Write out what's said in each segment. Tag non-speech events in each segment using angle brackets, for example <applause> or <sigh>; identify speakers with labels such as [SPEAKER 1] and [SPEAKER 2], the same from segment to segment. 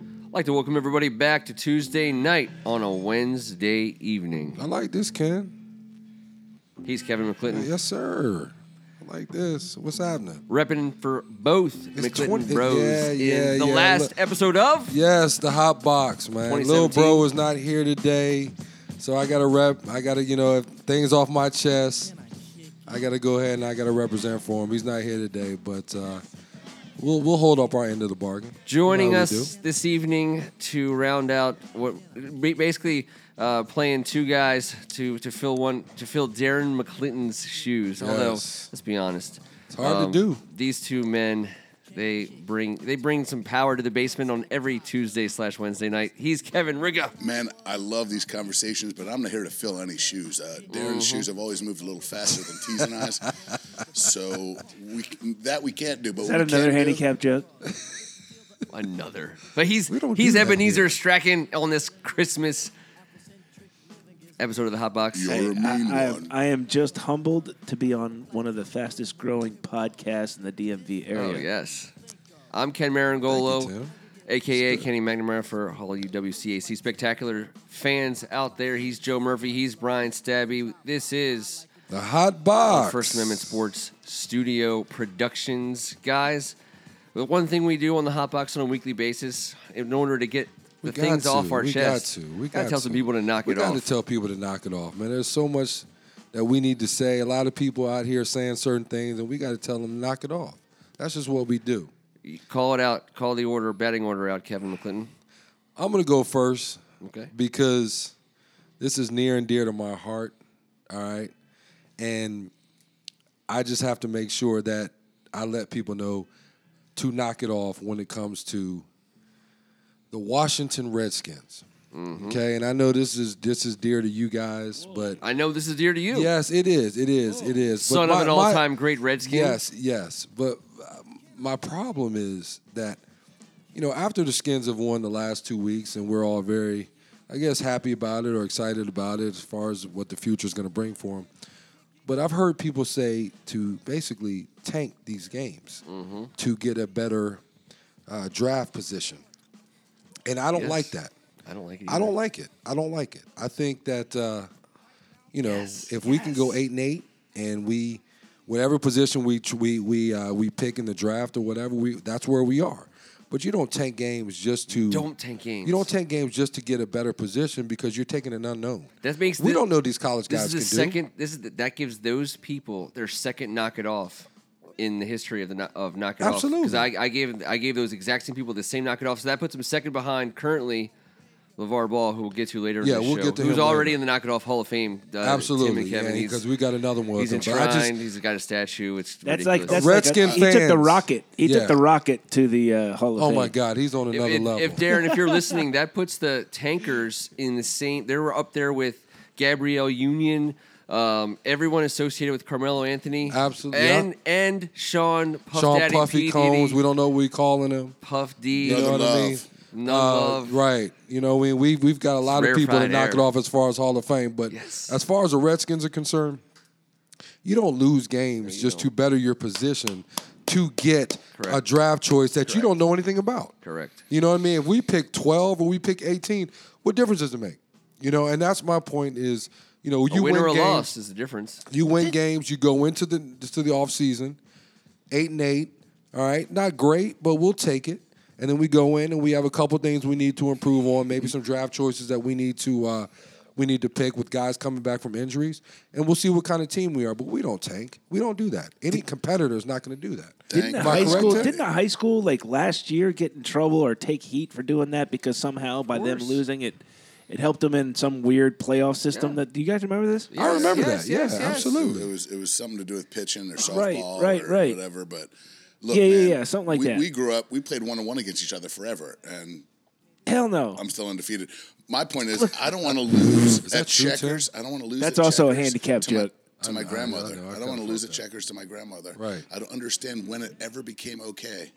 [SPEAKER 1] I'd like to welcome everybody back to Tuesday night on a Wednesday evening.
[SPEAKER 2] I like this, Ken.
[SPEAKER 1] He's Kevin McClinton,
[SPEAKER 2] Yes, sir. I like this. What's happening?
[SPEAKER 1] repping for both McClinton
[SPEAKER 2] 20
[SPEAKER 1] Bros
[SPEAKER 2] yeah, yeah,
[SPEAKER 1] in the
[SPEAKER 2] yeah,
[SPEAKER 1] last
[SPEAKER 2] look.
[SPEAKER 1] episode of
[SPEAKER 2] Yes, the hot box, man. Little
[SPEAKER 1] 2017.
[SPEAKER 2] bro is not here today, so I gotta rep. I gotta, you know, if things off my chest. I gotta go ahead and I gotta represent for him. He's not here today, but uh, we'll we'll hold up our end of the bargain.
[SPEAKER 1] Joining
[SPEAKER 2] You know how we
[SPEAKER 1] us this evening to round out what ba- basically uh, playing two guys to, to fill one to fill Darren McClinton's shoes. Although
[SPEAKER 2] Yes.
[SPEAKER 1] let's be honest, it's
[SPEAKER 2] hard to do.
[SPEAKER 1] These two men, they bring they bring some power to the basement on every Tuesday slash Wednesday night. He's Kevin Riga.
[SPEAKER 3] Man, I love these conversations, but I'm not here to fill any shoes. Uh,
[SPEAKER 4] Mm-hmm.
[SPEAKER 3] Darren's shoes have always moved a little faster than T's and I's, so we that we can't do. But
[SPEAKER 4] Is
[SPEAKER 3] what
[SPEAKER 4] that
[SPEAKER 3] we
[SPEAKER 4] another
[SPEAKER 3] can do-
[SPEAKER 4] handicap joke?
[SPEAKER 1] Another, but he's
[SPEAKER 2] We don't
[SPEAKER 1] he's
[SPEAKER 2] do that
[SPEAKER 1] Ebenezer
[SPEAKER 2] here.
[SPEAKER 1] Strachan on this Christmas episode of the Hot Box.
[SPEAKER 3] You're a mean
[SPEAKER 4] I, am,
[SPEAKER 3] one.
[SPEAKER 4] I am just humbled to be on one of the fastest growing podcasts in the DMV area.
[SPEAKER 1] Oh yes. I'm Ken
[SPEAKER 2] Thank you,
[SPEAKER 1] Marangolo,
[SPEAKER 2] Tim.
[SPEAKER 1] aka Kenny McNamara for all you WCAC spectacular fans out there. He's Joe Murphy. He's Brian Stabby. This is
[SPEAKER 2] The hot box.
[SPEAKER 1] First Amendment Sports Studio Productions, guys. The one thing we do on the Hot Box on a weekly basis, in order to get the
[SPEAKER 2] We got
[SPEAKER 1] things
[SPEAKER 2] to.
[SPEAKER 1] off our
[SPEAKER 2] we
[SPEAKER 1] chest,
[SPEAKER 2] Got to. We
[SPEAKER 1] gotta
[SPEAKER 2] got
[SPEAKER 1] tell
[SPEAKER 2] to.
[SPEAKER 1] some people to knock
[SPEAKER 2] we
[SPEAKER 1] it
[SPEAKER 2] gotta
[SPEAKER 1] off.
[SPEAKER 2] tell people to knock it off, man. There's so much that we need to say. A lot of people out here saying certain things, and we got to tell them to knock it off. That's just what we do.
[SPEAKER 1] call it out. Call the order, batting order out, Kevin McClinton.
[SPEAKER 2] I'm gonna go first
[SPEAKER 1] Okay.
[SPEAKER 2] because this is near and dear to my heart. All right, and I just have to make sure that I let people know to knock it off when it comes to the Washington Redskins.
[SPEAKER 1] Mm-hmm.
[SPEAKER 2] Okay, and I know this is this is dear to you guys, but
[SPEAKER 1] I know this is dear to you.
[SPEAKER 2] Yes, it is. It is. It is. But
[SPEAKER 1] Son of
[SPEAKER 2] my-
[SPEAKER 1] an
[SPEAKER 2] my-
[SPEAKER 1] all-time great Redskin.
[SPEAKER 2] Yes, yes. But uh, my problem is that, you know, after the Skins have won the last two weeks and we're all very, I guess, happy about it or excited about it as far as what the future is going to bring for them. But I've heard people say to basically tank these games to get a better uh, draft position. And I don't
[SPEAKER 1] Yes.
[SPEAKER 2] like that.
[SPEAKER 1] I don't like it.
[SPEAKER 2] I
[SPEAKER 1] either.
[SPEAKER 2] don't like it. I don't like it. I think that uh, you know
[SPEAKER 1] Yes,
[SPEAKER 2] if we can go eight and eight and we whatever position we tr- we we uh, we pick in the draft or whatever we that's where we are. But you don't tank games just to
[SPEAKER 1] Don't tank games.
[SPEAKER 2] you don't tank games just to get a better position because you're taking an unknown.
[SPEAKER 1] That makes
[SPEAKER 2] we
[SPEAKER 1] thi-
[SPEAKER 2] don't know these college
[SPEAKER 1] This
[SPEAKER 2] guys
[SPEAKER 1] is the
[SPEAKER 2] can do.
[SPEAKER 1] second. uh, This is the, that gives those people their second knock it off in the history of the kno- of knock it off.
[SPEAKER 2] Absolutely.
[SPEAKER 1] Because I, I gave I gave those exact same people the same knock it off. So that puts them second behind currently. LeVar Ball, who we'll get to later.
[SPEAKER 2] Yeah,
[SPEAKER 1] in the
[SPEAKER 2] we'll
[SPEAKER 1] show,
[SPEAKER 2] get to
[SPEAKER 1] Who's
[SPEAKER 2] him
[SPEAKER 1] already
[SPEAKER 2] later.
[SPEAKER 1] in the Knock It Off Hall of Fame? Uh, Tim
[SPEAKER 2] Absolutely,
[SPEAKER 1] and Kevin.
[SPEAKER 2] yeah,
[SPEAKER 1] he's-
[SPEAKER 2] because we got another one.
[SPEAKER 1] he's
[SPEAKER 2] with him. But I just-
[SPEAKER 1] enshrined. He's got a statue. It's
[SPEAKER 4] That's like
[SPEAKER 1] ridiculous.
[SPEAKER 4] that's
[SPEAKER 2] Redskin
[SPEAKER 4] like a, He took the
[SPEAKER 2] fans.
[SPEAKER 4] rocket. He
[SPEAKER 2] Yeah.
[SPEAKER 4] took the rocket to the uh, Hall of
[SPEAKER 2] oh
[SPEAKER 4] Fame.
[SPEAKER 2] my God, he's on
[SPEAKER 1] If-
[SPEAKER 2] another
[SPEAKER 1] if,
[SPEAKER 2] level.
[SPEAKER 1] if Darren, if
[SPEAKER 2] <laughs>
[SPEAKER 1] you're listening, that puts the tankers in the same. They were up there with Gabrielle Union, um, everyone associated with Carmelo Anthony,
[SPEAKER 2] Absolutely, yeah.
[SPEAKER 1] and and Sean Puff
[SPEAKER 2] Sean
[SPEAKER 1] Daddy
[SPEAKER 2] Puffy
[SPEAKER 1] P.
[SPEAKER 2] Combs,
[SPEAKER 1] Diddy,
[SPEAKER 2] we don't know what we calling him.
[SPEAKER 1] Puff D.
[SPEAKER 2] You know
[SPEAKER 3] Another
[SPEAKER 2] what I mean?
[SPEAKER 3] love.
[SPEAKER 1] No
[SPEAKER 2] Uh,
[SPEAKER 1] love.
[SPEAKER 2] Right. You know, we, we, we've got a lot of people to
[SPEAKER 1] rarefied
[SPEAKER 2] knock it
[SPEAKER 1] air.
[SPEAKER 2] off as far as Hall of Fame. But
[SPEAKER 1] Yes.
[SPEAKER 2] as far as the Redskins are concerned, you don't lose games just to better your position to get a
[SPEAKER 1] Correct.
[SPEAKER 2] draft choice that you don't know anything about.
[SPEAKER 1] Correct.
[SPEAKER 2] You know what I mean? If we pick 12 or we pick 18, what difference does it make? You know, and that's my point is, you know,
[SPEAKER 1] A
[SPEAKER 2] you
[SPEAKER 1] win or a
[SPEAKER 2] win games,
[SPEAKER 1] loss is the difference.
[SPEAKER 2] you win games. You go into the to the off season, eight and eight. All right, not great, but we'll take it. And then we go in and we have a couple things we need to improve on. Maybe some draft choices that we need to uh, we need to pick with guys coming back from injuries, and we'll see what kind of team we are. But we don't tank. We don't do that. Any competitor is not going to do that.
[SPEAKER 4] Didn't the
[SPEAKER 3] Am
[SPEAKER 2] I
[SPEAKER 4] high
[SPEAKER 2] correct
[SPEAKER 4] school?
[SPEAKER 2] there?
[SPEAKER 4] Didn't the high school like last year get in trouble or take heat for doing that because somehow by them
[SPEAKER 1] course.
[SPEAKER 4] losing it, it helped them in some weird playoff system.
[SPEAKER 1] Yeah.
[SPEAKER 4] That do you guys remember this?
[SPEAKER 2] I remember
[SPEAKER 1] Yes,
[SPEAKER 2] that.
[SPEAKER 1] yes,
[SPEAKER 2] yeah,
[SPEAKER 1] yes.
[SPEAKER 2] absolutely.
[SPEAKER 3] It was it was something to do with pitching or
[SPEAKER 4] Right,
[SPEAKER 3] softball
[SPEAKER 4] right,
[SPEAKER 3] or
[SPEAKER 4] right.
[SPEAKER 3] whatever. But look,
[SPEAKER 4] Yeah, yeah,
[SPEAKER 3] man,
[SPEAKER 4] yeah, something like
[SPEAKER 3] we,
[SPEAKER 4] that.
[SPEAKER 3] We grew up. We played one on one against each other forever, and
[SPEAKER 4] Hell no.
[SPEAKER 3] I'm still undefeated. My point is, I don't want to lose
[SPEAKER 2] that
[SPEAKER 3] at
[SPEAKER 2] true, Tim?
[SPEAKER 3] checkers. I don't want to lose.
[SPEAKER 4] That's
[SPEAKER 3] at
[SPEAKER 4] also a
[SPEAKER 3] checkers
[SPEAKER 4] handicap
[SPEAKER 3] to my,
[SPEAKER 4] joke.
[SPEAKER 3] to my
[SPEAKER 2] know, I
[SPEAKER 3] grandmother.
[SPEAKER 2] know, I
[SPEAKER 3] I,
[SPEAKER 2] kinda
[SPEAKER 3] don't want to lose
[SPEAKER 2] felt
[SPEAKER 3] at
[SPEAKER 2] that.
[SPEAKER 3] checkers to my grandmother.
[SPEAKER 2] Right.
[SPEAKER 3] I don't understand when it ever became okay.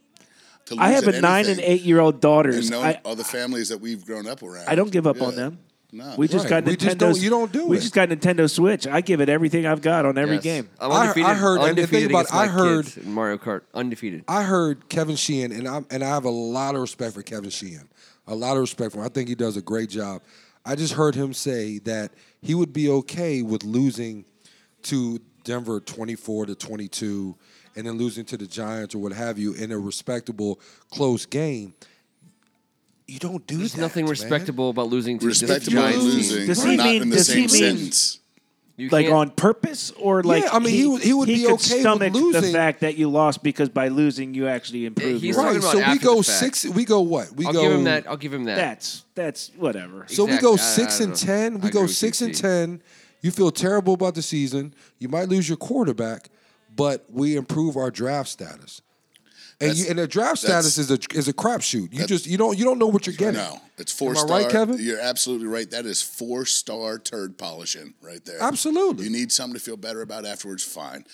[SPEAKER 3] To
[SPEAKER 4] I
[SPEAKER 3] lose
[SPEAKER 4] have
[SPEAKER 3] at
[SPEAKER 4] a nine and
[SPEAKER 3] anything.
[SPEAKER 4] eight year old
[SPEAKER 3] and
[SPEAKER 4] daughters.
[SPEAKER 3] knowing
[SPEAKER 4] I,
[SPEAKER 3] all the families that we've grown up around.
[SPEAKER 4] I don't give up on
[SPEAKER 3] Yeah.
[SPEAKER 4] them.
[SPEAKER 3] No.
[SPEAKER 4] We just
[SPEAKER 2] Right.
[SPEAKER 4] got
[SPEAKER 2] We
[SPEAKER 4] Nintendo.
[SPEAKER 2] just don't- you don't do
[SPEAKER 4] We
[SPEAKER 2] it.
[SPEAKER 4] just got Nintendo Switch. I give it everything I've got on every
[SPEAKER 1] Yes.
[SPEAKER 4] game.
[SPEAKER 1] I'm
[SPEAKER 2] I- I
[SPEAKER 1] undefeated.
[SPEAKER 2] heard- and the
[SPEAKER 1] undefeated
[SPEAKER 2] thing about-
[SPEAKER 1] against my
[SPEAKER 2] I heard-
[SPEAKER 1] kids in Mario Kart. Undefeated.
[SPEAKER 2] I heard Kevin Sheehan, and I and I have a lot of respect for Kevin Sheehan. a lot of respect for him. I think he does a great job. I just heard him say that he would be okay with losing to Denver 24 to 22 and then losing to the Giants or what have you in a respectable close game. You don't do
[SPEAKER 1] There's
[SPEAKER 2] that,
[SPEAKER 1] nothing
[SPEAKER 2] man.
[SPEAKER 1] respectable about losing to this
[SPEAKER 3] Respectable
[SPEAKER 1] Giants
[SPEAKER 3] and
[SPEAKER 1] team.
[SPEAKER 3] losing,
[SPEAKER 4] Does
[SPEAKER 3] but
[SPEAKER 4] he
[SPEAKER 3] not
[SPEAKER 4] mean-
[SPEAKER 3] in the
[SPEAKER 4] does he
[SPEAKER 3] same
[SPEAKER 4] mean-
[SPEAKER 3] sentence.
[SPEAKER 1] You
[SPEAKER 4] like
[SPEAKER 1] can't-
[SPEAKER 4] on purpose or like
[SPEAKER 2] I mean, he would- he would be
[SPEAKER 4] could
[SPEAKER 2] okay with
[SPEAKER 4] stomach the
[SPEAKER 2] losing.
[SPEAKER 4] fact that you lost because by losing you actually improved.
[SPEAKER 1] he's
[SPEAKER 4] your-
[SPEAKER 1] talking
[SPEAKER 2] Right.
[SPEAKER 1] about
[SPEAKER 2] So we
[SPEAKER 1] after
[SPEAKER 2] go
[SPEAKER 1] the fact.
[SPEAKER 2] six. We go what? We
[SPEAKER 1] I'll
[SPEAKER 2] go.
[SPEAKER 1] give him that. I'll give him that.
[SPEAKER 4] that's that's whatever.
[SPEAKER 2] So
[SPEAKER 1] Exactly.
[SPEAKER 2] we go
[SPEAKER 1] I-
[SPEAKER 2] six
[SPEAKER 1] I
[SPEAKER 2] and
[SPEAKER 1] don't-
[SPEAKER 2] ten.
[SPEAKER 1] I
[SPEAKER 2] We
[SPEAKER 1] agree
[SPEAKER 2] go
[SPEAKER 1] with
[SPEAKER 2] six
[SPEAKER 1] you,
[SPEAKER 2] and
[SPEAKER 1] Steve.
[SPEAKER 2] ten. You feel terrible about the season. You might lose your quarterback, but we improve our draft status. And,
[SPEAKER 3] That's-
[SPEAKER 2] you, and the draft
[SPEAKER 3] that's-
[SPEAKER 2] status is a is a crapshoot. You
[SPEAKER 3] that-
[SPEAKER 2] just you don't you don't know what you're getting.
[SPEAKER 3] No, it's four
[SPEAKER 2] Am I
[SPEAKER 3] star.
[SPEAKER 2] right, Kevin?
[SPEAKER 3] You're absolutely right. That is four star turd polishing right there.
[SPEAKER 2] Absolutely.
[SPEAKER 3] You need something to feel better about afterwards. Fine,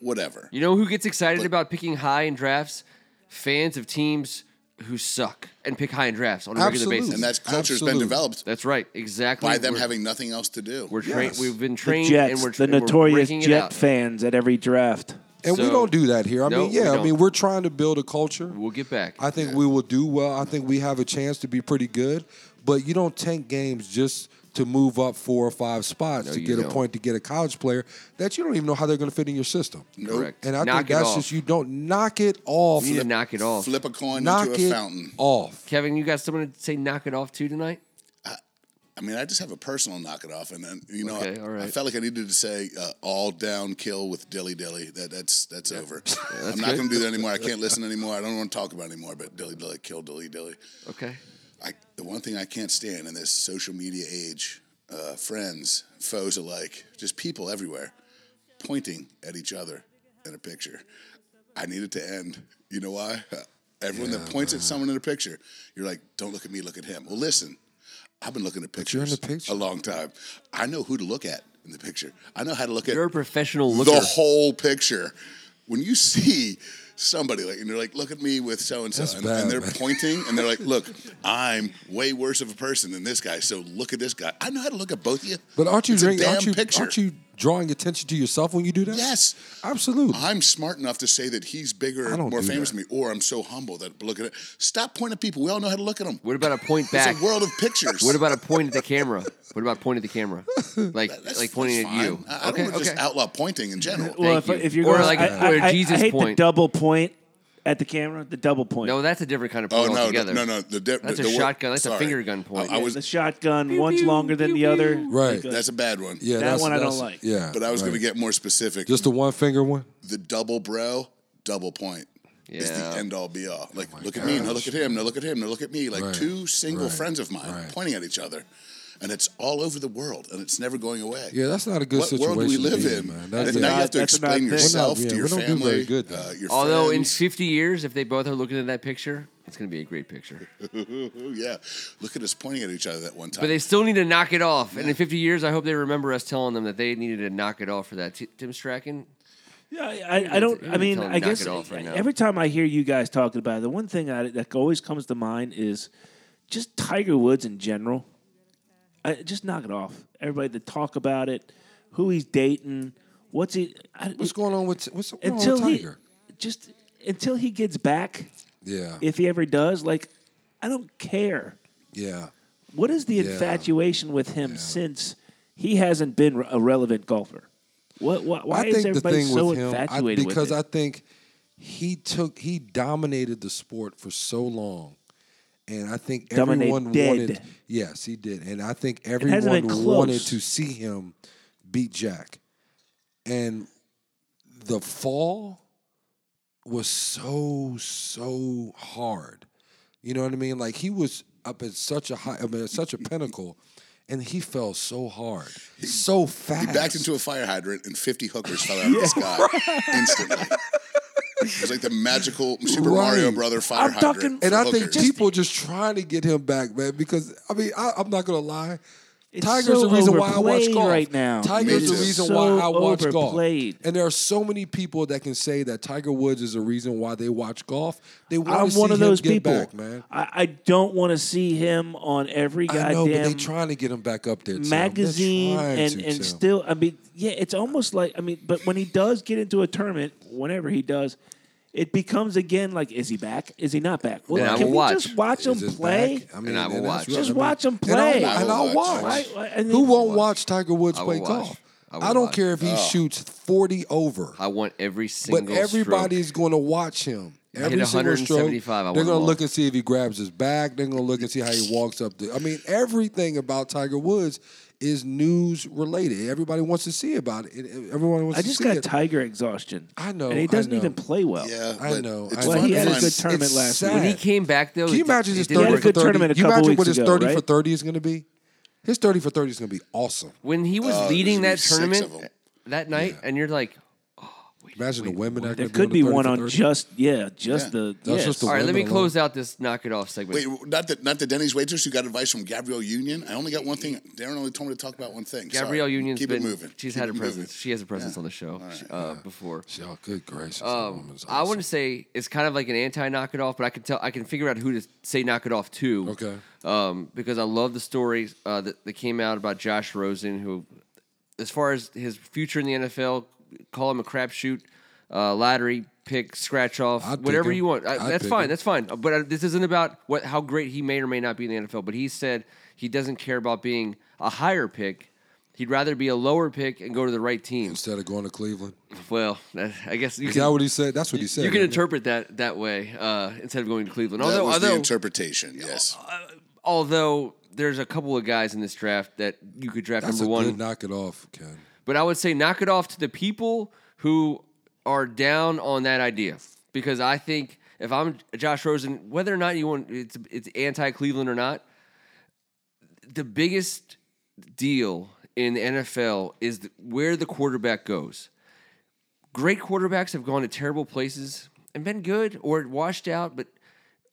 [SPEAKER 3] whatever.
[SPEAKER 1] You know who gets excited about picking high in drafts? Fans of teams who suck and pick high in drafts on a
[SPEAKER 2] Absolutely.
[SPEAKER 1] regular
[SPEAKER 3] And
[SPEAKER 1] basis.
[SPEAKER 3] that culture has been
[SPEAKER 2] Absolutely.
[SPEAKER 3] developed
[SPEAKER 1] That's right. Exactly.
[SPEAKER 3] by them
[SPEAKER 1] We're-
[SPEAKER 3] having nothing else to do.
[SPEAKER 1] We're trained.
[SPEAKER 2] Yes.
[SPEAKER 1] We've been
[SPEAKER 4] The
[SPEAKER 1] trained,
[SPEAKER 4] Jets,
[SPEAKER 1] and we're
[SPEAKER 4] the
[SPEAKER 1] and we're
[SPEAKER 4] notorious
[SPEAKER 1] breaking it out.
[SPEAKER 4] Jet fans at every draft.
[SPEAKER 2] And we
[SPEAKER 1] So-
[SPEAKER 2] don't do that here. I
[SPEAKER 1] No,
[SPEAKER 2] mean,
[SPEAKER 1] we
[SPEAKER 2] yeah. I
[SPEAKER 1] don't.
[SPEAKER 2] mean, we're trying to build a culture.
[SPEAKER 1] We'll get back.
[SPEAKER 2] I think we will do well. I think we have a chance to be pretty good, but you don't tank games just to move up four or five spots
[SPEAKER 1] No,
[SPEAKER 2] to
[SPEAKER 1] you
[SPEAKER 2] get a
[SPEAKER 1] don't.
[SPEAKER 2] point to get a college player that you don't even know how they're going to fit in your system.
[SPEAKER 3] Nope.
[SPEAKER 1] Correct.
[SPEAKER 2] And I
[SPEAKER 1] Knock
[SPEAKER 2] think
[SPEAKER 1] it
[SPEAKER 2] that's
[SPEAKER 1] off.
[SPEAKER 2] just you don't knock it off.
[SPEAKER 1] You need to knock it off.
[SPEAKER 3] Flip a coin
[SPEAKER 2] knock
[SPEAKER 3] into a
[SPEAKER 2] it
[SPEAKER 3] fountain.
[SPEAKER 2] off.
[SPEAKER 1] Kevin, you got someone to say knock it off to tonight?
[SPEAKER 3] I mean, I just have a personal knock it off, and then you know,
[SPEAKER 1] Okay,
[SPEAKER 3] I,
[SPEAKER 1] all right.
[SPEAKER 3] I felt like I needed to say uh, all down, kill with dilly dilly. That that's that's
[SPEAKER 1] <laughs>
[SPEAKER 3] over. I'm not
[SPEAKER 1] good.
[SPEAKER 3] going to do that anymore.
[SPEAKER 1] <laughs>
[SPEAKER 3] I can't listen anymore. I don't want to talk about it anymore. But dilly dilly, kill dilly dilly.
[SPEAKER 1] Okay.
[SPEAKER 3] I, the one thing I can't stand in this social media age, uh, friends, foes alike, just people everywhere pointing at each other in a picture. I need it to end. You know why? <laughs> Everyone that points at someone in a picture, you're like, don't look at me, look at him. Well, listen, I've been looking at pictures
[SPEAKER 2] you're in the picture.
[SPEAKER 3] a long time. I know who to look at in the picture. I know how to look at
[SPEAKER 1] You're a professional looker.
[SPEAKER 3] the whole picture. When you see somebody like and they're like, look at me with so and so,
[SPEAKER 2] That's
[SPEAKER 3] and
[SPEAKER 2] bad,
[SPEAKER 3] and they're
[SPEAKER 2] man.
[SPEAKER 3] pointing and they're
[SPEAKER 2] <laughs>
[SPEAKER 3] like, look, I'm way worse of a person than this guy. So look at this guy. I know how to look at both of you.
[SPEAKER 2] But aren't you
[SPEAKER 3] It's a
[SPEAKER 2] drinking? Aren't
[SPEAKER 3] damn
[SPEAKER 2] you,
[SPEAKER 3] picture.
[SPEAKER 2] aren't you drawing attention to yourself when you do that?
[SPEAKER 3] Yes.
[SPEAKER 2] absolutely.
[SPEAKER 3] I'm smart enough to say that he's bigger,
[SPEAKER 2] I
[SPEAKER 3] and
[SPEAKER 2] don't
[SPEAKER 3] more
[SPEAKER 2] do
[SPEAKER 3] famous
[SPEAKER 2] that.
[SPEAKER 3] than me, or I'm so humble that look at it. Stop pointing at people. We all know how to look at them.
[SPEAKER 1] what about a point
[SPEAKER 3] It's
[SPEAKER 1] back?
[SPEAKER 3] a world of pictures.
[SPEAKER 1] What about a point at the camera? What about point at the
[SPEAKER 3] <laughs>
[SPEAKER 1] camera? Like
[SPEAKER 3] That's-
[SPEAKER 1] like pointing
[SPEAKER 3] that's
[SPEAKER 1] at you.
[SPEAKER 3] fine. I, I
[SPEAKER 1] okay.
[SPEAKER 3] don't want to
[SPEAKER 1] okay.
[SPEAKER 3] just outlaw pointing in general.
[SPEAKER 4] well,
[SPEAKER 1] Thank
[SPEAKER 4] if,
[SPEAKER 1] you.
[SPEAKER 4] if you're
[SPEAKER 1] Or
[SPEAKER 4] going,
[SPEAKER 1] like
[SPEAKER 4] I,
[SPEAKER 1] where
[SPEAKER 4] I- I-
[SPEAKER 1] Jesus
[SPEAKER 4] I hate
[SPEAKER 1] point.
[SPEAKER 4] the double point at the camera. The double point.
[SPEAKER 1] no, that's a different kind of point
[SPEAKER 3] Oh no,
[SPEAKER 1] altogether.
[SPEAKER 3] no, no! The di-
[SPEAKER 1] That's
[SPEAKER 3] the,
[SPEAKER 1] a
[SPEAKER 3] the wor-
[SPEAKER 1] shotgun. That's a
[SPEAKER 3] sorry.
[SPEAKER 1] finger gun point.
[SPEAKER 3] I- I was
[SPEAKER 4] the shotgun. one's longer than the other.
[SPEAKER 2] Right.
[SPEAKER 4] Like,
[SPEAKER 3] That's a bad one.
[SPEAKER 2] yeah,
[SPEAKER 4] that
[SPEAKER 2] that's,
[SPEAKER 4] one I don't
[SPEAKER 2] that's-
[SPEAKER 4] like.
[SPEAKER 2] Yeah,
[SPEAKER 3] But I was
[SPEAKER 2] right.
[SPEAKER 3] going to get more specific.
[SPEAKER 2] just the one finger one.
[SPEAKER 3] the double brow, double point is
[SPEAKER 1] Yeah.
[SPEAKER 3] the end all be all. Like, look at me, now look at him, now look at him, now look at me. Like
[SPEAKER 2] Oh Right,
[SPEAKER 3] two single
[SPEAKER 2] right,
[SPEAKER 3] friends of mine
[SPEAKER 2] right.
[SPEAKER 3] pointing at each other. And it's all over the world and it's never going away.
[SPEAKER 2] Yeah, that's not a good
[SPEAKER 3] what
[SPEAKER 2] situation.
[SPEAKER 3] world do we
[SPEAKER 2] to
[SPEAKER 3] live
[SPEAKER 2] be
[SPEAKER 3] in?
[SPEAKER 2] man.
[SPEAKER 3] Now
[SPEAKER 2] That's
[SPEAKER 3] you
[SPEAKER 2] it.
[SPEAKER 4] not-
[SPEAKER 3] have to
[SPEAKER 4] that's a bad
[SPEAKER 3] explain
[SPEAKER 4] thing.
[SPEAKER 3] yourself
[SPEAKER 2] We're not-
[SPEAKER 3] to
[SPEAKER 2] yeah,
[SPEAKER 3] your
[SPEAKER 2] we don't do
[SPEAKER 3] family,
[SPEAKER 2] very good
[SPEAKER 3] uh,
[SPEAKER 2] then.
[SPEAKER 3] your
[SPEAKER 1] Although in
[SPEAKER 3] friends.
[SPEAKER 1] 50 years, if they both are looking at that picture, it's going to be a great picture.
[SPEAKER 3] <laughs> yeah, look at us pointing at each other that one time.
[SPEAKER 1] But they still need to knock it off. And in 50 years, I hope they remember us telling them that they needed to knock it off for that. T- Tim Strachan,
[SPEAKER 4] Yeah, I, I- I don't.
[SPEAKER 1] You
[SPEAKER 4] I mean,
[SPEAKER 1] tell him
[SPEAKER 4] I
[SPEAKER 1] knock
[SPEAKER 4] guess
[SPEAKER 1] it off right now.
[SPEAKER 4] every time I hear you guys talking about it, the one thing I, that always comes to mind is just Tiger Woods in general. I, just knock it off. Everybody to talk about it, who he's dating, what's he? I,
[SPEAKER 2] What's going on with what's going
[SPEAKER 4] until
[SPEAKER 2] on with Tiger?
[SPEAKER 4] he just until he gets back,
[SPEAKER 2] yeah,
[SPEAKER 4] if he ever does. Like, I don't care.
[SPEAKER 2] yeah.
[SPEAKER 4] What is the infatuation with him since he hasn't been a relevant golfer? What? why why
[SPEAKER 2] I
[SPEAKER 4] is
[SPEAKER 2] think the
[SPEAKER 4] everybody
[SPEAKER 2] thing
[SPEAKER 4] so
[SPEAKER 2] with him, I,
[SPEAKER 4] infatuated with
[SPEAKER 2] because
[SPEAKER 4] it?
[SPEAKER 2] I think he took he dominated the sport for so long, and I think
[SPEAKER 4] Dominated.
[SPEAKER 2] everyone wanted. Yes, he did, and I think
[SPEAKER 4] hasn't been
[SPEAKER 2] everyone wanted
[SPEAKER 4] close.
[SPEAKER 2] to see him beat Jack, and the fall was so so hard. You know what I mean? Like he was up at such a high, I mean, at such a pinnacle, and he fell so hard, so fast.
[SPEAKER 3] He backed into a fire hydrant and 50 hookers fell out of
[SPEAKER 2] <laughs>
[SPEAKER 3] the sky instantly. It was like the magical Super
[SPEAKER 2] Right.
[SPEAKER 3] Mario Brother fire
[SPEAKER 4] I'm
[SPEAKER 3] hydrant.
[SPEAKER 4] talking-
[SPEAKER 3] for
[SPEAKER 2] And I
[SPEAKER 3] hookers.
[SPEAKER 2] think people just trying to get him back, man. Because I mean, I, I'm not gonna lie,
[SPEAKER 4] It's
[SPEAKER 2] Tiger's
[SPEAKER 4] so
[SPEAKER 2] the reason why I watch
[SPEAKER 4] overplayed
[SPEAKER 2] golf
[SPEAKER 4] right now.
[SPEAKER 3] Me
[SPEAKER 2] Tiger's the
[SPEAKER 3] too.
[SPEAKER 2] reason
[SPEAKER 4] So
[SPEAKER 2] why I watch
[SPEAKER 4] overplayed.
[SPEAKER 2] golf. And there are so many people that can say that Tiger Woods is the reason why they watch golf. They want
[SPEAKER 4] I'm
[SPEAKER 2] to see
[SPEAKER 4] one of
[SPEAKER 2] him
[SPEAKER 4] those
[SPEAKER 2] get
[SPEAKER 4] people.
[SPEAKER 2] back, man.
[SPEAKER 4] I, I don't want to see him on every
[SPEAKER 2] I know, but they
[SPEAKER 4] goddamn
[SPEAKER 2] trying to get him back up there. Tim. They're
[SPEAKER 4] magazine
[SPEAKER 2] trying
[SPEAKER 4] and,
[SPEAKER 2] to, Tim.
[SPEAKER 4] and still I mean, yeah, it's almost like I mean, but when he does get into a tournament, whenever he does, it becomes again like, is he back? Is he not back? Well,
[SPEAKER 1] And I
[SPEAKER 4] can
[SPEAKER 1] will
[SPEAKER 4] we
[SPEAKER 1] watch.
[SPEAKER 4] just watch him
[SPEAKER 2] Is it
[SPEAKER 4] play?
[SPEAKER 2] back? I mean,
[SPEAKER 1] And I will
[SPEAKER 2] that's
[SPEAKER 1] watch.
[SPEAKER 2] right.
[SPEAKER 4] Just
[SPEAKER 2] I mean,
[SPEAKER 4] watch him
[SPEAKER 2] And I'll-
[SPEAKER 4] play.
[SPEAKER 2] and I'll,
[SPEAKER 3] I will watch.
[SPEAKER 2] watch.
[SPEAKER 4] Why- why- and
[SPEAKER 2] Who
[SPEAKER 4] then-
[SPEAKER 2] won't watch Tiger Woods
[SPEAKER 1] I will
[SPEAKER 2] play
[SPEAKER 1] watch.
[SPEAKER 2] golf?
[SPEAKER 1] I
[SPEAKER 2] I,
[SPEAKER 1] will
[SPEAKER 2] don't
[SPEAKER 1] watch. Oh.
[SPEAKER 2] care if he shoots 40 over.
[SPEAKER 1] I want every single.
[SPEAKER 2] but everybody's going to watch him.
[SPEAKER 1] hit
[SPEAKER 2] Every single stroke,
[SPEAKER 1] 175, I
[SPEAKER 2] they're
[SPEAKER 1] want them
[SPEAKER 2] going to
[SPEAKER 1] all.
[SPEAKER 2] look and see if he grabs his back. They're going to look and see how he walks up. The, I mean, everything about Tiger Woods is news related. Everybody wants to see about it. It- Everyone wants
[SPEAKER 4] I
[SPEAKER 2] to
[SPEAKER 4] just
[SPEAKER 2] see
[SPEAKER 4] got
[SPEAKER 2] it.
[SPEAKER 4] tiger exhaustion.
[SPEAKER 2] I know,
[SPEAKER 4] and he
[SPEAKER 2] I
[SPEAKER 4] doesn't
[SPEAKER 2] know.
[SPEAKER 4] even play well.
[SPEAKER 3] Yeah,
[SPEAKER 2] I
[SPEAKER 3] but
[SPEAKER 2] know,
[SPEAKER 3] It's
[SPEAKER 2] I
[SPEAKER 4] well,
[SPEAKER 3] fun
[SPEAKER 4] he
[SPEAKER 3] to
[SPEAKER 4] had a
[SPEAKER 3] find-
[SPEAKER 4] good tournament
[SPEAKER 2] It's
[SPEAKER 4] last
[SPEAKER 2] sad.
[SPEAKER 4] week.
[SPEAKER 1] When he came back though,
[SPEAKER 2] Can you imagine his
[SPEAKER 1] his
[SPEAKER 2] 30
[SPEAKER 4] He had a
[SPEAKER 2] for
[SPEAKER 4] good
[SPEAKER 2] 30?
[SPEAKER 4] tournament a
[SPEAKER 2] Can you
[SPEAKER 4] couple
[SPEAKER 2] imagine
[SPEAKER 4] weeks
[SPEAKER 2] what his
[SPEAKER 4] ago,
[SPEAKER 2] 30 for
[SPEAKER 4] right?
[SPEAKER 2] 30 is going to be? His 30 for 30 is going to be awesome.
[SPEAKER 1] when he was
[SPEAKER 3] Oh,
[SPEAKER 1] leading that
[SPEAKER 3] there's gonna be six
[SPEAKER 1] tournament
[SPEAKER 3] of 'em.
[SPEAKER 1] that night, and you're like,
[SPEAKER 2] Imagine the women that
[SPEAKER 4] There
[SPEAKER 2] could
[SPEAKER 4] could be
[SPEAKER 2] on the 30
[SPEAKER 4] one
[SPEAKER 2] for
[SPEAKER 4] on
[SPEAKER 2] 30.
[SPEAKER 4] just yeah, just
[SPEAKER 3] Yeah.
[SPEAKER 4] the
[SPEAKER 2] That's
[SPEAKER 4] yes.
[SPEAKER 2] just the
[SPEAKER 1] all right, let me
[SPEAKER 2] women
[SPEAKER 1] close out this knock it off segment.
[SPEAKER 3] Wait, not the not the Denny's waitress who got advice from Gabrielle Union. I only got one thing. Darren only told me to talk about one thing. Sorry.
[SPEAKER 1] Gabrielle Union's
[SPEAKER 3] Keep
[SPEAKER 1] been
[SPEAKER 3] it moving.
[SPEAKER 1] she's
[SPEAKER 3] Keep
[SPEAKER 1] had a
[SPEAKER 3] it moving.
[SPEAKER 1] presence. She has a presence on the show uh, before.
[SPEAKER 2] Y'all, good gracious. that
[SPEAKER 1] Um,
[SPEAKER 2] woman's
[SPEAKER 1] I want
[SPEAKER 2] awesome.
[SPEAKER 1] to say it's kind of like an anti knock it off, but I can tell I can figure out who to say knock it off to.
[SPEAKER 2] Okay.
[SPEAKER 1] Um, because I love the stories uh, that, that came out about Josh Rosen, who, as far as his future in the NFL, call him a crapshoot, uh, lottery pick, scratch off,
[SPEAKER 2] I'd pick
[SPEAKER 1] whatever
[SPEAKER 2] him.
[SPEAKER 1] you want. I,
[SPEAKER 2] I'd
[SPEAKER 1] that's
[SPEAKER 2] pick
[SPEAKER 1] fine.
[SPEAKER 2] him.
[SPEAKER 1] That's fine. But uh, this isn't about what how great he may or may not be in the NFL. But he said he doesn't care about being a higher pick. He'd rather be a lower pick and go to the right team.
[SPEAKER 2] Instead of going to Cleveland.
[SPEAKER 1] Well, <laughs> that- I guess you
[SPEAKER 2] Is
[SPEAKER 1] can,
[SPEAKER 2] that what he said? That's what he said.
[SPEAKER 1] you can
[SPEAKER 2] isn't it?
[SPEAKER 1] interpret that that way uh, instead of going to Cleveland.
[SPEAKER 3] That
[SPEAKER 1] Although,
[SPEAKER 3] was the
[SPEAKER 1] although, Oh,
[SPEAKER 3] interpretation. Yes.
[SPEAKER 1] although there's a couple of guys in this draft that you could draft
[SPEAKER 2] That's
[SPEAKER 1] number
[SPEAKER 2] a
[SPEAKER 1] one.
[SPEAKER 2] good knock it off, Ken.
[SPEAKER 1] But I would say knock it off to the people who are down on that idea because I think if I'm Josh Rosen, whether or not you want it's it's anti Cleveland or not, the biggest deal in the NFL is th- where the quarterback goes. Great quarterbacks have gone to terrible places and been good or washed out, but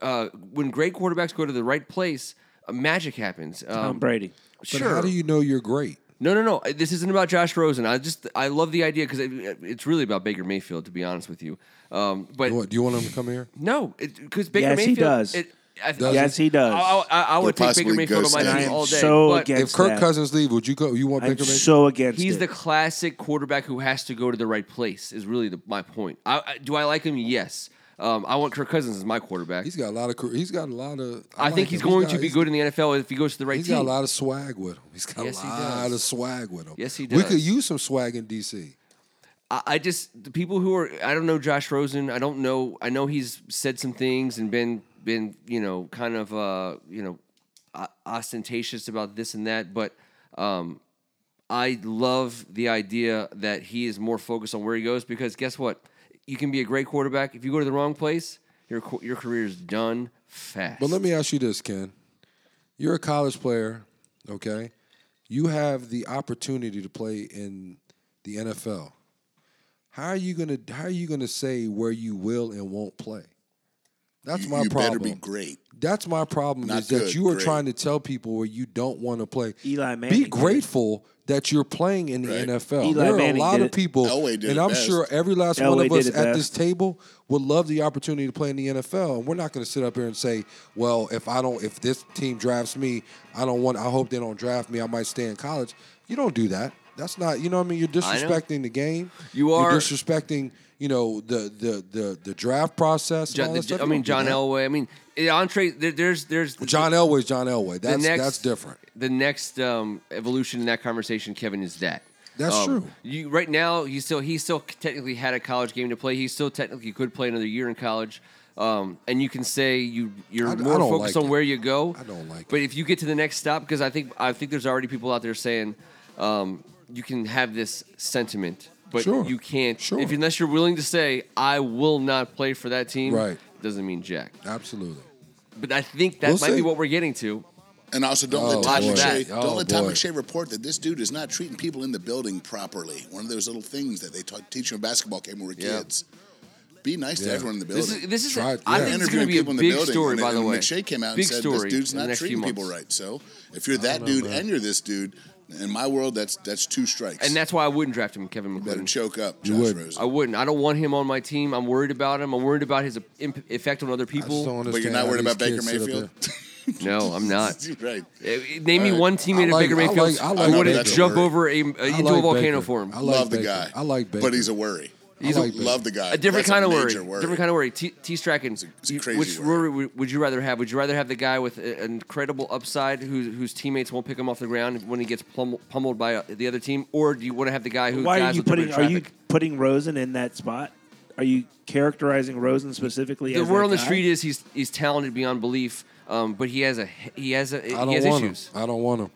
[SPEAKER 1] uh, when great quarterbacks go to the right place, uh, magic happens.
[SPEAKER 4] Tom
[SPEAKER 1] Um,
[SPEAKER 4] Brady.
[SPEAKER 2] But
[SPEAKER 1] sure.
[SPEAKER 2] how do you know you're great?
[SPEAKER 1] No, no, no. I- This isn't about Josh Rosen. I just I love the idea because it, it's really about Baker Mayfield, to be honest with you. Um, but
[SPEAKER 2] What, do you want him to come here?
[SPEAKER 1] no, because Baker
[SPEAKER 4] Yes, he
[SPEAKER 1] Mayfield
[SPEAKER 4] does.
[SPEAKER 1] It, I,
[SPEAKER 2] Does
[SPEAKER 4] Yes, he does.
[SPEAKER 1] I, I, I- I would
[SPEAKER 3] Or
[SPEAKER 1] take Baker
[SPEAKER 3] possibly
[SPEAKER 1] Mayfield on
[SPEAKER 3] ghost
[SPEAKER 1] my
[SPEAKER 3] him.
[SPEAKER 1] team all day.
[SPEAKER 4] So
[SPEAKER 1] but
[SPEAKER 4] against-
[SPEAKER 2] If Kirk
[SPEAKER 4] that.
[SPEAKER 2] Cousins leave, would you go? You want
[SPEAKER 4] I'm
[SPEAKER 2] Baker Mayfield?
[SPEAKER 4] so against
[SPEAKER 1] he's
[SPEAKER 4] it.
[SPEAKER 1] the classic quarterback who has to go to the right place. Is really the, my point. I, I, do I like him? Yes. Um, I want Kirk Cousins as my quarterback.
[SPEAKER 2] he's got a lot of. career- He's got a lot of.
[SPEAKER 1] I,
[SPEAKER 2] like
[SPEAKER 1] think
[SPEAKER 2] him.
[SPEAKER 1] he's going
[SPEAKER 2] got-
[SPEAKER 1] to be good in the NFL if he goes to the right
[SPEAKER 2] He's
[SPEAKER 1] team.
[SPEAKER 2] got a lot of swag with him. He's got
[SPEAKER 1] Yes,
[SPEAKER 2] a
[SPEAKER 1] he
[SPEAKER 2] lot
[SPEAKER 1] does.
[SPEAKER 2] of swag with him.
[SPEAKER 1] Yes, he
[SPEAKER 2] We
[SPEAKER 1] does.
[SPEAKER 2] could use some swag in DC.
[SPEAKER 1] I, I just the people who are I don't know Josh Rosen. I don't know. I know he's said some things and been been you know kind of uh you know o- ostentatious about this and that, but um I love the idea that he is more focused on where he goes because guess what? You can be a great quarterback if you go to the wrong place. Your co- your career is done fast.
[SPEAKER 2] But let me ask you this, Ken. You're a college player, okay? You have the opportunity to play in the NFL. How are you gonna how are you gonna say where you will and won't play? That's
[SPEAKER 3] You-
[SPEAKER 2] my
[SPEAKER 3] you better
[SPEAKER 2] problem.
[SPEAKER 3] be great.
[SPEAKER 2] That's my problem
[SPEAKER 3] Not
[SPEAKER 2] is that
[SPEAKER 3] good,
[SPEAKER 2] you are
[SPEAKER 3] great.
[SPEAKER 2] trying to tell people where you don't want to play.
[SPEAKER 4] Eli Manning
[SPEAKER 2] Be
[SPEAKER 4] did it.
[SPEAKER 2] grateful that you're playing in the
[SPEAKER 3] Right.
[SPEAKER 2] NFL.
[SPEAKER 4] Eli
[SPEAKER 2] there are
[SPEAKER 4] Manning
[SPEAKER 2] a lot
[SPEAKER 4] did
[SPEAKER 2] of
[SPEAKER 4] it.
[SPEAKER 2] people
[SPEAKER 3] Elway did
[SPEAKER 2] and
[SPEAKER 3] it
[SPEAKER 2] I'm
[SPEAKER 3] best.
[SPEAKER 2] sure every last one
[SPEAKER 4] Elway
[SPEAKER 2] of
[SPEAKER 4] did
[SPEAKER 2] us
[SPEAKER 4] it
[SPEAKER 2] at
[SPEAKER 4] best.
[SPEAKER 2] this table would love the opportunity to play in the NFL, and we're not going to sit up here and say, "Well, if I don't, if this team drafts me, I don't want. I hope they don't draft me. I might stay in college." You don't do that. That's not. You know what I mean? You're
[SPEAKER 1] I know.
[SPEAKER 2] disrespecting the game.
[SPEAKER 1] You
[SPEAKER 2] You're
[SPEAKER 1] are-
[SPEAKER 2] disrespecting. You know the the the the draft process. and
[SPEAKER 1] John,
[SPEAKER 2] all
[SPEAKER 1] the-
[SPEAKER 2] that stuff.
[SPEAKER 1] I
[SPEAKER 2] You
[SPEAKER 1] mean
[SPEAKER 2] don't
[SPEAKER 1] John
[SPEAKER 2] do that.
[SPEAKER 1] Elway. I mean Entree. There, there's there's
[SPEAKER 2] John Elway's John Elway. That's that's different.
[SPEAKER 1] The next um, evolution in that conversation, Kevin, is that.
[SPEAKER 2] That's
[SPEAKER 1] Um,
[SPEAKER 2] true.
[SPEAKER 1] You right now, he still he still technically had a college game to play. He still technically could play another year in college. Um, and you can say you you're
[SPEAKER 2] I- I
[SPEAKER 1] more
[SPEAKER 2] don't
[SPEAKER 1] focused
[SPEAKER 2] like
[SPEAKER 1] on
[SPEAKER 2] it.
[SPEAKER 1] where you go.
[SPEAKER 2] I don't like
[SPEAKER 1] But
[SPEAKER 2] it.
[SPEAKER 1] if you get to the next stop, because I think I think there's already people out there saying um, you can have this sentiment, but
[SPEAKER 2] Sure.
[SPEAKER 1] you can't
[SPEAKER 2] Sure.
[SPEAKER 1] if unless you're willing to say I will not play for that team.
[SPEAKER 2] Right.
[SPEAKER 1] Doesn't mean jack.
[SPEAKER 2] Absolutely.
[SPEAKER 1] But I think that
[SPEAKER 2] We'll
[SPEAKER 1] might be
[SPEAKER 2] see.
[SPEAKER 1] what we're getting to.
[SPEAKER 3] And also, don't
[SPEAKER 2] Oh,
[SPEAKER 3] let Tom
[SPEAKER 1] boy.
[SPEAKER 3] McShay
[SPEAKER 2] Oh,
[SPEAKER 3] don't let Tom
[SPEAKER 2] boy.
[SPEAKER 3] McShay report that this dude is not treating people in the building properly. One of those little things that they taught, teach you in basketball game when we were
[SPEAKER 1] Yeah.
[SPEAKER 3] kids. Be nice to
[SPEAKER 2] Yeah.
[SPEAKER 3] everyone in the building.
[SPEAKER 1] This is this is.
[SPEAKER 2] Try it,
[SPEAKER 1] I
[SPEAKER 2] yeah.
[SPEAKER 1] think it's going to be a
[SPEAKER 3] people in
[SPEAKER 1] big
[SPEAKER 3] building,
[SPEAKER 1] story.
[SPEAKER 3] and-
[SPEAKER 1] By the
[SPEAKER 3] and
[SPEAKER 1] way,
[SPEAKER 3] McShay came out
[SPEAKER 1] big
[SPEAKER 3] and said
[SPEAKER 1] story
[SPEAKER 3] this dude's
[SPEAKER 1] in the
[SPEAKER 3] not
[SPEAKER 1] next few
[SPEAKER 3] treating people
[SPEAKER 1] months.
[SPEAKER 3] right. So if you're that dude and you're this dude, in my world, that's that's two strikes.
[SPEAKER 1] and that's why I wouldn't draft him, Kevin
[SPEAKER 3] let him
[SPEAKER 1] McClendon.
[SPEAKER 3] choke up,
[SPEAKER 2] You
[SPEAKER 3] Josh
[SPEAKER 2] wouldn't.
[SPEAKER 1] I
[SPEAKER 3] Rosen.
[SPEAKER 1] wouldn't. I don't want him on my team. I'm worried about him. I'm worried about his imp- effect on other
[SPEAKER 2] I just don't
[SPEAKER 1] people.
[SPEAKER 2] understand
[SPEAKER 3] But you're
[SPEAKER 2] how
[SPEAKER 3] not worried
[SPEAKER 2] these
[SPEAKER 3] about Baker
[SPEAKER 2] kids sit up
[SPEAKER 3] Mayfield.
[SPEAKER 2] there.
[SPEAKER 1] No, I'm
[SPEAKER 3] <laughs>
[SPEAKER 1] not.
[SPEAKER 3] right.
[SPEAKER 1] Eh, Name me
[SPEAKER 3] All right.
[SPEAKER 1] one teammate
[SPEAKER 2] I like-
[SPEAKER 1] of
[SPEAKER 2] I
[SPEAKER 1] Baker Mayfield
[SPEAKER 2] like- I
[SPEAKER 1] I
[SPEAKER 2] like
[SPEAKER 1] wouldn't
[SPEAKER 3] Baker.
[SPEAKER 1] jump over a, uh,
[SPEAKER 2] I
[SPEAKER 1] into
[SPEAKER 2] like
[SPEAKER 1] a volcano
[SPEAKER 2] Baker.
[SPEAKER 1] for him.
[SPEAKER 2] I like
[SPEAKER 3] Love the
[SPEAKER 2] Baker.
[SPEAKER 3] guy.
[SPEAKER 2] I like Baker.
[SPEAKER 3] But he's a worry.
[SPEAKER 2] He's
[SPEAKER 3] I
[SPEAKER 2] like Baker.
[SPEAKER 3] love the guy.
[SPEAKER 1] A different
[SPEAKER 3] That's
[SPEAKER 1] kind of
[SPEAKER 3] major
[SPEAKER 1] worry. Different kind of worry. T, T Strachan.
[SPEAKER 3] it's a
[SPEAKER 1] you-
[SPEAKER 3] crazy
[SPEAKER 1] Which
[SPEAKER 3] worry.
[SPEAKER 1] worry would- would you rather have? Would you rather have the guy with a- an incredible upside who, whose teammates won't pick him off the ground when he gets plum, pummeled by uh, the other team, or do you want to have the guy who
[SPEAKER 4] Why are
[SPEAKER 1] guys
[SPEAKER 4] you
[SPEAKER 1] with the
[SPEAKER 4] putting?
[SPEAKER 1] red
[SPEAKER 4] Are you
[SPEAKER 1] traffic?
[SPEAKER 4] putting Rosen in that spot? Are you characterizing Rosen specifically?
[SPEAKER 1] The
[SPEAKER 4] as
[SPEAKER 1] word
[SPEAKER 4] that
[SPEAKER 1] on the
[SPEAKER 4] guy?
[SPEAKER 1] street is he's he's talented beyond belief, um, but he has a he has a he
[SPEAKER 2] I
[SPEAKER 1] has
[SPEAKER 2] don't want
[SPEAKER 1] issues.
[SPEAKER 2] him. I don't want him.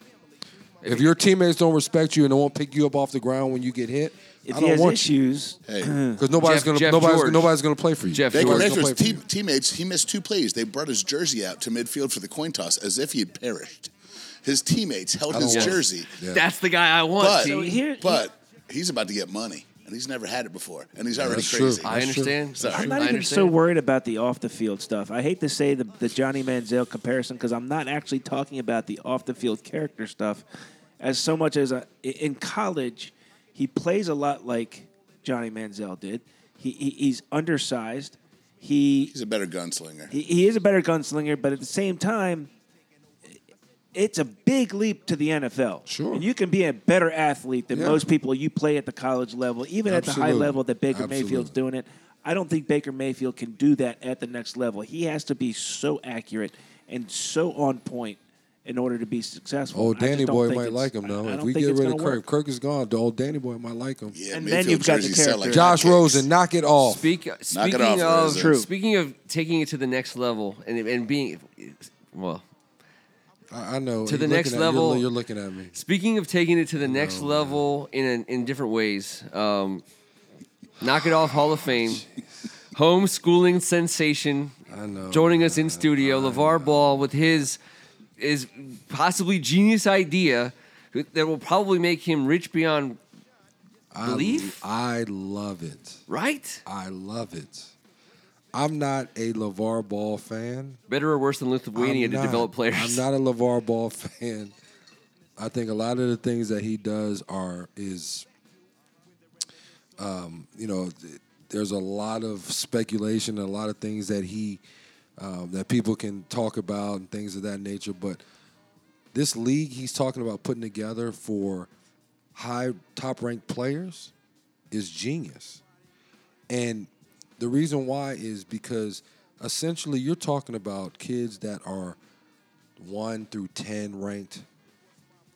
[SPEAKER 2] If your teammates don't respect you and they won't pick you up off the ground when you get hit,
[SPEAKER 4] If
[SPEAKER 2] I
[SPEAKER 4] he
[SPEAKER 2] don't
[SPEAKER 4] has
[SPEAKER 2] want
[SPEAKER 4] issues,
[SPEAKER 2] <laughs>
[SPEAKER 3] Hey,
[SPEAKER 2] because nobody's
[SPEAKER 1] Jeff-
[SPEAKER 2] gonna
[SPEAKER 1] Jeff
[SPEAKER 2] nobody's
[SPEAKER 1] George.
[SPEAKER 2] nobody's gonna play for you.
[SPEAKER 1] Jeff
[SPEAKER 3] Baker
[SPEAKER 1] George.
[SPEAKER 2] Nobody's gonna
[SPEAKER 3] Mayfield's
[SPEAKER 2] play for you.
[SPEAKER 3] team, teammates, he missed two plays. They brought his jersey out to midfield for the coin toss as if he had perished. His teammates held
[SPEAKER 2] I don't
[SPEAKER 3] his
[SPEAKER 2] want it.
[SPEAKER 3] jersey.
[SPEAKER 2] Yeah.
[SPEAKER 1] That's the guy I want.
[SPEAKER 3] But,
[SPEAKER 1] T.
[SPEAKER 4] here-
[SPEAKER 3] but he's about to get money, and he's never had it before, and he's already
[SPEAKER 2] That's true.
[SPEAKER 3] crazy.
[SPEAKER 1] I
[SPEAKER 2] That's true.
[SPEAKER 1] understand.
[SPEAKER 3] Sorry.
[SPEAKER 4] I'm
[SPEAKER 1] I
[SPEAKER 4] not even so
[SPEAKER 1] understand.
[SPEAKER 4] worried about the off the field stuff. I hate to say the, the Johnny Manziel comparison because I'm not actually talking about the off the field character stuff as so much as I, i- in college, he plays a lot like Johnny Manziel did. He, he he's undersized. He
[SPEAKER 3] He's a better gunslinger.
[SPEAKER 4] he, he is a better gunslinger, but at the same time, it's a big leap to the NFL.
[SPEAKER 2] Sure.
[SPEAKER 4] And you can be a better athlete than
[SPEAKER 2] Yeah.
[SPEAKER 4] most people you play at the college level, even at the high
[SPEAKER 2] Absolutely.
[SPEAKER 4] level that Baker Mayfield's
[SPEAKER 2] Absolutely.
[SPEAKER 4] doing it. I don't think Baker Mayfield can do that at the next level. He has to be so accurate and so on point in order to be successful.
[SPEAKER 2] Old
[SPEAKER 4] I just
[SPEAKER 2] Oh, Danny
[SPEAKER 4] don't
[SPEAKER 2] boy
[SPEAKER 4] think
[SPEAKER 2] might
[SPEAKER 4] it's-
[SPEAKER 2] like him
[SPEAKER 4] I-
[SPEAKER 2] though.
[SPEAKER 4] I
[SPEAKER 2] If
[SPEAKER 4] don't
[SPEAKER 2] we
[SPEAKER 4] think
[SPEAKER 2] get
[SPEAKER 4] it's
[SPEAKER 2] rid of
[SPEAKER 4] gonna
[SPEAKER 2] Kirk,
[SPEAKER 4] work.
[SPEAKER 2] Kirk is gone. The old Danny boy might like him.
[SPEAKER 3] yeah,
[SPEAKER 4] and then
[SPEAKER 3] Mayfield
[SPEAKER 4] you've got the
[SPEAKER 3] jerseys sell like
[SPEAKER 4] character.
[SPEAKER 2] Josh
[SPEAKER 3] hotcakes. <laughs>
[SPEAKER 2] Rosen, knock it off.
[SPEAKER 1] Speak,
[SPEAKER 3] Knock
[SPEAKER 1] speaking
[SPEAKER 3] it off,
[SPEAKER 1] of
[SPEAKER 3] Rosen.
[SPEAKER 4] True.
[SPEAKER 1] speaking of taking it to the next level and and being well,
[SPEAKER 2] I, I know.
[SPEAKER 1] To the
[SPEAKER 2] You're
[SPEAKER 1] next
[SPEAKER 2] looking at- you're-
[SPEAKER 1] level.
[SPEAKER 2] You're, looking at me.
[SPEAKER 1] Speaking of taking it to the
[SPEAKER 2] Oh,
[SPEAKER 1] next level in an, in different ways, um, knock it off Hall of Fame,
[SPEAKER 2] <laughs>
[SPEAKER 1] homeschooling sensation,
[SPEAKER 2] I know.
[SPEAKER 1] joining us in studio, LeVar Ball with his is possibly genius idea that will probably make him rich beyond
[SPEAKER 2] I,
[SPEAKER 1] belief?
[SPEAKER 2] I love it.
[SPEAKER 1] right.
[SPEAKER 2] I love it. I'm not a LeVar Ball fan.
[SPEAKER 1] Better or worse than Lithuania
[SPEAKER 2] I'm
[SPEAKER 1] to
[SPEAKER 2] not.
[SPEAKER 1] develop players.
[SPEAKER 2] I'm not a LeVar Ball <laughs> fan. I think a lot of the things that he does are is, um, you know, th- there's a lot of speculation, and a lot of things that he, um, that people can talk about and things of that nature. But this league he's talking about putting together for high top ranked players is genius. And the reason why is because essentially you're talking about kids that are one through 10 ranked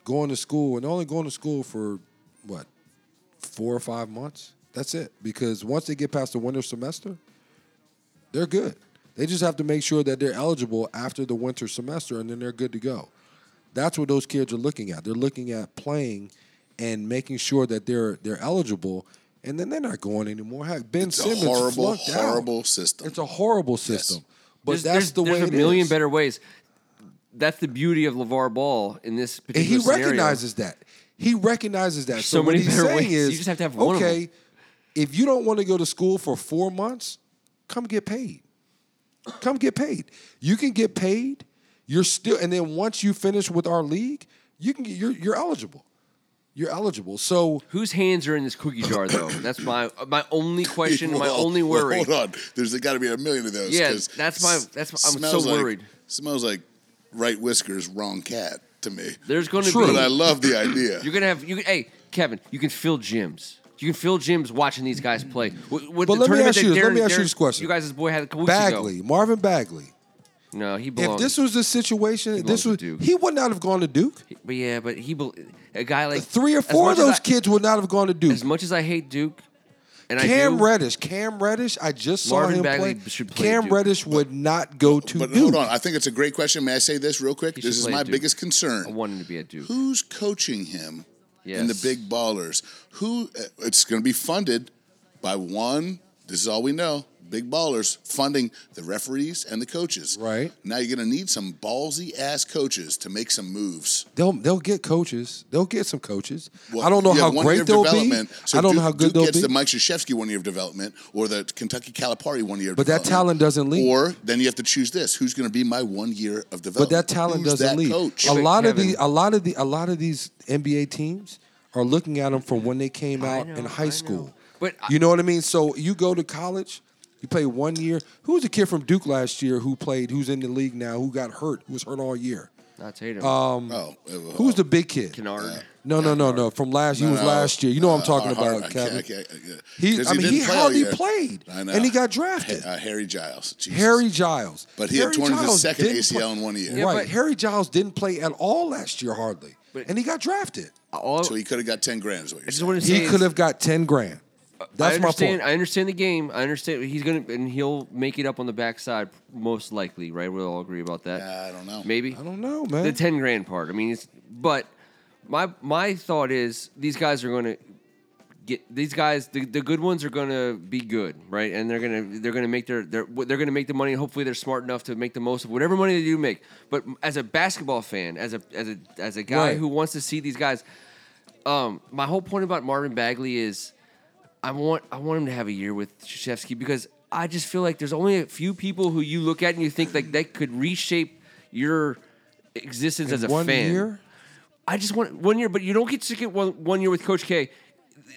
[SPEAKER 2] going to school and only going to school for what, four or five months? That's it. Because once they get past the winter semester, they're good. They just have to make sure that they're eligible after the winter semester and then they're good to go. That's what those kids are looking at. They're looking at playing and making sure that they're they're eligible and then they're not going anymore. Heck, Ben
[SPEAKER 3] It's a
[SPEAKER 2] Simmons
[SPEAKER 3] horrible,
[SPEAKER 2] flunked out.
[SPEAKER 3] horrible system.
[SPEAKER 2] It's a horrible system. But
[SPEAKER 1] there's,
[SPEAKER 2] that's
[SPEAKER 1] there's-
[SPEAKER 2] the way
[SPEAKER 1] there's
[SPEAKER 2] it
[SPEAKER 1] a million
[SPEAKER 2] is.
[SPEAKER 1] better ways. That's the beauty of LeVar Ball in this
[SPEAKER 2] And
[SPEAKER 1] particular
[SPEAKER 2] he
[SPEAKER 1] scenario.
[SPEAKER 2] recognizes that. He recognizes that. So,
[SPEAKER 1] so
[SPEAKER 2] what
[SPEAKER 1] many
[SPEAKER 2] he's
[SPEAKER 1] better
[SPEAKER 2] saying
[SPEAKER 1] ways.
[SPEAKER 2] is,
[SPEAKER 1] You just have to have one of
[SPEAKER 2] okay,
[SPEAKER 1] them.
[SPEAKER 2] if you don't want to go to school for four months, come get paid. Come get paid. You can get paid. You're still, and then once you finish with our league, you can get you're you're eligible. You're eligible. So
[SPEAKER 1] Whose hands are in this cookie jar,
[SPEAKER 2] <coughs>
[SPEAKER 1] though? That's my my only question, my
[SPEAKER 3] Well,
[SPEAKER 1] only
[SPEAKER 3] well,
[SPEAKER 1] worry.
[SPEAKER 3] hold on, there's got to be a million of those.
[SPEAKER 1] Yeah,
[SPEAKER 3] 'cause
[SPEAKER 1] that's my-
[SPEAKER 3] s-
[SPEAKER 1] that's my- I'm
[SPEAKER 3] smells
[SPEAKER 1] so
[SPEAKER 3] like-
[SPEAKER 1] worried.
[SPEAKER 3] Smells like right whiskers, wrong cat to me.
[SPEAKER 1] There's going to
[SPEAKER 2] True.
[SPEAKER 1] be.
[SPEAKER 3] But I love the idea.
[SPEAKER 1] You're gonna have you. Hey, Kevin, you can fill gyms. You can fill gyms watching these guys play. With, with the
[SPEAKER 2] But let me
[SPEAKER 1] tournament
[SPEAKER 2] ask
[SPEAKER 1] that
[SPEAKER 2] you this. Let
[SPEAKER 1] Darren-
[SPEAKER 2] me ask you
[SPEAKER 1] Darren-
[SPEAKER 2] this question.
[SPEAKER 1] You guys' boy had a couple weeks
[SPEAKER 2] Bagley,
[SPEAKER 1] ago.
[SPEAKER 2] Marvin Bagley,
[SPEAKER 1] No, he
[SPEAKER 2] if
[SPEAKER 1] belongs.
[SPEAKER 2] this was the situation, if
[SPEAKER 1] belongs
[SPEAKER 2] this
[SPEAKER 1] to
[SPEAKER 2] was
[SPEAKER 1] Duke.
[SPEAKER 2] he would not have gone to Duke.
[SPEAKER 1] but yeah, but he bel a guy like
[SPEAKER 2] Three or
[SPEAKER 1] as
[SPEAKER 2] four
[SPEAKER 1] much
[SPEAKER 2] of
[SPEAKER 1] as
[SPEAKER 2] those
[SPEAKER 1] I-
[SPEAKER 2] kids would not have gone to Duke.
[SPEAKER 1] As much as I hate Duke, and I
[SPEAKER 2] Cam
[SPEAKER 1] do,
[SPEAKER 2] Reddish. Cam Reddish. I just saw
[SPEAKER 1] Marvin
[SPEAKER 2] him
[SPEAKER 1] Bagley
[SPEAKER 2] play.
[SPEAKER 1] should play
[SPEAKER 2] Cam
[SPEAKER 1] Duke.
[SPEAKER 2] Reddish would not go to
[SPEAKER 3] but
[SPEAKER 2] Duke.
[SPEAKER 3] hold on, I think it's a great question. May I say this real quick?
[SPEAKER 1] He
[SPEAKER 3] This
[SPEAKER 1] should
[SPEAKER 3] is
[SPEAKER 1] play
[SPEAKER 3] my
[SPEAKER 1] at Duke.
[SPEAKER 3] biggest
[SPEAKER 1] I
[SPEAKER 3] concern.
[SPEAKER 1] want him to be at Duke.
[SPEAKER 3] Who's coaching him in the
[SPEAKER 1] Yes.
[SPEAKER 3] big ballers? Who? uh, It's going to be funded by one. This is all we know. Big ballers funding the referees and the coaches.
[SPEAKER 2] Right.
[SPEAKER 3] now, you're going to need some ballsy ass coaches to make some moves.
[SPEAKER 2] They'll they'll get coaches. They'll get some coaches.
[SPEAKER 3] Well,
[SPEAKER 2] I don't know
[SPEAKER 3] you
[SPEAKER 2] how
[SPEAKER 3] have one year
[SPEAKER 2] great
[SPEAKER 3] of
[SPEAKER 2] they'll be.
[SPEAKER 3] development. So
[SPEAKER 2] I don't
[SPEAKER 3] Duke,
[SPEAKER 2] know how good
[SPEAKER 3] Duke
[SPEAKER 2] they'll
[SPEAKER 3] gets
[SPEAKER 2] be.
[SPEAKER 3] the Mike Krzyzewski one year of development or the Kentucky Calipari one year. Of
[SPEAKER 2] But that talent
[SPEAKER 3] development.
[SPEAKER 2] doesn't leave.
[SPEAKER 3] Or then you have to choose this: who's going to be my one year of
[SPEAKER 2] but
[SPEAKER 3] development?
[SPEAKER 2] that talent
[SPEAKER 3] Who's
[SPEAKER 2] doesn't
[SPEAKER 3] that
[SPEAKER 2] leave. Um,
[SPEAKER 3] Coach.
[SPEAKER 2] A
[SPEAKER 1] But
[SPEAKER 2] lot of
[SPEAKER 1] Kevin-
[SPEAKER 2] the a lot of the a lot of these NBA teams are looking at them from when they came
[SPEAKER 1] I
[SPEAKER 2] out
[SPEAKER 1] know,
[SPEAKER 2] in
[SPEAKER 1] I
[SPEAKER 2] high
[SPEAKER 1] know.
[SPEAKER 2] school.
[SPEAKER 1] But I-
[SPEAKER 2] you know what I mean. So you go to college. You play one year. Who was the kid from Duke last year who played? Who's in the league now? Who got hurt? Who was hurt all year?
[SPEAKER 1] Not Tatum.
[SPEAKER 3] Oh, uh, well,
[SPEAKER 2] Who's the big kid?
[SPEAKER 1] Kennard.
[SPEAKER 2] No, no, no, no. From last, he was
[SPEAKER 3] no,
[SPEAKER 2] last year. You know what I'm
[SPEAKER 3] uh,
[SPEAKER 2] talking
[SPEAKER 3] Har-
[SPEAKER 2] about,
[SPEAKER 3] I can't-
[SPEAKER 2] Kevin.
[SPEAKER 3] I can't- yeah.
[SPEAKER 2] He,
[SPEAKER 3] 'Cause
[SPEAKER 2] I mean, he,
[SPEAKER 3] didn't play all
[SPEAKER 2] hardly
[SPEAKER 3] year.
[SPEAKER 2] played,
[SPEAKER 3] I know.
[SPEAKER 2] and he got drafted.
[SPEAKER 3] Ha- uh, Harry Giles. Jesus.
[SPEAKER 2] Harry Giles,
[SPEAKER 3] But he had
[SPEAKER 2] Harry
[SPEAKER 3] torn his
[SPEAKER 2] Giles
[SPEAKER 3] second
[SPEAKER 2] didn't
[SPEAKER 3] ACL in one year.
[SPEAKER 1] Yeah,
[SPEAKER 2] right,
[SPEAKER 1] but-
[SPEAKER 2] Harry Giles didn't play at all last year, hardly,
[SPEAKER 1] But-
[SPEAKER 2] and he got drafted.
[SPEAKER 1] All-
[SPEAKER 3] So he could have got ten grand. Is what
[SPEAKER 1] I
[SPEAKER 3] you're
[SPEAKER 1] just
[SPEAKER 3] saying.
[SPEAKER 1] want to say
[SPEAKER 2] He
[SPEAKER 1] it's- Uh,
[SPEAKER 2] could have got ten grand.
[SPEAKER 1] I
[SPEAKER 2] That's my
[SPEAKER 1] understand.
[SPEAKER 2] point.
[SPEAKER 1] I understand the game. I understand he's gonna and he'll make it up on the backside most likely, right? We'll all agree about that.
[SPEAKER 3] Uh, I don't know.
[SPEAKER 1] Maybe
[SPEAKER 2] I don't know, man.
[SPEAKER 1] the ten grand part. I mean, it's, but my my thought is these guys are gonna get these guys. The, the good ones are gonna be good, right? And they're gonna they're gonna make their they're they're gonna make the money. And hopefully, they're smart enough to make the most of whatever money they do make. But as a basketball fan, as a as a as a guy
[SPEAKER 2] Right.
[SPEAKER 1] who wants to see these guys, um, my whole point about Marvin Bagley is. I want I want him to have a year with Shevsky because I just feel like there's only a few people who you look at and you think like that could reshape your existence as a
[SPEAKER 2] one
[SPEAKER 1] fan.
[SPEAKER 2] year,
[SPEAKER 1] I just want one year, but you don't get to get one, one year with Coach K.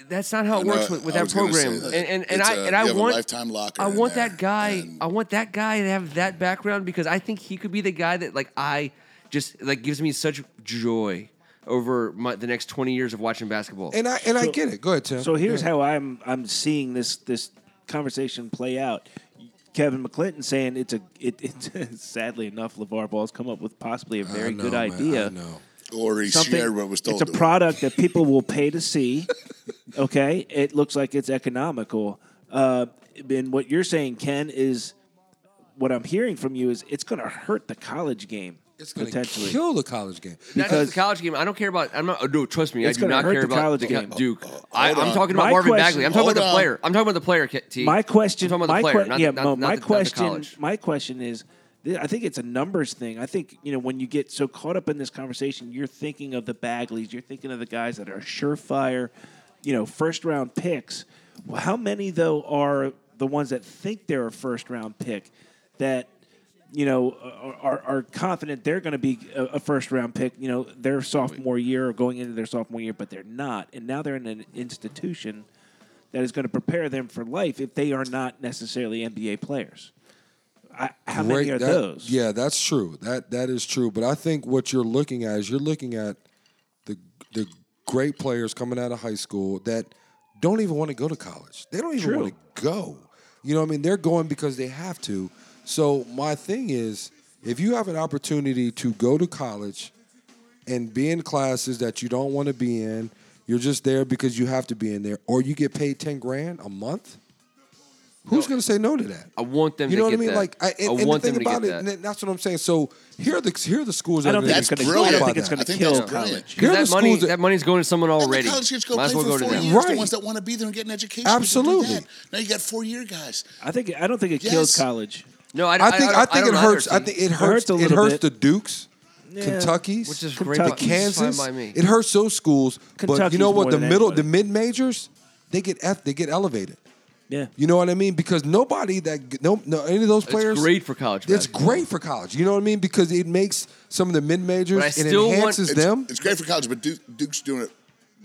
[SPEAKER 1] That's not how it
[SPEAKER 3] I know,
[SPEAKER 1] works with, with
[SPEAKER 3] I
[SPEAKER 1] that
[SPEAKER 3] was gonna say
[SPEAKER 1] program.
[SPEAKER 3] that.
[SPEAKER 1] And and, and
[SPEAKER 3] It's
[SPEAKER 1] I
[SPEAKER 3] a-
[SPEAKER 1] and I
[SPEAKER 3] you have a
[SPEAKER 1] want
[SPEAKER 3] lifetime locker
[SPEAKER 1] I
[SPEAKER 3] in
[SPEAKER 1] want
[SPEAKER 3] there,
[SPEAKER 1] that guy.
[SPEAKER 3] uh, and-
[SPEAKER 1] I want that guy to have that background because I think he could be the guy that like I just like gives me such joy over my, the next twenty years of watching basketball.
[SPEAKER 2] and I and I get it. Go ahead, Tim.
[SPEAKER 4] So here's
[SPEAKER 2] Yeah.
[SPEAKER 4] how I'm I'm seeing this this conversation play out. Kevin McClinton saying it's a it, <laughs> it's sadly enough LeVar Ball's come up with possibly a
[SPEAKER 2] I
[SPEAKER 4] very
[SPEAKER 2] know,
[SPEAKER 4] good
[SPEAKER 2] man,
[SPEAKER 4] idea.
[SPEAKER 2] I know.
[SPEAKER 3] Or he
[SPEAKER 4] Something-
[SPEAKER 3] shared what was told.
[SPEAKER 4] it's a
[SPEAKER 3] to him.
[SPEAKER 4] product that people will
[SPEAKER 2] <laughs>
[SPEAKER 4] pay to see. Okay, it looks like it's economical. Uh, and what you're saying, Ken, is what I'm hearing from you is it's going to hurt the college game
[SPEAKER 2] It's going to
[SPEAKER 4] potentially.
[SPEAKER 2] kill the college game.
[SPEAKER 1] Not just
[SPEAKER 4] because-
[SPEAKER 1] the college game. I don't care about. I'm not. No, trust me. I
[SPEAKER 4] It's
[SPEAKER 1] do
[SPEAKER 4] gonna
[SPEAKER 1] not
[SPEAKER 4] hurt
[SPEAKER 1] care
[SPEAKER 4] the
[SPEAKER 1] about
[SPEAKER 4] college
[SPEAKER 1] the
[SPEAKER 4] game.
[SPEAKER 1] Duke. I,
[SPEAKER 3] hold
[SPEAKER 1] I'm
[SPEAKER 3] on.
[SPEAKER 1] talking about
[SPEAKER 4] My
[SPEAKER 1] Marvin
[SPEAKER 4] question-
[SPEAKER 1] Bagley. I'm talking about
[SPEAKER 3] hold
[SPEAKER 1] the
[SPEAKER 3] on.
[SPEAKER 1] player. I'm talking about the player. K- T.
[SPEAKER 4] My question.
[SPEAKER 1] I'm talking about
[SPEAKER 4] my
[SPEAKER 1] the player.
[SPEAKER 4] que-
[SPEAKER 1] not,
[SPEAKER 4] yeah,
[SPEAKER 1] not,
[SPEAKER 4] my,
[SPEAKER 1] not
[SPEAKER 4] my
[SPEAKER 1] the,
[SPEAKER 4] question.
[SPEAKER 1] Not the college.
[SPEAKER 4] my question is, th- I think it's a numbers thing. I think you know when you get so caught up in this conversation, you're thinking of the Bagleys, you're thinking of the guys that are surefire, you know, first round picks. Well, how many though are the ones that think they're a first round pick that? You know, are, are- are confident they're going to be a, a first round pick. You know, their sophomore year or going into their sophomore year, but they're not, and now they're in an institution that is going to prepare them for life if they are not necessarily NBA players. I, how many
[SPEAKER 2] Right,
[SPEAKER 4] are
[SPEAKER 2] that-
[SPEAKER 4] those?
[SPEAKER 2] Yeah, that's true. That that is true. But I think what you're looking at is you're looking at the the great players coming out of high school that don't even want to go to college. They don't even
[SPEAKER 4] True.
[SPEAKER 2] want to go. You know what I mean? They're going because they have to. So my thing is, if you have an opportunity to go to college and be in classes that you don't want to be in, you're just there because you have to be in there, or you get paid ten grand a month. Who's going to say no to that?
[SPEAKER 1] I
[SPEAKER 4] Uh,
[SPEAKER 1] want them.
[SPEAKER 2] You
[SPEAKER 1] to
[SPEAKER 2] know what I
[SPEAKER 1] get
[SPEAKER 2] mean?
[SPEAKER 1] That.
[SPEAKER 2] Like, I, and,
[SPEAKER 1] I
[SPEAKER 2] and
[SPEAKER 1] want
[SPEAKER 2] the thing
[SPEAKER 1] them to
[SPEAKER 2] about
[SPEAKER 1] get
[SPEAKER 2] it,
[SPEAKER 1] that.
[SPEAKER 2] and that's what I'm saying. So here are the here are the schools.
[SPEAKER 4] I don't
[SPEAKER 2] that
[SPEAKER 4] think
[SPEAKER 2] are
[SPEAKER 3] That's
[SPEAKER 4] it's going to. I
[SPEAKER 3] brilliant.
[SPEAKER 4] don't think it's
[SPEAKER 2] About
[SPEAKER 4] going
[SPEAKER 2] that.
[SPEAKER 4] to
[SPEAKER 3] I think
[SPEAKER 4] kill
[SPEAKER 3] that's
[SPEAKER 4] college.
[SPEAKER 3] brilliant.
[SPEAKER 2] Here are
[SPEAKER 1] Because
[SPEAKER 2] the
[SPEAKER 1] that money,
[SPEAKER 2] schools that-
[SPEAKER 1] that money's going to someone
[SPEAKER 3] And
[SPEAKER 1] already.
[SPEAKER 3] The college kids go
[SPEAKER 1] Might as well
[SPEAKER 3] play for
[SPEAKER 1] go to
[SPEAKER 3] four
[SPEAKER 1] them.
[SPEAKER 2] you.
[SPEAKER 3] years.
[SPEAKER 2] Right.
[SPEAKER 3] The ones that want to be there and get an education. they do
[SPEAKER 2] Absolutely.
[SPEAKER 3] that. Now you got four year guys.
[SPEAKER 4] I think I don't think it
[SPEAKER 3] Yes.
[SPEAKER 4] kills college.
[SPEAKER 1] No, I,
[SPEAKER 2] I think I,
[SPEAKER 1] don't-
[SPEAKER 2] think
[SPEAKER 1] don't either,
[SPEAKER 2] it hurts. I
[SPEAKER 1] T.
[SPEAKER 2] think it
[SPEAKER 4] hurts
[SPEAKER 2] hurts.
[SPEAKER 4] a
[SPEAKER 2] It
[SPEAKER 4] little
[SPEAKER 2] hurts
[SPEAKER 4] bit.
[SPEAKER 2] the Dukes,
[SPEAKER 4] Yeah.
[SPEAKER 2] Kentucky's,
[SPEAKER 1] Which is
[SPEAKER 4] great
[SPEAKER 2] the
[SPEAKER 4] by-
[SPEAKER 2] Kansas.
[SPEAKER 1] fine by me.
[SPEAKER 2] It hurts those schools. but you
[SPEAKER 4] Kentucky's
[SPEAKER 2] know
[SPEAKER 4] more
[SPEAKER 2] what? The
[SPEAKER 4] than
[SPEAKER 2] middle,
[SPEAKER 4] anybody.
[SPEAKER 2] the mid majors, they get F, they get elevated.
[SPEAKER 4] Yeah.
[SPEAKER 2] You know what I mean? Because nobody that no, no any of those
[SPEAKER 1] It's
[SPEAKER 2] players.
[SPEAKER 1] great for college
[SPEAKER 2] It's
[SPEAKER 1] basketball.
[SPEAKER 2] great for college. You know what I mean? Because it makes some of the mid majors.
[SPEAKER 1] But I
[SPEAKER 2] It
[SPEAKER 1] still want-
[SPEAKER 2] enhances
[SPEAKER 3] It's,
[SPEAKER 2] them.
[SPEAKER 3] It's great for college, but Duke, Duke's doing it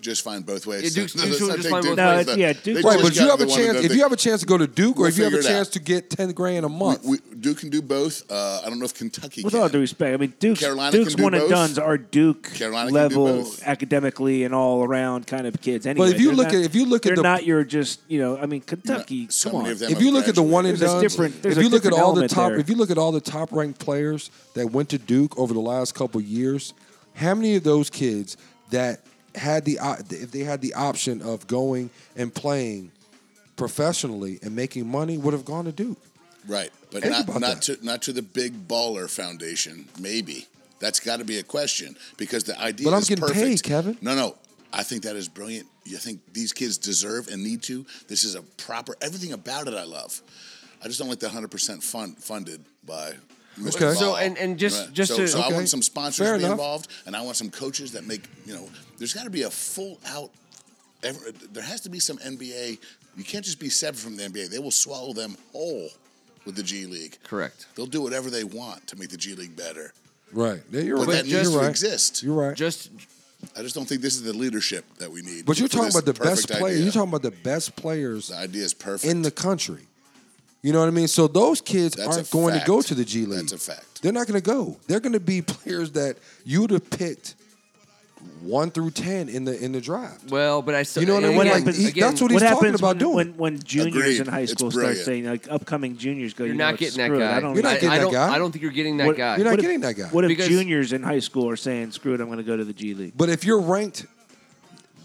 [SPEAKER 3] just fine both ways.
[SPEAKER 1] Yeah, Duke's-
[SPEAKER 3] That's
[SPEAKER 1] Duke's doing
[SPEAKER 3] not
[SPEAKER 1] just
[SPEAKER 3] big
[SPEAKER 1] fine
[SPEAKER 3] Duke
[SPEAKER 1] both ways.
[SPEAKER 3] plays
[SPEAKER 4] No,
[SPEAKER 3] that.
[SPEAKER 4] yeah, Duke-
[SPEAKER 3] They
[SPEAKER 2] Right,
[SPEAKER 3] just
[SPEAKER 2] but
[SPEAKER 3] got
[SPEAKER 2] you have
[SPEAKER 3] the
[SPEAKER 2] a
[SPEAKER 3] one that
[SPEAKER 2] chance.
[SPEAKER 3] does
[SPEAKER 2] If
[SPEAKER 3] the-
[SPEAKER 2] you have a chance to go to Duke, or
[SPEAKER 3] We'll
[SPEAKER 2] if you have a
[SPEAKER 3] figure it
[SPEAKER 2] chance
[SPEAKER 3] out.
[SPEAKER 2] to get ten grand a month,
[SPEAKER 3] we, Duke can do both. Uh, I don't know if Kentucky
[SPEAKER 4] With
[SPEAKER 3] can.
[SPEAKER 4] all due respect, I mean Duke's
[SPEAKER 3] Carolina
[SPEAKER 4] Duke's
[SPEAKER 3] can do
[SPEAKER 4] one and
[SPEAKER 3] both.
[SPEAKER 4] duns are Duke
[SPEAKER 3] Carolina can do
[SPEAKER 4] level
[SPEAKER 3] both.
[SPEAKER 4] academically and all around kind of kids. Anyway,
[SPEAKER 2] if you
[SPEAKER 4] They're
[SPEAKER 2] look
[SPEAKER 4] not-
[SPEAKER 2] at- if you look at
[SPEAKER 4] they're
[SPEAKER 2] the-
[SPEAKER 4] not your just you know I mean Kentucky.
[SPEAKER 3] so
[SPEAKER 4] come
[SPEAKER 3] many
[SPEAKER 4] on,
[SPEAKER 3] of them
[SPEAKER 2] if you look at the one and
[SPEAKER 4] There's a
[SPEAKER 2] done,
[SPEAKER 4] different-
[SPEAKER 2] if
[SPEAKER 4] there's
[SPEAKER 2] you
[SPEAKER 4] a
[SPEAKER 2] look at
[SPEAKER 4] different
[SPEAKER 2] all the
[SPEAKER 4] element
[SPEAKER 2] top,
[SPEAKER 4] there.
[SPEAKER 2] if you look at all the top ranked players that went to Duke over the last couple years, how many of those kids that had the op- if they had the option of going and playing professionally and making money would have gone to Duke?
[SPEAKER 3] Right, but
[SPEAKER 2] Think
[SPEAKER 3] not
[SPEAKER 2] about
[SPEAKER 3] not
[SPEAKER 2] that.
[SPEAKER 3] to not to the big baller foundation. Maybe that's got to be a question because the idea.
[SPEAKER 2] But I'm
[SPEAKER 3] is
[SPEAKER 2] getting
[SPEAKER 3] perfect.
[SPEAKER 2] paid, Kevin.
[SPEAKER 3] No, no, I think that is brilliant. You think these kids deserve and need to. This is a proper everything about it. I love. I just don't like the hundred percent fund funded by. Mr.
[SPEAKER 2] Okay. So,
[SPEAKER 3] Ball.
[SPEAKER 1] and- and just-
[SPEAKER 3] Right.
[SPEAKER 1] just
[SPEAKER 3] so,
[SPEAKER 1] to-
[SPEAKER 3] so I
[SPEAKER 2] Okay.
[SPEAKER 3] want some sponsors
[SPEAKER 2] Fair
[SPEAKER 3] to be
[SPEAKER 2] enough.
[SPEAKER 3] involved, and I want some coaches that make you know. There's got to be a full out. ever- There has to be some NBA. You can't just be separate from the NBA. They will swallow them whole with the G League.
[SPEAKER 1] Correct.
[SPEAKER 3] They'll do whatever they want to make the G League better.
[SPEAKER 2] Right. Yeah, you're
[SPEAKER 3] But
[SPEAKER 2] right.
[SPEAKER 3] that
[SPEAKER 2] you're
[SPEAKER 3] needs to
[SPEAKER 2] right.
[SPEAKER 3] exist.
[SPEAKER 2] You're right.
[SPEAKER 1] Just
[SPEAKER 3] I just don't think this is the leadership that we need.
[SPEAKER 2] but you're
[SPEAKER 3] for
[SPEAKER 2] talking
[SPEAKER 3] this
[SPEAKER 2] about the best
[SPEAKER 3] perfect
[SPEAKER 2] player.
[SPEAKER 3] idea.
[SPEAKER 2] You're talking about the best players
[SPEAKER 3] the idea is perfect.
[SPEAKER 2] in the country. You know what I mean? So those kids
[SPEAKER 3] That's
[SPEAKER 2] aren't
[SPEAKER 3] a
[SPEAKER 2] going
[SPEAKER 3] fact.
[SPEAKER 2] to go to the G League.
[SPEAKER 3] That's a fact.
[SPEAKER 2] They're not going to go. They're going to be players that you would have picked one through ten in the in the draft.
[SPEAKER 1] Well, but I still.
[SPEAKER 2] You know what I mean?
[SPEAKER 4] what
[SPEAKER 1] again-
[SPEAKER 4] happens-
[SPEAKER 2] he-
[SPEAKER 1] again,
[SPEAKER 2] that's what
[SPEAKER 4] what
[SPEAKER 2] he's talking
[SPEAKER 4] happens
[SPEAKER 2] about
[SPEAKER 4] when,
[SPEAKER 2] doing.
[SPEAKER 4] when when juniors
[SPEAKER 3] Agreed.
[SPEAKER 4] in high
[SPEAKER 3] It's
[SPEAKER 4] school start
[SPEAKER 3] brilliant.
[SPEAKER 4] saying like upcoming juniors go
[SPEAKER 1] You're
[SPEAKER 4] you know,
[SPEAKER 1] not
[SPEAKER 4] it's
[SPEAKER 1] getting that
[SPEAKER 4] screwed. I
[SPEAKER 1] guy.
[SPEAKER 4] don't
[SPEAKER 2] You're not
[SPEAKER 1] I-
[SPEAKER 2] getting
[SPEAKER 1] I
[SPEAKER 2] that
[SPEAKER 1] don't-
[SPEAKER 2] guy.
[SPEAKER 1] I don't think you're getting that
[SPEAKER 4] What-
[SPEAKER 1] guy.
[SPEAKER 2] You're not
[SPEAKER 4] what if-
[SPEAKER 2] getting that guy.
[SPEAKER 4] What if
[SPEAKER 1] Because-
[SPEAKER 4] juniors in high school are saying, "Screw it, I'm going to go to the G League"?
[SPEAKER 2] But if you're ranked,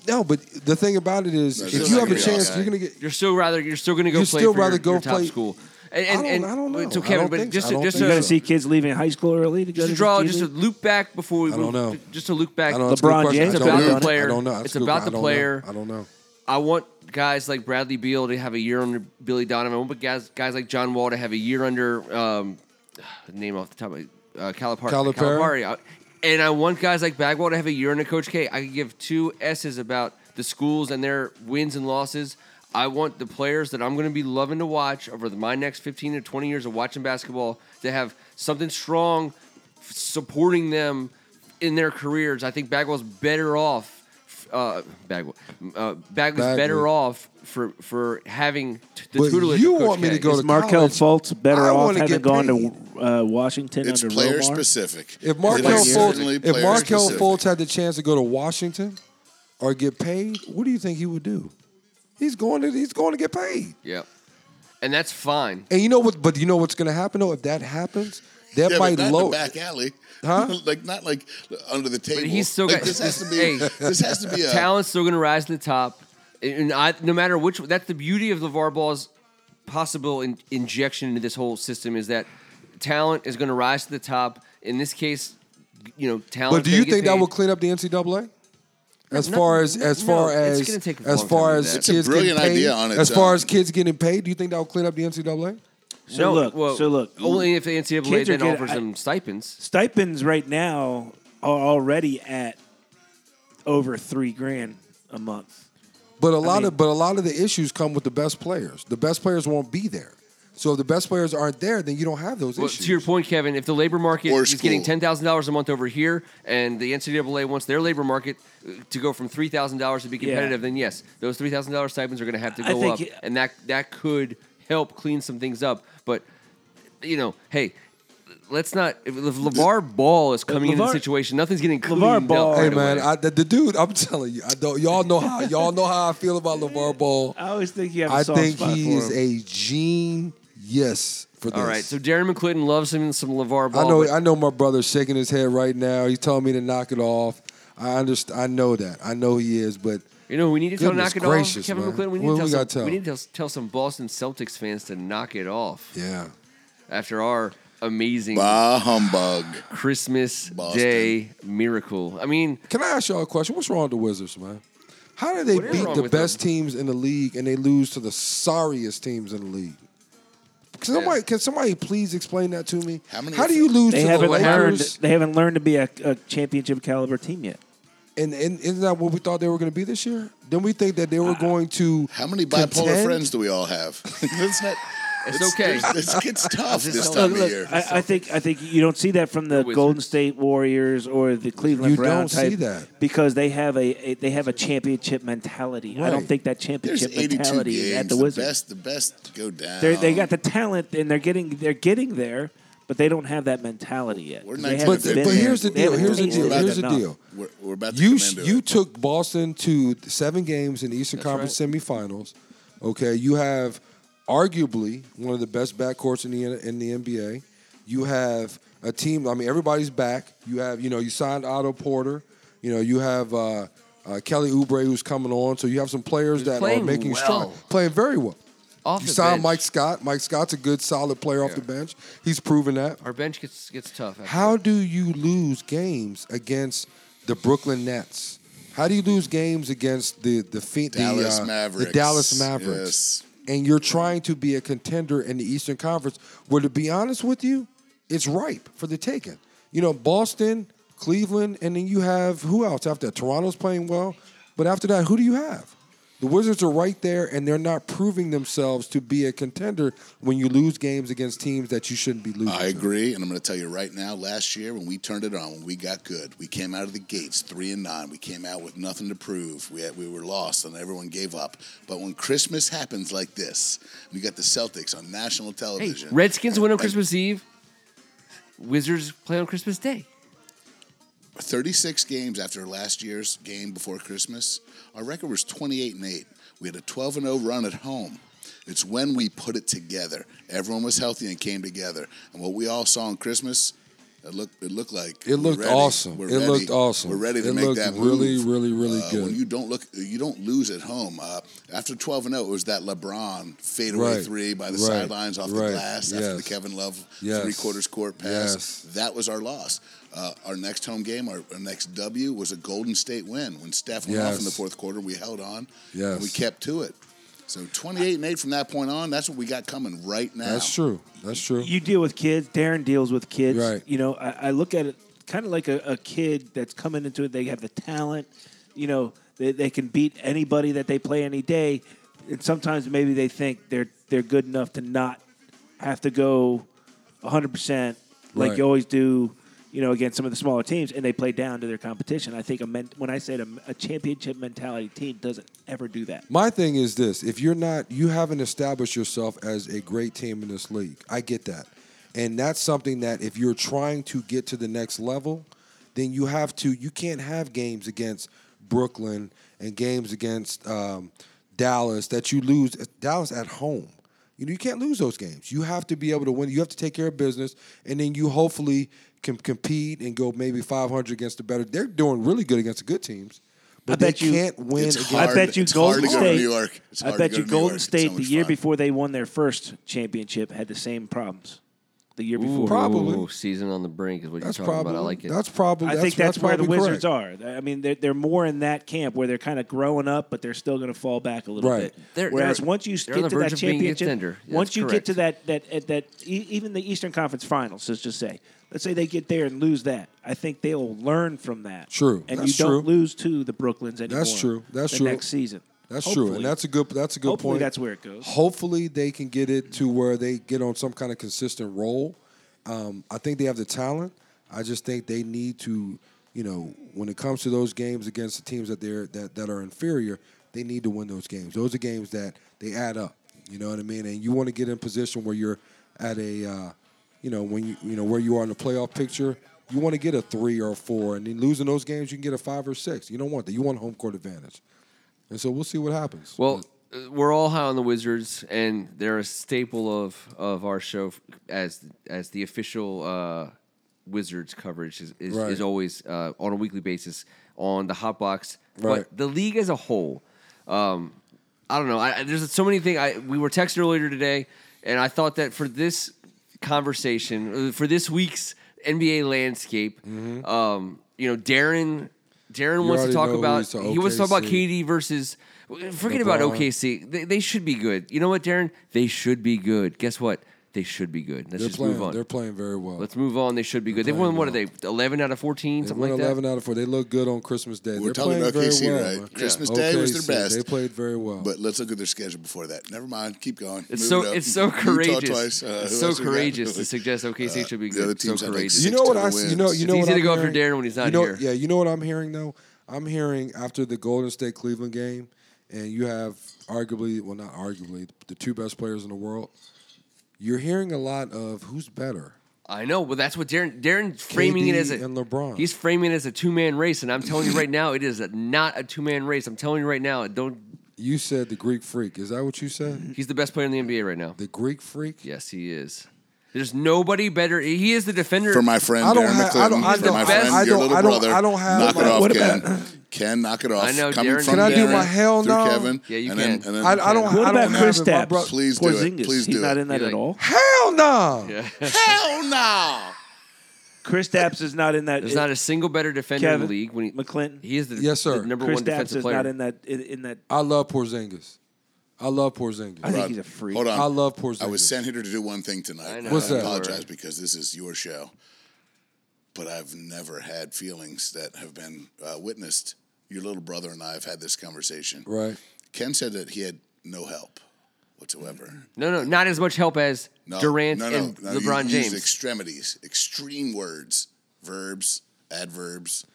[SPEAKER 2] no. But the thing about it is,
[SPEAKER 3] No,
[SPEAKER 2] if
[SPEAKER 3] just
[SPEAKER 2] you
[SPEAKER 3] like
[SPEAKER 2] have a
[SPEAKER 3] we all
[SPEAKER 2] chance,
[SPEAKER 3] said.
[SPEAKER 2] you're going to get.
[SPEAKER 1] You're still rather you're still going to go
[SPEAKER 2] You're
[SPEAKER 1] play
[SPEAKER 2] still
[SPEAKER 1] for your-
[SPEAKER 2] rather go
[SPEAKER 1] your top
[SPEAKER 2] play-
[SPEAKER 1] school. And, and,
[SPEAKER 2] I don't-
[SPEAKER 1] and
[SPEAKER 2] I don't know.
[SPEAKER 1] So
[SPEAKER 2] I
[SPEAKER 1] Kevin,
[SPEAKER 2] don't
[SPEAKER 1] but
[SPEAKER 2] think
[SPEAKER 1] just
[SPEAKER 2] so.
[SPEAKER 1] to,
[SPEAKER 2] I don't
[SPEAKER 1] just
[SPEAKER 2] think
[SPEAKER 4] You're
[SPEAKER 1] to,
[SPEAKER 4] going to see kids leaving high school early to
[SPEAKER 1] just
[SPEAKER 4] go
[SPEAKER 1] to
[SPEAKER 4] to the
[SPEAKER 1] draw
[SPEAKER 4] G
[SPEAKER 1] just to
[SPEAKER 4] League?
[SPEAKER 1] loop back before we
[SPEAKER 2] I
[SPEAKER 1] move,
[SPEAKER 2] don't know.
[SPEAKER 1] just to loop back.
[SPEAKER 2] I don't, that's a good
[SPEAKER 4] LeBron
[SPEAKER 2] question. I
[SPEAKER 4] James
[SPEAKER 2] don't
[SPEAKER 4] about
[SPEAKER 2] know.
[SPEAKER 4] the
[SPEAKER 2] I don't
[SPEAKER 1] player.
[SPEAKER 2] know. That's a
[SPEAKER 1] It's
[SPEAKER 2] good
[SPEAKER 1] about
[SPEAKER 2] question.
[SPEAKER 1] the
[SPEAKER 2] I don't know.
[SPEAKER 1] player.
[SPEAKER 2] I don't know.
[SPEAKER 1] I want guys like Bradley Beal to have a year under Billy Donovan. I want guys guys like John Wall to have a year under um, <sighs> name off the top of uh, Calipari.
[SPEAKER 2] Calipari?
[SPEAKER 1] I- And I want guys like Bagwell to have a year under Coach K. I could give two S's about the schools and their wins and losses. I want the players that I'm going to be loving to watch over the, my next 15 to 20 years of watching basketball to have something strong f- supporting them in their careers. I think Bagwell's better off. Uh, Bagwell, uh, Bagwell's
[SPEAKER 2] Bagwell.
[SPEAKER 1] better off for for having t- the
[SPEAKER 2] But
[SPEAKER 1] tutelage.
[SPEAKER 2] you
[SPEAKER 1] of Coach
[SPEAKER 2] want me to
[SPEAKER 1] K.
[SPEAKER 2] go
[SPEAKER 4] Is
[SPEAKER 2] to
[SPEAKER 4] Markel
[SPEAKER 2] college,
[SPEAKER 4] Fultz better
[SPEAKER 2] I
[SPEAKER 4] off
[SPEAKER 2] wanna
[SPEAKER 4] having
[SPEAKER 2] get
[SPEAKER 4] gone
[SPEAKER 2] paid.
[SPEAKER 4] to uh, Washington
[SPEAKER 3] It's
[SPEAKER 4] under
[SPEAKER 3] player
[SPEAKER 4] Wilmar?
[SPEAKER 3] specific.
[SPEAKER 2] If
[SPEAKER 3] It
[SPEAKER 2] Markel
[SPEAKER 3] is certainly
[SPEAKER 2] Fultz, if
[SPEAKER 3] player
[SPEAKER 2] Markel
[SPEAKER 3] specific.
[SPEAKER 2] Fultz had the chance to go to Washington or get paid, what do you think he would do? He's going to he's going to get paid.
[SPEAKER 1] Yeah, and that's fine.
[SPEAKER 2] And you know what? But you know what's going to happen though. If that happens, that
[SPEAKER 3] yeah,
[SPEAKER 2] might
[SPEAKER 3] but not in
[SPEAKER 2] lower.
[SPEAKER 3] the back alley,
[SPEAKER 2] Huh?
[SPEAKER 3] <laughs> like not like under the table.
[SPEAKER 1] he's still
[SPEAKER 3] like,
[SPEAKER 1] got-
[SPEAKER 3] this has to be.
[SPEAKER 1] Hey.
[SPEAKER 3] this has to be a
[SPEAKER 1] Talent's still going to rise to the top, and I, no matter which. That's the beauty of LeVar Ball's possible in, injection into this whole system is that talent is going to rise to the top. In this case, you know, talent.
[SPEAKER 2] But do you think that will clean up the NCAA? As
[SPEAKER 1] No,
[SPEAKER 2] far as
[SPEAKER 1] no,
[SPEAKER 2] as
[SPEAKER 1] no,
[SPEAKER 2] far
[SPEAKER 1] it's
[SPEAKER 2] as
[SPEAKER 1] gonna take a
[SPEAKER 2] as
[SPEAKER 1] long
[SPEAKER 2] far
[SPEAKER 1] time to
[SPEAKER 2] as
[SPEAKER 1] do that.
[SPEAKER 2] kids
[SPEAKER 3] It's a brilliant
[SPEAKER 2] getting paid,
[SPEAKER 3] idea on its
[SPEAKER 2] as far
[SPEAKER 3] own.
[SPEAKER 2] as kids getting paid, do you think that will clean up the NCAA?
[SPEAKER 4] So look, so look,
[SPEAKER 1] Only if the NCAA
[SPEAKER 4] Kids are
[SPEAKER 1] then
[SPEAKER 4] getting-
[SPEAKER 1] offers
[SPEAKER 4] I-
[SPEAKER 1] them stipends.
[SPEAKER 4] stipends right now are already at over three grand a month.
[SPEAKER 2] But a lot
[SPEAKER 4] mean-
[SPEAKER 2] of but a lot of the issues come with the best players. The best players won't be there. So if the best players aren't there, then you don't have those
[SPEAKER 1] Well,
[SPEAKER 2] issues.
[SPEAKER 1] to your point, Kevin, if the labor market
[SPEAKER 3] Or
[SPEAKER 1] is getting
[SPEAKER 3] school.
[SPEAKER 1] ten thousand dollars a month over here, and the NCAA wants their labor market uh, to go from three thousand dollars to be
[SPEAKER 4] Yeah.
[SPEAKER 1] competitive, then yes, those three thousand dollars stipends are going to have to
[SPEAKER 4] I
[SPEAKER 1] go
[SPEAKER 4] think
[SPEAKER 1] up,
[SPEAKER 4] it-
[SPEAKER 1] and that that could help clean some things up. But you know, hey, let's not. If if Levar Ball is coming into the
[SPEAKER 4] LeVar-
[SPEAKER 1] situation, nothing's getting cleaned up
[SPEAKER 4] Ball-
[SPEAKER 2] Hey
[SPEAKER 1] right
[SPEAKER 2] man,
[SPEAKER 1] away.
[SPEAKER 2] I, the, the dude, I'm telling you, I don't. Y'all know how y'all know how I feel about LeVar
[SPEAKER 1] <laughs>
[SPEAKER 2] Ball.
[SPEAKER 4] I always think you have. a
[SPEAKER 2] I
[SPEAKER 4] soft
[SPEAKER 2] think
[SPEAKER 4] spot
[SPEAKER 2] he
[SPEAKER 4] for
[SPEAKER 2] is
[SPEAKER 4] him.
[SPEAKER 2] a genius for this.
[SPEAKER 1] All right, so Darren McClinton loves him some Levar
[SPEAKER 2] I
[SPEAKER 1] Ball.
[SPEAKER 2] know,
[SPEAKER 1] but-
[SPEAKER 2] I know, my brother's shaking his head right now. He's telling me to knock it off. I understand. I know that. I know he is, but
[SPEAKER 1] You know, who we need to tell
[SPEAKER 2] Goodness
[SPEAKER 1] knock it
[SPEAKER 2] gracious,
[SPEAKER 1] off. Kevin
[SPEAKER 2] man.
[SPEAKER 1] McClendon, we need
[SPEAKER 2] What
[SPEAKER 1] to
[SPEAKER 2] we
[SPEAKER 1] tell,
[SPEAKER 2] gotta
[SPEAKER 1] some,
[SPEAKER 2] tell?
[SPEAKER 1] we need to tell- tell some Boston Celtics fans to knock it off
[SPEAKER 2] yeah.
[SPEAKER 1] after our amazing
[SPEAKER 3] bah humbug.
[SPEAKER 1] Christmas
[SPEAKER 3] Boston.
[SPEAKER 1] Day miracle. I mean,
[SPEAKER 2] Can I ask y'all a question? What's wrong with the Wizards, man? How do they
[SPEAKER 1] What is
[SPEAKER 2] beat
[SPEAKER 1] wrong
[SPEAKER 2] the
[SPEAKER 1] with them?
[SPEAKER 2] best teams in the league and they lose to the sorriest teams in the league? Can somebody, can somebody please explain that to me?
[SPEAKER 3] How many-
[SPEAKER 2] do you lose
[SPEAKER 4] They
[SPEAKER 2] to the
[SPEAKER 4] haven't learned.
[SPEAKER 2] Lakers?
[SPEAKER 4] They haven't learned to be a, a championship caliber team yet.
[SPEAKER 2] And, and isn't that what we thought they were going to be this year? Then we think that they were going to.
[SPEAKER 3] How many bipolar
[SPEAKER 2] contend?
[SPEAKER 3] friends do we all have? <laughs> it's not.
[SPEAKER 1] It's okay.
[SPEAKER 3] It gets tough
[SPEAKER 1] Just
[SPEAKER 3] this
[SPEAKER 1] don't-
[SPEAKER 3] time
[SPEAKER 1] Look,
[SPEAKER 3] of year.
[SPEAKER 4] I, I think I think you don't see that from the
[SPEAKER 1] Wizards.
[SPEAKER 4] Golden State Warriors or the Cleveland
[SPEAKER 2] You
[SPEAKER 4] Brown
[SPEAKER 2] don't
[SPEAKER 4] type
[SPEAKER 2] see that.
[SPEAKER 4] because they have a, a they have a championship mentality. I don't
[SPEAKER 2] Right.
[SPEAKER 4] think that
[SPEAKER 3] There's
[SPEAKER 4] championship
[SPEAKER 3] 82
[SPEAKER 4] mentality
[SPEAKER 3] games.
[SPEAKER 4] is at the
[SPEAKER 3] the,
[SPEAKER 4] Wizards.
[SPEAKER 3] best, the best go down.
[SPEAKER 4] They're, they got the talent and they're getting they're getting there, but they don't have that mentality yet.
[SPEAKER 3] We're
[SPEAKER 4] They haven't
[SPEAKER 2] But,
[SPEAKER 3] 19 Been
[SPEAKER 2] but
[SPEAKER 3] there.
[SPEAKER 2] here's the
[SPEAKER 4] they
[SPEAKER 2] deal.
[SPEAKER 4] haven't
[SPEAKER 2] Here's the
[SPEAKER 4] tasted
[SPEAKER 2] deal.
[SPEAKER 4] it
[SPEAKER 2] Here's the
[SPEAKER 4] enough.
[SPEAKER 2] deal.
[SPEAKER 3] We're, we're about to
[SPEAKER 2] You
[SPEAKER 3] come into
[SPEAKER 2] you
[SPEAKER 3] it.
[SPEAKER 2] took Boston to seven games in Eastern Conference semifinals. Okay, you have arguably one of the best backcourts in the in the NBA. You have a team. I mean, everybody's back. You have you know you signed Otto Porter. You know you have uh, uh, Kelly Oubre who's coming on. So you have some players that are
[SPEAKER 1] playing
[SPEAKER 2] making
[SPEAKER 1] well.
[SPEAKER 2] strong, playing very well.
[SPEAKER 1] off
[SPEAKER 2] You
[SPEAKER 1] the
[SPEAKER 2] signed
[SPEAKER 1] bench,
[SPEAKER 2] Mike Scott. Mike Scott's a good, solid player off
[SPEAKER 1] Yeah.
[SPEAKER 2] the bench. He's proven that.
[SPEAKER 1] Our bench gets gets tough. after
[SPEAKER 2] How do you lose games against the Brooklyn Nets? How do you lose games against the the Fe- the,
[SPEAKER 3] Dallas
[SPEAKER 2] uh, the
[SPEAKER 3] Mavericks.
[SPEAKER 2] Dallas Mavericks?
[SPEAKER 3] Yes.
[SPEAKER 2] And you're trying to be a contender in the Eastern Conference, where to be honest with you, it's ripe for the taking. You know, Boston, Cleveland, and then you have who else after that? Toronto's playing well, but after that, who do you have? The Wizards are right there, and they're not proving themselves to be a contender when you lose games against teams that you shouldn't be losing.
[SPEAKER 3] I
[SPEAKER 2] to.
[SPEAKER 3] agree, and I'm going to tell you right now. Last year, when we turned it on, when we got good, we came out of the gates three and nine. We came out with nothing to prove. We had, we were lost, and everyone gave up. But when Christmas happens like this, we got the Celtics on national
[SPEAKER 1] Hey,
[SPEAKER 3] television.
[SPEAKER 1] Redskins win on
[SPEAKER 3] And
[SPEAKER 1] Christmas Eve. Wizards play on Christmas Day.
[SPEAKER 3] 36 games after last year's game before Christmas, our record was 28 and 8. We had a 12 and 0 run at home. It's when we put it together. Everyone was healthy and came together. And what we all saw on Christmas, it looked it looked like
[SPEAKER 2] It
[SPEAKER 3] we're
[SPEAKER 2] looked
[SPEAKER 3] ready.
[SPEAKER 2] awesome.
[SPEAKER 3] We're
[SPEAKER 2] It
[SPEAKER 3] ready.
[SPEAKER 2] looked awesome.
[SPEAKER 3] We're ready to
[SPEAKER 2] It
[SPEAKER 3] make
[SPEAKER 2] looked
[SPEAKER 3] that
[SPEAKER 2] really,
[SPEAKER 3] move.
[SPEAKER 2] really, really
[SPEAKER 3] Uh,
[SPEAKER 2] good.
[SPEAKER 3] When you don't look, you don't lose at home. Uh, after 12 and 0, it was that LeBron fadeaway
[SPEAKER 2] Right.
[SPEAKER 3] three by the
[SPEAKER 2] Right.
[SPEAKER 3] sidelines off the
[SPEAKER 2] Right.
[SPEAKER 3] glass after the
[SPEAKER 2] Yes.
[SPEAKER 3] Kevin Love
[SPEAKER 2] Yes.
[SPEAKER 3] three quarters court pass.
[SPEAKER 2] Yes.
[SPEAKER 3] That was our loss. Uh, our next home game, our, our next W, was a Golden State win. When Steph went off in the
[SPEAKER 2] Yes.
[SPEAKER 3] fourth quarter, we held on.
[SPEAKER 2] Yes.
[SPEAKER 3] And we kept to it. So 28 and 8 from that point on, that's what we got coming right now.
[SPEAKER 2] That's true. That's true.
[SPEAKER 4] You deal with kids. Darren deals with kids.
[SPEAKER 2] Right.
[SPEAKER 4] You know, I, I look at it kind of like a, a kid that's coming into it. They have the talent. You know, they, they can beat anybody that they play any day. And sometimes maybe they think they're they're good enough to not have to go 100 percent like
[SPEAKER 2] Right.
[SPEAKER 4] you always do. You know, against some of the smaller teams, and they play down to their competition. I think a men- when I said a, a championship mentality team doesn't ever do that.
[SPEAKER 2] My thing is this: if you're not, you haven't established yourself as a great team in this league. I get that, and that's something that if you're trying to get to the next level, then you have to. You can't have games against Brooklyn and games against um, Dallas that you lose. Dallas at home. You know, you can't lose those games. You have to be able to win. You have to take care of business, and then you hopefully can compete and go maybe 500 against the better. They're doing really good against the good teams, but
[SPEAKER 4] bet
[SPEAKER 2] they
[SPEAKER 4] you-
[SPEAKER 2] can't win.
[SPEAKER 3] It's
[SPEAKER 2] against
[SPEAKER 3] hard.
[SPEAKER 4] I bet you
[SPEAKER 3] It's hard
[SPEAKER 4] Golden
[SPEAKER 3] to
[SPEAKER 4] State.
[SPEAKER 3] go to New York. It's
[SPEAKER 4] I
[SPEAKER 3] hard
[SPEAKER 4] bet
[SPEAKER 3] to go
[SPEAKER 4] you
[SPEAKER 3] to New
[SPEAKER 4] Golden
[SPEAKER 3] York. It's so
[SPEAKER 4] State the
[SPEAKER 3] much
[SPEAKER 4] year
[SPEAKER 3] fun.
[SPEAKER 4] before they won their first championship had the same problems. The year
[SPEAKER 1] Ooh,
[SPEAKER 4] before,
[SPEAKER 2] Probably.
[SPEAKER 1] season on the brink is what
[SPEAKER 2] That's
[SPEAKER 1] you're talking
[SPEAKER 2] probably.
[SPEAKER 1] about. I like it.
[SPEAKER 2] That's probably.
[SPEAKER 4] I
[SPEAKER 2] that's,
[SPEAKER 4] think that's, where the
[SPEAKER 2] probably
[SPEAKER 4] Wizards
[SPEAKER 2] correct.
[SPEAKER 4] are. I mean, they're, they're more in that camp where they're kind of growing up, but they're still going to fall back a little
[SPEAKER 2] Right.
[SPEAKER 4] bit.
[SPEAKER 1] They're-
[SPEAKER 4] Whereas
[SPEAKER 1] they're-
[SPEAKER 4] once you
[SPEAKER 1] they're
[SPEAKER 4] get
[SPEAKER 1] on the
[SPEAKER 4] to
[SPEAKER 1] verge
[SPEAKER 4] that
[SPEAKER 1] of being a
[SPEAKER 4] championship,
[SPEAKER 1] contender. Yeah,
[SPEAKER 4] once
[SPEAKER 1] that's
[SPEAKER 4] you
[SPEAKER 1] correct.
[SPEAKER 4] get to that that at that e- even the Eastern Conference Finals, let's just say, let's say they get there and lose that. I think they'll learn from that.
[SPEAKER 2] True.
[SPEAKER 4] and
[SPEAKER 2] That's
[SPEAKER 4] you
[SPEAKER 2] true.
[SPEAKER 4] don't lose to the Brooklyns anymore.
[SPEAKER 2] true. That's
[SPEAKER 4] the
[SPEAKER 2] true.
[SPEAKER 4] Next season,
[SPEAKER 2] That's true,
[SPEAKER 4] Hopefully.
[SPEAKER 2] and that's a good. That's a good
[SPEAKER 4] Hopefully
[SPEAKER 2] point.
[SPEAKER 4] that's where it goes.
[SPEAKER 2] Hopefully, they can get it to where they get on some kind of consistent role. Um, I think they have the talent. I just think they need to, you know, when it comes to those games against the teams that they're that, that are inferior, they need to win those games. Those are games that they add up. You know what I mean? And you want to get in a position where you're at a, uh, you know, when you you know where you are in the playoff picture. You want to get a three or a four, and then losing those games, you can get a five or six. You don't want that. You want home court advantage, and so we'll see what happens.
[SPEAKER 1] Well, uh, we're all high on the Wizards, and they're a staple of, of our show f- as as the official uh, Wizards coverage is is,
[SPEAKER 2] Right.
[SPEAKER 1] is always uh, on a weekly basis on the Hot Box.
[SPEAKER 2] Right.
[SPEAKER 1] But the league as a whole, um, I don't know. I, I- there's so many things. I we were texting earlier today, and I thought that for this conversation, uh, for this week's NBA landscape, um, you know, Darren. Darren wants to
[SPEAKER 2] Mm-hmm. already
[SPEAKER 1] talk
[SPEAKER 2] know who
[SPEAKER 1] about
[SPEAKER 2] he's to
[SPEAKER 1] he wants to talk about
[SPEAKER 2] OKC.
[SPEAKER 1] KD versus forget about
[SPEAKER 2] LeBron.
[SPEAKER 1] OKC. They, they should be good. You know what, Darren? They should be good. Guess what? They should be good. Let's
[SPEAKER 2] They're
[SPEAKER 1] just
[SPEAKER 2] playing.
[SPEAKER 1] move on.
[SPEAKER 2] They're playing very well.
[SPEAKER 1] Let's move on. They should be good. They won.
[SPEAKER 2] playing
[SPEAKER 1] What are they? Eleven out of fourteen.
[SPEAKER 2] they
[SPEAKER 1] something
[SPEAKER 2] won
[SPEAKER 1] like that.
[SPEAKER 2] 11 out of four. They look good on Christmas Day.
[SPEAKER 3] We're
[SPEAKER 2] They're
[SPEAKER 3] talking
[SPEAKER 2] playing
[SPEAKER 3] about
[SPEAKER 2] very
[SPEAKER 3] OKC,
[SPEAKER 2] well,
[SPEAKER 3] right?
[SPEAKER 2] man.
[SPEAKER 3] Christmas Day was their
[SPEAKER 2] OKC,
[SPEAKER 3] best.
[SPEAKER 2] They played very well.
[SPEAKER 3] But let's look at their schedule before that. Never mind. Keep going.
[SPEAKER 1] It's so
[SPEAKER 3] Move it up.
[SPEAKER 1] it's
[SPEAKER 3] <laughs>
[SPEAKER 1] so
[SPEAKER 3] Utah
[SPEAKER 1] courageous.
[SPEAKER 3] twice. Uh, who
[SPEAKER 1] it's so
[SPEAKER 3] else we got?
[SPEAKER 1] courageous
[SPEAKER 3] <laughs>
[SPEAKER 1] to suggest OKC
[SPEAKER 3] Uh,
[SPEAKER 1] should be
[SPEAKER 3] the
[SPEAKER 1] good.
[SPEAKER 3] other
[SPEAKER 1] so
[SPEAKER 3] teams have, like,
[SPEAKER 1] courageous.
[SPEAKER 2] you
[SPEAKER 3] six
[SPEAKER 2] know
[SPEAKER 3] to
[SPEAKER 2] what
[SPEAKER 3] the
[SPEAKER 2] I? s- You know.
[SPEAKER 3] wins.
[SPEAKER 2] You
[SPEAKER 3] It's
[SPEAKER 2] know what
[SPEAKER 1] easy to
[SPEAKER 2] I'm
[SPEAKER 1] go after
[SPEAKER 2] hearing?
[SPEAKER 1] Darren when he's not
[SPEAKER 2] you know,
[SPEAKER 1] here.
[SPEAKER 2] Yeah. You know what I'm hearing though? I'm hearing after the Golden State Cleveland game, and you have arguably, well, not arguably, the two best players in the world. You're hearing a lot of who's better.
[SPEAKER 1] I know. Well, that's what Darren Darren's framing it
[SPEAKER 2] KD
[SPEAKER 1] as a
[SPEAKER 2] and LeBron.
[SPEAKER 1] He's framing it as a two man race, and I'm telling you
[SPEAKER 3] <laughs>
[SPEAKER 1] right now, it is a, not a two man race. I'm telling you right now, don't.
[SPEAKER 2] You said the Greek Freak. Is that what you said?
[SPEAKER 1] He's the best player in the NBA right now.
[SPEAKER 2] The Greek Freak.
[SPEAKER 1] Yes, he is. There's nobody better. He is the defender.
[SPEAKER 3] For my friend,
[SPEAKER 2] I don't
[SPEAKER 3] Darren
[SPEAKER 2] have- I don't-
[SPEAKER 3] McClinton.
[SPEAKER 2] I
[SPEAKER 3] For
[SPEAKER 1] don't-
[SPEAKER 3] my
[SPEAKER 1] I
[SPEAKER 3] friend, your
[SPEAKER 2] don't-
[SPEAKER 3] little
[SPEAKER 2] I don't-
[SPEAKER 3] brother.
[SPEAKER 2] I don't have-
[SPEAKER 3] Knock it
[SPEAKER 2] What
[SPEAKER 3] off,
[SPEAKER 2] about-
[SPEAKER 3] Ken.
[SPEAKER 2] <clears throat>
[SPEAKER 3] Ken, knock it off.
[SPEAKER 1] I know,
[SPEAKER 3] Coming
[SPEAKER 1] Darren.
[SPEAKER 3] from
[SPEAKER 1] Can I do
[SPEAKER 3] Darren
[SPEAKER 2] my hell
[SPEAKER 3] through
[SPEAKER 2] no?
[SPEAKER 3] Kevin,
[SPEAKER 1] Yeah, you
[SPEAKER 3] and
[SPEAKER 1] can.
[SPEAKER 3] Then, and then
[SPEAKER 2] I, I don't.
[SPEAKER 3] Ken.
[SPEAKER 4] What
[SPEAKER 2] I
[SPEAKER 4] about
[SPEAKER 2] don't
[SPEAKER 4] Chris
[SPEAKER 2] have it. My
[SPEAKER 4] Stapps?
[SPEAKER 2] bro-
[SPEAKER 3] Please do it.
[SPEAKER 4] Porzingis,
[SPEAKER 3] Please
[SPEAKER 4] he's
[SPEAKER 3] do
[SPEAKER 4] not
[SPEAKER 3] it.
[SPEAKER 4] in that
[SPEAKER 1] You're
[SPEAKER 4] at
[SPEAKER 1] like-
[SPEAKER 4] all.
[SPEAKER 2] Hell no.
[SPEAKER 3] Hell Oh, no.
[SPEAKER 4] Chris Stapps is not in that.
[SPEAKER 1] There's not a single better defender in the
[SPEAKER 4] Kevin
[SPEAKER 1] league. When he,
[SPEAKER 4] McClinton.
[SPEAKER 1] he is the,
[SPEAKER 2] Yes, sir.
[SPEAKER 1] the number
[SPEAKER 4] Chris
[SPEAKER 1] one
[SPEAKER 4] Stapps
[SPEAKER 1] defensive
[SPEAKER 4] is
[SPEAKER 1] player.
[SPEAKER 4] not in that. In, in that.
[SPEAKER 2] I love Porzingis. I love Porzingis.
[SPEAKER 4] I think
[SPEAKER 3] Rod,
[SPEAKER 4] he's a freak.
[SPEAKER 3] Hold on.
[SPEAKER 2] I love Porzingis.
[SPEAKER 3] I was sent here to do one thing tonight.
[SPEAKER 1] I
[SPEAKER 3] I,
[SPEAKER 1] know.
[SPEAKER 2] What's that?
[SPEAKER 3] apologize because this is your show. But I've never had feelings that have been uh, witnessed. Your little brother and I have had this conversation.
[SPEAKER 2] right.
[SPEAKER 3] Ken said that he had no help whatsoever.
[SPEAKER 1] No, no, not as much help as
[SPEAKER 3] No,
[SPEAKER 1] Durant
[SPEAKER 3] no, no,
[SPEAKER 1] and
[SPEAKER 3] no, you
[SPEAKER 1] LeBron
[SPEAKER 3] used
[SPEAKER 1] James.
[SPEAKER 3] extremities, extreme words, verbs, adverbs.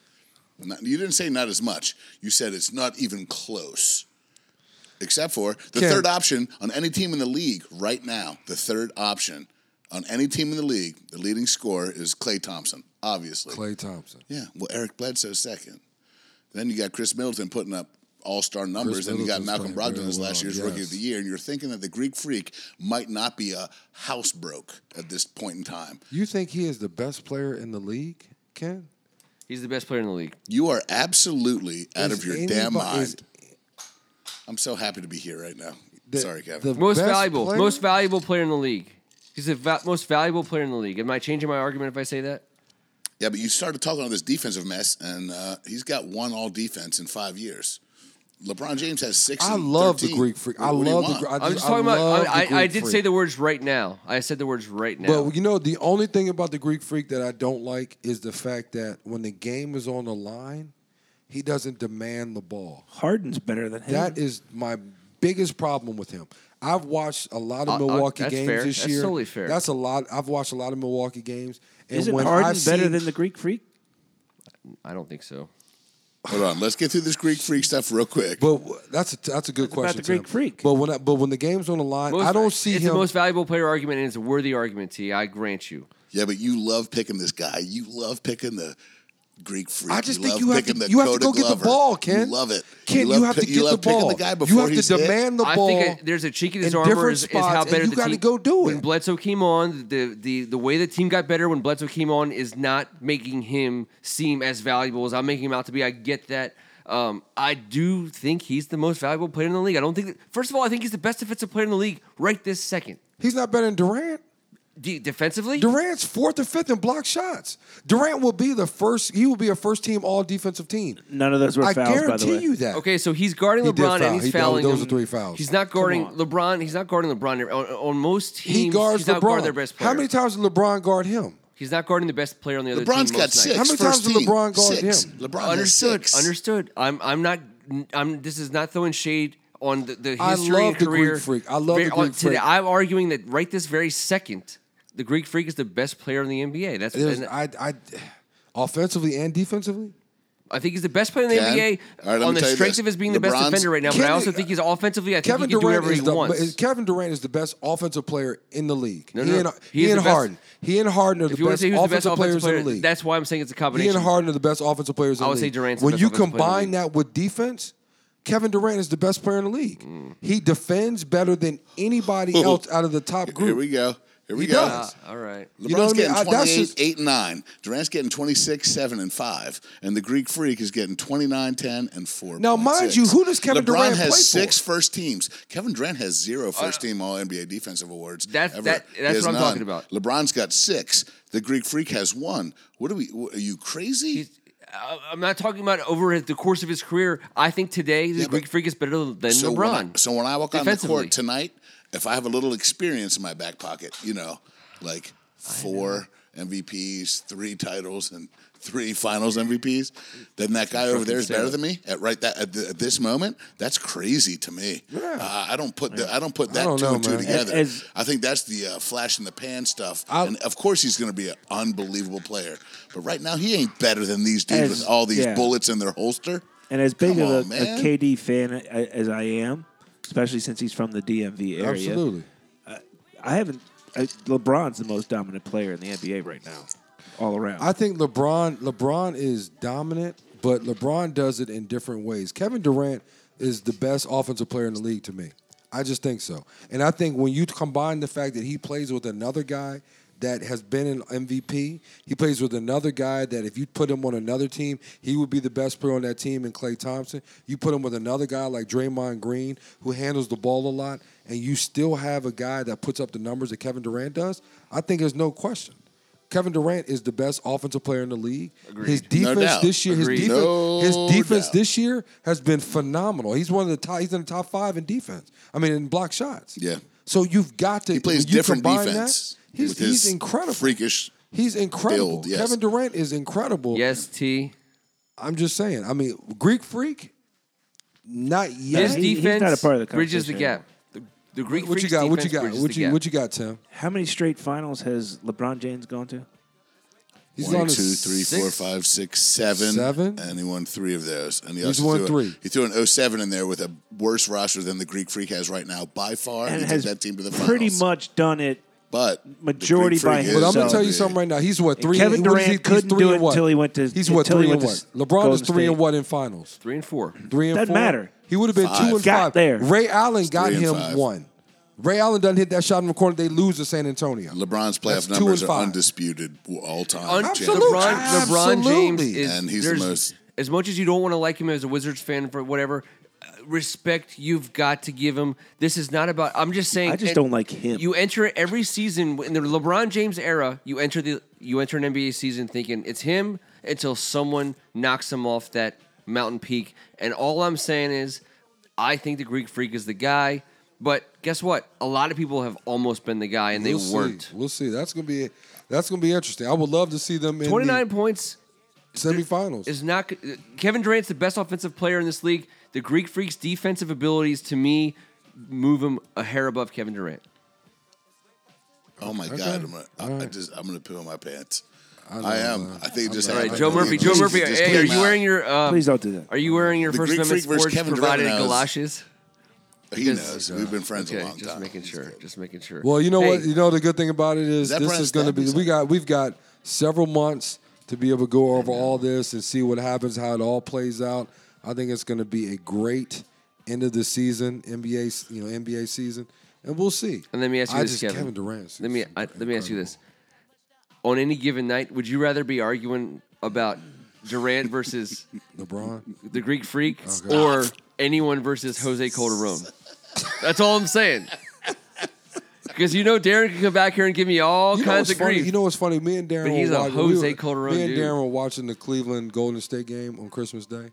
[SPEAKER 3] Not, you didn't say not as much. You said it's not even close. Except for the
[SPEAKER 2] Ken.
[SPEAKER 3] third option on any team in the league right now. The third option on any team in the league, the leading scorer is Clay Thompson, obviously.
[SPEAKER 2] Clay Thompson.
[SPEAKER 3] Yeah. Well, Eric Bledsoe's second. Then you got Chris Middleton putting up all star numbers, and you got
[SPEAKER 2] Middleton's
[SPEAKER 3] Malcolm
[SPEAKER 2] playing
[SPEAKER 3] Brogdon
[SPEAKER 2] very
[SPEAKER 3] as last
[SPEAKER 2] well,
[SPEAKER 3] year's rookie of the
[SPEAKER 2] yes.
[SPEAKER 3] year, and you're thinking that the Greek freak might not be a house broke at this point in time.
[SPEAKER 2] You think he is the best player in the league, Ken?
[SPEAKER 1] He's the best player in the league.
[SPEAKER 3] You are absolutely out
[SPEAKER 2] Is
[SPEAKER 3] of your damn
[SPEAKER 2] anybody-
[SPEAKER 3] mind.
[SPEAKER 2] is
[SPEAKER 3] I'm so happy to be here right now.
[SPEAKER 2] the-
[SPEAKER 3] Sorry, Kevin.
[SPEAKER 2] the
[SPEAKER 1] Most
[SPEAKER 2] best
[SPEAKER 1] valuable,
[SPEAKER 2] player?
[SPEAKER 1] most valuable player in the league. He's the va- most valuable player in the league. Am I changing my argument if I say that?
[SPEAKER 3] yeah, but you started talking on this defensive mess, and uh, he's got one all defense in five years. LeBron James has six.
[SPEAKER 2] I
[SPEAKER 3] and
[SPEAKER 2] love the
[SPEAKER 3] 13.
[SPEAKER 2] Greek freak. I
[SPEAKER 3] What do you
[SPEAKER 2] love the.
[SPEAKER 3] want?
[SPEAKER 2] Gre- I
[SPEAKER 1] I'm
[SPEAKER 2] just,
[SPEAKER 1] just talking
[SPEAKER 2] I
[SPEAKER 1] about.
[SPEAKER 2] love
[SPEAKER 1] I,
[SPEAKER 2] the
[SPEAKER 1] I, I
[SPEAKER 2] Greek
[SPEAKER 1] did
[SPEAKER 2] freak.
[SPEAKER 1] say the words right now. I said the words right now.
[SPEAKER 2] But you know, the only thing about the Greek freak that I don't like is the fact that when the game is on the line, he doesn't demand the ball.
[SPEAKER 4] Harden's better than him.
[SPEAKER 2] That is my biggest problem with him. I've watched a lot of
[SPEAKER 1] Uh, uh,
[SPEAKER 2] Milwaukee
[SPEAKER 1] that's
[SPEAKER 2] games
[SPEAKER 1] fair.
[SPEAKER 2] this
[SPEAKER 1] That's
[SPEAKER 2] year.
[SPEAKER 1] totally fair.
[SPEAKER 2] That's a lot. I've watched a lot of Milwaukee games. And
[SPEAKER 4] Isn't
[SPEAKER 2] when
[SPEAKER 4] Harden
[SPEAKER 2] I've
[SPEAKER 4] better
[SPEAKER 2] seen-
[SPEAKER 4] than the Greek Freak?
[SPEAKER 1] I don't think so.
[SPEAKER 3] Hold on, let's get through this Greek freak stuff real quick.
[SPEAKER 2] But w- that's a, that's a good
[SPEAKER 4] about
[SPEAKER 2] question.
[SPEAKER 4] the Greek
[SPEAKER 2] Tim.
[SPEAKER 4] freak.
[SPEAKER 2] But when I, but when the game's on the line,
[SPEAKER 1] Most-
[SPEAKER 2] I don't see
[SPEAKER 1] it's
[SPEAKER 2] him.
[SPEAKER 1] the most valuable player argument, and it's a worthy argument. T. I grant you.
[SPEAKER 3] Yeah, but you love picking this guy. You love picking the Greek freak.
[SPEAKER 2] I just
[SPEAKER 3] you
[SPEAKER 2] think
[SPEAKER 3] love
[SPEAKER 2] you have to
[SPEAKER 3] picking the
[SPEAKER 2] you have to
[SPEAKER 3] Coda
[SPEAKER 2] go get the
[SPEAKER 3] Glover.
[SPEAKER 2] ball, Ken.
[SPEAKER 3] You love it.
[SPEAKER 2] Ken, you,
[SPEAKER 3] love
[SPEAKER 2] have
[SPEAKER 3] pi-
[SPEAKER 2] to get
[SPEAKER 3] you love
[SPEAKER 2] the ball.
[SPEAKER 3] Picking the guy before
[SPEAKER 2] you have to
[SPEAKER 3] he's
[SPEAKER 2] demand the
[SPEAKER 1] I
[SPEAKER 2] ball.
[SPEAKER 1] think it, there's a cheek in his
[SPEAKER 2] in
[SPEAKER 1] armor
[SPEAKER 2] different
[SPEAKER 1] is, is
[SPEAKER 2] spots,
[SPEAKER 1] how
[SPEAKER 2] and
[SPEAKER 1] better
[SPEAKER 2] you
[SPEAKER 1] the
[SPEAKER 2] gotta
[SPEAKER 1] team.
[SPEAKER 2] go do
[SPEAKER 1] When
[SPEAKER 2] it.
[SPEAKER 1] Bledsoe came on, the, the the way the team got better when Bledsoe came on is not making him seem as valuable as I'm making him out to be. I get that. Um, I do think he's the most valuable player in the league. I don't think. That, first of all, I think he's the best defensive player in the league right this second.
[SPEAKER 2] He's not better than Durant.
[SPEAKER 1] D- defensively,
[SPEAKER 2] Durant's fourth or fifth in block shots. Durant will be the first. He will be a first team all defensive team.
[SPEAKER 4] None of those were
[SPEAKER 2] I
[SPEAKER 4] fouls,
[SPEAKER 2] guarantee
[SPEAKER 4] by the way.
[SPEAKER 2] you that.
[SPEAKER 1] Okay, so he's guarding
[SPEAKER 2] He did
[SPEAKER 1] LeBron
[SPEAKER 2] foul.
[SPEAKER 1] and he's
[SPEAKER 2] He-
[SPEAKER 1] fouling.
[SPEAKER 2] those
[SPEAKER 1] him.
[SPEAKER 2] are three fouls.
[SPEAKER 1] He's not guarding
[SPEAKER 4] on.
[SPEAKER 1] LeBron. He's not guarding LeBron on, on most teams.
[SPEAKER 2] He guards
[SPEAKER 1] he's not guarding
[SPEAKER 2] LeBron.
[SPEAKER 1] their best player.
[SPEAKER 2] How many times did LeBron guard him?
[SPEAKER 1] He's not guarding the best player on the other team.
[SPEAKER 3] LeBron's got
[SPEAKER 1] most nights.
[SPEAKER 3] six.
[SPEAKER 2] How many
[SPEAKER 3] first
[SPEAKER 2] times did
[SPEAKER 3] team?
[SPEAKER 2] LeBron guard
[SPEAKER 3] six.
[SPEAKER 2] him?
[SPEAKER 3] LeBron has
[SPEAKER 1] Understood.
[SPEAKER 3] six.
[SPEAKER 1] Understood. I'm. I'm not. I'm. This is not throwing shade on the, the
[SPEAKER 2] I
[SPEAKER 1] history
[SPEAKER 2] love
[SPEAKER 1] and
[SPEAKER 2] the Greek
[SPEAKER 1] career.
[SPEAKER 2] freak. I love
[SPEAKER 1] Very-
[SPEAKER 2] the Greek
[SPEAKER 1] on- today,
[SPEAKER 2] freak.
[SPEAKER 1] I'm arguing that right this very second, the Greek freak is the best player in the NBA. That's.
[SPEAKER 2] There's,
[SPEAKER 1] And I,
[SPEAKER 2] I, I, <sighs> offensively and defensively.
[SPEAKER 1] think he's the best player in the
[SPEAKER 3] Ken?
[SPEAKER 1] NBA
[SPEAKER 3] All right, let
[SPEAKER 1] on
[SPEAKER 3] me
[SPEAKER 1] the
[SPEAKER 3] tell you
[SPEAKER 1] strength
[SPEAKER 3] this.
[SPEAKER 1] of his being the best
[SPEAKER 3] LeBron's-
[SPEAKER 1] defender right now. but I
[SPEAKER 2] Kevin-
[SPEAKER 1] also think he's offensively. I think
[SPEAKER 2] Kevin
[SPEAKER 1] he can do
[SPEAKER 2] Durant
[SPEAKER 1] whatever
[SPEAKER 2] is
[SPEAKER 1] he
[SPEAKER 2] the
[SPEAKER 1] wants.
[SPEAKER 2] is- Kevin Durant is the best offensive player in the league.
[SPEAKER 1] No,
[SPEAKER 2] he
[SPEAKER 1] no,
[SPEAKER 2] and,
[SPEAKER 1] no.
[SPEAKER 2] he
[SPEAKER 1] He is
[SPEAKER 2] and
[SPEAKER 1] the best-
[SPEAKER 2] Harden. He and Harden are the
[SPEAKER 1] if you want to
[SPEAKER 2] best
[SPEAKER 1] say who's the
[SPEAKER 2] offensive
[SPEAKER 1] best offensive
[SPEAKER 2] players
[SPEAKER 1] player,
[SPEAKER 2] in the league.
[SPEAKER 1] that's why I'm saying it's a
[SPEAKER 2] He
[SPEAKER 1] combination.
[SPEAKER 2] and Harden are the best offensive players. in
[SPEAKER 1] I
[SPEAKER 2] the
[SPEAKER 1] would say
[SPEAKER 2] league.
[SPEAKER 1] Durant's the
[SPEAKER 2] When
[SPEAKER 1] best
[SPEAKER 2] you
[SPEAKER 1] offensive player in the
[SPEAKER 2] combine
[SPEAKER 1] league.
[SPEAKER 2] that with defense, Kevin Durant is the best player in the league.
[SPEAKER 1] Mm.
[SPEAKER 2] He defends better than
[SPEAKER 3] <laughs>
[SPEAKER 2] anybody else out of the top
[SPEAKER 3] Here
[SPEAKER 2] group.
[SPEAKER 3] we go. Here we
[SPEAKER 2] He
[SPEAKER 3] go.
[SPEAKER 2] does.
[SPEAKER 1] Ah, all right.
[SPEAKER 3] LeBron's
[SPEAKER 2] You know what I mean?
[SPEAKER 3] getting
[SPEAKER 2] I-
[SPEAKER 3] 28,
[SPEAKER 2] that's just-
[SPEAKER 3] 8, and 9. Durant's getting 26, 7, and 5. And the Greek Freak is getting 29, 10, and 4.
[SPEAKER 2] Now, mind you, who does Kevin
[SPEAKER 3] LeBron
[SPEAKER 2] Durant play
[SPEAKER 3] has
[SPEAKER 2] for?
[SPEAKER 3] six first teams. Kevin Durant has zero first team All NBA defensive awards.
[SPEAKER 1] Uh, That's-
[SPEAKER 3] ever.
[SPEAKER 1] that-
[SPEAKER 3] He
[SPEAKER 1] that's
[SPEAKER 3] has
[SPEAKER 1] what I'm
[SPEAKER 3] none.
[SPEAKER 1] talking about.
[SPEAKER 3] LeBron's got six. The Greek Freak has one. What are we? Are you crazy?
[SPEAKER 1] I- I'm not talking about over the course of his career. I think today the
[SPEAKER 3] Yeah, but-
[SPEAKER 1] Greek Freak is better than
[SPEAKER 3] when I-
[SPEAKER 1] LeBron.
[SPEAKER 3] so when I walk on the
[SPEAKER 1] Defensively.
[SPEAKER 3] court tonight, if I have a little experience in my back pocket, you know, like four MVPs, three titles, and three Finals MVPs, then that guy over there is better than me at right that at, th- at this moment. That's crazy to me. Uh, I don't put the, I don't put that
[SPEAKER 2] don't
[SPEAKER 3] two
[SPEAKER 2] know,
[SPEAKER 3] and two
[SPEAKER 2] man.
[SPEAKER 3] together.
[SPEAKER 4] As-
[SPEAKER 3] I think that's the uh, flash in the pan stuff.
[SPEAKER 2] I'll-
[SPEAKER 3] and of course, he's going to be an unbelievable player. But right now, he ain't better than these dudes
[SPEAKER 4] As-
[SPEAKER 3] with all these
[SPEAKER 4] yeah.
[SPEAKER 3] bullets in their holster.
[SPEAKER 4] And as big
[SPEAKER 3] Come
[SPEAKER 4] of a,
[SPEAKER 3] on,
[SPEAKER 4] a
[SPEAKER 3] man.
[SPEAKER 4] KD fan a- as I am, especially since he's from the DMV area,
[SPEAKER 2] Absolutely.
[SPEAKER 4] I haven't. I, LeBron's the most dominant player in the NBA right now, all around.
[SPEAKER 2] I think LeBron LeBron is dominant, but LeBron does it in different ways. Kevin Durant is the best offensive player in the league to me. I just think so. And I think when you combine the fact that he plays with another guy that has been an MVP, he plays with another guy that if you put him on another team, he would be the best player on that team in Clay Thompson. You put him with another guy like Draymond Green who handles the ball a lot and you still have a guy that puts up the numbers that Kevin Durant does. I think there's no question. Kevin Durant is the best offensive player in the league. His
[SPEAKER 3] No
[SPEAKER 2] defense
[SPEAKER 3] doubt.
[SPEAKER 2] this year, his
[SPEAKER 1] Agreed.
[SPEAKER 2] defense,
[SPEAKER 3] No
[SPEAKER 2] his defense
[SPEAKER 3] doubt.
[SPEAKER 2] this year has been phenomenal. He's one of the top. He's in the top five in defense. I mean, in block shots.
[SPEAKER 3] Yeah.
[SPEAKER 2] So you've got to.
[SPEAKER 3] He plays
[SPEAKER 2] when you
[SPEAKER 3] different
[SPEAKER 2] combine
[SPEAKER 3] defense.
[SPEAKER 2] That, he's
[SPEAKER 3] with his
[SPEAKER 2] he's incredible.
[SPEAKER 3] Freakish.
[SPEAKER 2] He's incredible.
[SPEAKER 3] build, yes.
[SPEAKER 2] Kevin Durant is incredible.
[SPEAKER 1] yes, T.
[SPEAKER 2] I'm just saying. I mean, Greek freak. Not
[SPEAKER 1] His
[SPEAKER 2] yet.
[SPEAKER 4] he- he's not
[SPEAKER 1] defense
[SPEAKER 4] a part of the
[SPEAKER 1] bridges the
[SPEAKER 4] conversation
[SPEAKER 1] gap. The, the Greek
[SPEAKER 2] what you
[SPEAKER 1] Freak's
[SPEAKER 2] got? What you
[SPEAKER 1] defense
[SPEAKER 2] got?
[SPEAKER 1] bridges
[SPEAKER 2] What
[SPEAKER 1] the
[SPEAKER 2] you
[SPEAKER 1] gap.
[SPEAKER 2] what you got, Tim?
[SPEAKER 4] How many straight finals has LeBron James gone to?
[SPEAKER 2] He's
[SPEAKER 3] One,
[SPEAKER 2] on his
[SPEAKER 3] two, three, four,
[SPEAKER 1] six-
[SPEAKER 3] five, six, seven.
[SPEAKER 2] Seven?
[SPEAKER 3] And he won three of those. And he
[SPEAKER 2] He's
[SPEAKER 3] also
[SPEAKER 2] won
[SPEAKER 3] threw a-
[SPEAKER 2] three.
[SPEAKER 3] he threw an 07 in there with a worse roster than the Greek Freak has right now by far.
[SPEAKER 4] And
[SPEAKER 3] he took
[SPEAKER 4] has
[SPEAKER 3] that team to the finals.
[SPEAKER 4] pretty much done it.
[SPEAKER 3] But the
[SPEAKER 4] majority
[SPEAKER 3] Greek
[SPEAKER 4] by
[SPEAKER 3] Freak
[SPEAKER 4] him.
[SPEAKER 3] is
[SPEAKER 2] But I'm gonna
[SPEAKER 4] So-
[SPEAKER 2] tell you
[SPEAKER 3] the-
[SPEAKER 2] something right now. He's what three?
[SPEAKER 4] Kevin
[SPEAKER 2] what is
[SPEAKER 4] Durant
[SPEAKER 2] he's
[SPEAKER 4] couldn't
[SPEAKER 2] three
[SPEAKER 4] do
[SPEAKER 2] and
[SPEAKER 4] it
[SPEAKER 2] what?
[SPEAKER 4] until he went to-
[SPEAKER 2] He's what
[SPEAKER 4] until
[SPEAKER 2] three
[SPEAKER 4] he
[SPEAKER 2] and
[SPEAKER 4] went
[SPEAKER 2] one.
[SPEAKER 4] to
[SPEAKER 2] LeBron is
[SPEAKER 4] Golden
[SPEAKER 2] three and
[SPEAKER 4] State.
[SPEAKER 2] one in finals.
[SPEAKER 1] Three and four.
[SPEAKER 2] Three and
[SPEAKER 4] Doesn't
[SPEAKER 2] four.
[SPEAKER 4] matter.
[SPEAKER 2] He would have been
[SPEAKER 3] Five.
[SPEAKER 2] two and
[SPEAKER 4] Got
[SPEAKER 2] five.
[SPEAKER 4] there.
[SPEAKER 2] Ray Allen got
[SPEAKER 3] Three and
[SPEAKER 2] him
[SPEAKER 3] five.
[SPEAKER 2] one. Ray Allen doesn't hit that shot in the corner. They lose to San Antonio. That's
[SPEAKER 3] LeBron's playoff
[SPEAKER 2] two
[SPEAKER 3] numbers
[SPEAKER 2] and
[SPEAKER 3] are
[SPEAKER 2] five.
[SPEAKER 3] undisputed all time.
[SPEAKER 1] Un-
[SPEAKER 2] Absolutely.
[SPEAKER 1] LeBron, LeBron James
[SPEAKER 2] Absolutely.
[SPEAKER 1] is
[SPEAKER 3] And he's the
[SPEAKER 1] there's,
[SPEAKER 3] most-
[SPEAKER 1] As much as you don't want to like him as a Wizards fan for whatever uh, respect you've got to give him. This is not about. I'm just saying.
[SPEAKER 4] I just
[SPEAKER 1] and
[SPEAKER 4] don't like him.
[SPEAKER 1] You enter every season in the LeBron James era. You enter the you enter an NBA season thinking it's him until someone knocks him off that mountain peak. And all I'm saying is, I think the Greek Freak is the guy. But guess what? A lot of people have almost been the guy, and they
[SPEAKER 2] We'll see.
[SPEAKER 1] weren't.
[SPEAKER 2] We'll see. That's gonna be that's gonna be interesting. I would love to see them in
[SPEAKER 1] 29 points
[SPEAKER 2] the semifinals.
[SPEAKER 1] is not uh, Kevin Durant's the best offensive player in this league. The Greek Freak's defensive abilities to me move him a hair above Kevin Durant.
[SPEAKER 3] oh my god! I'm gonna, I, I just I'm gonna poo in my pants. I, am. I think it just
[SPEAKER 2] All
[SPEAKER 1] All
[SPEAKER 3] happened.
[SPEAKER 1] right, Joe Murphy. Joe
[SPEAKER 3] Please,
[SPEAKER 1] Murphy,
[SPEAKER 3] just
[SPEAKER 1] hey,
[SPEAKER 3] clean
[SPEAKER 1] are
[SPEAKER 3] him
[SPEAKER 1] you
[SPEAKER 3] out.
[SPEAKER 1] wearing your um,
[SPEAKER 4] Please don't do that.
[SPEAKER 1] Are you wearing your
[SPEAKER 3] The
[SPEAKER 1] First
[SPEAKER 3] Greek
[SPEAKER 1] Amendment
[SPEAKER 3] Freak versus
[SPEAKER 1] sports
[SPEAKER 3] Kevin Durant
[SPEAKER 1] provided
[SPEAKER 3] now is-
[SPEAKER 1] galoshes?
[SPEAKER 3] He knows. uh, We've been friends
[SPEAKER 1] Okay,
[SPEAKER 3] a long
[SPEAKER 1] just
[SPEAKER 3] time.
[SPEAKER 1] making sure. Just making sure.
[SPEAKER 2] Well, you know
[SPEAKER 1] Hey,
[SPEAKER 2] what? You know the good thing about it is
[SPEAKER 3] That
[SPEAKER 2] this
[SPEAKER 3] Brian
[SPEAKER 2] is going to
[SPEAKER 3] Stanley
[SPEAKER 2] be we
[SPEAKER 3] song?
[SPEAKER 2] got we've got several months to be able to go over all this and see what happens, how it all plays out. I think it's going to be a great end of the season NBA, you know, NBA season, and we'll see.
[SPEAKER 1] and let me ask you
[SPEAKER 2] I
[SPEAKER 1] this,
[SPEAKER 2] just,
[SPEAKER 1] Kevin.
[SPEAKER 2] Durant.
[SPEAKER 1] Let me
[SPEAKER 2] is
[SPEAKER 1] I, let me ask you
[SPEAKER 2] incredible.
[SPEAKER 1] this. On any given night, would you rather be arguing about Durant versus
[SPEAKER 2] LeBron.
[SPEAKER 1] the Greek Freak
[SPEAKER 2] Okay.
[SPEAKER 1] or anyone versus Jose Calderon. That's all I'm saying. Because you know Darren can come back here and give me all
[SPEAKER 2] You know,
[SPEAKER 1] kinds
[SPEAKER 2] what's
[SPEAKER 1] of
[SPEAKER 2] funny?
[SPEAKER 1] grief.
[SPEAKER 2] you know what's funny? Me and Darren.
[SPEAKER 1] But he's
[SPEAKER 2] were
[SPEAKER 1] a
[SPEAKER 2] watching,
[SPEAKER 1] Jose
[SPEAKER 2] we were,
[SPEAKER 1] Calderon
[SPEAKER 2] Me and
[SPEAKER 1] dude.
[SPEAKER 2] Darren were watching the Cleveland Golden State game on Christmas Day,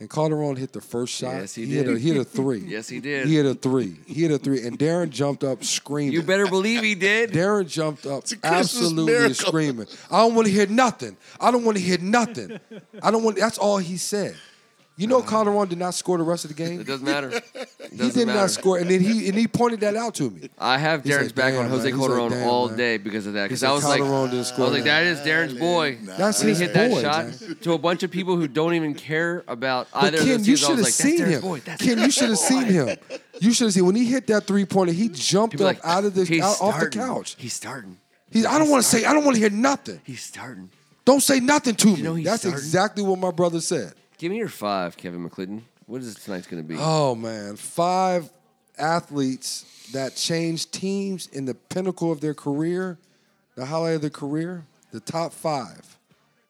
[SPEAKER 2] and Calderon hit the first shot.
[SPEAKER 1] Yes, he
[SPEAKER 2] Hit
[SPEAKER 1] did.
[SPEAKER 2] a, he hit a three.
[SPEAKER 1] <laughs> Yes, he did.
[SPEAKER 2] He hit a three. He hit a three, and Darren jumped up screaming.
[SPEAKER 1] you better believe he did.
[SPEAKER 2] Darren jumped up
[SPEAKER 3] a Christmas
[SPEAKER 2] absolutely
[SPEAKER 3] miracle.
[SPEAKER 2] screaming. I don't want to hear nothing. I don't want to hear nothing. I don't want. That's all he said. You know, Calderon did not score the rest of the game.
[SPEAKER 1] Uh-huh. It doesn't
[SPEAKER 2] <laughs>
[SPEAKER 1] matter. It
[SPEAKER 2] he
[SPEAKER 1] doesn't
[SPEAKER 2] did
[SPEAKER 1] matter.
[SPEAKER 2] not score, and then he and he pointed that out to
[SPEAKER 1] <laughs>
[SPEAKER 2] me.
[SPEAKER 1] I have
[SPEAKER 2] He's
[SPEAKER 1] Darren's
[SPEAKER 2] like,
[SPEAKER 1] back
[SPEAKER 2] "Damn,
[SPEAKER 1] on Jose
[SPEAKER 2] man." He's like,
[SPEAKER 1] Calderon
[SPEAKER 2] "Damn,
[SPEAKER 1] all
[SPEAKER 2] man."
[SPEAKER 1] day because of that. Because
[SPEAKER 2] He's
[SPEAKER 1] I
[SPEAKER 2] like,
[SPEAKER 1] was like,
[SPEAKER 2] "Calderon didn't
[SPEAKER 1] I
[SPEAKER 2] score
[SPEAKER 1] was like,
[SPEAKER 2] that."
[SPEAKER 1] that is Darren's boy.
[SPEAKER 2] That's
[SPEAKER 1] when he
[SPEAKER 2] his
[SPEAKER 1] hit that
[SPEAKER 2] boy,
[SPEAKER 1] shot
[SPEAKER 2] man.
[SPEAKER 1] to a bunch of people who don't even care about
[SPEAKER 2] But
[SPEAKER 1] either of
[SPEAKER 2] Ken,
[SPEAKER 1] those
[SPEAKER 2] you
[SPEAKER 1] teams. I
[SPEAKER 2] should have
[SPEAKER 1] was like,
[SPEAKER 2] seen
[SPEAKER 1] that's Darren's
[SPEAKER 2] him.
[SPEAKER 1] boy. That's
[SPEAKER 2] Ken, you should have seen him. You should have seen when he hit that three pointer. He jumped
[SPEAKER 1] People
[SPEAKER 2] up
[SPEAKER 1] are like,
[SPEAKER 2] out of the
[SPEAKER 1] "He's
[SPEAKER 2] out, off the
[SPEAKER 1] starting.
[SPEAKER 2] couch.
[SPEAKER 1] He's starting.
[SPEAKER 2] He, I don't want to say. I don't want to hear nothing.
[SPEAKER 1] He's starting.
[SPEAKER 2] Don't say nothing to me.
[SPEAKER 1] know he's
[SPEAKER 2] That's
[SPEAKER 1] starting.
[SPEAKER 2] exactly what my brother said.
[SPEAKER 1] Give me your five, Kevin McClendon. What is tonight's going to be?
[SPEAKER 2] Oh man, five athletes that changed teams in the pinnacle of their career, the highlight of their career, the top five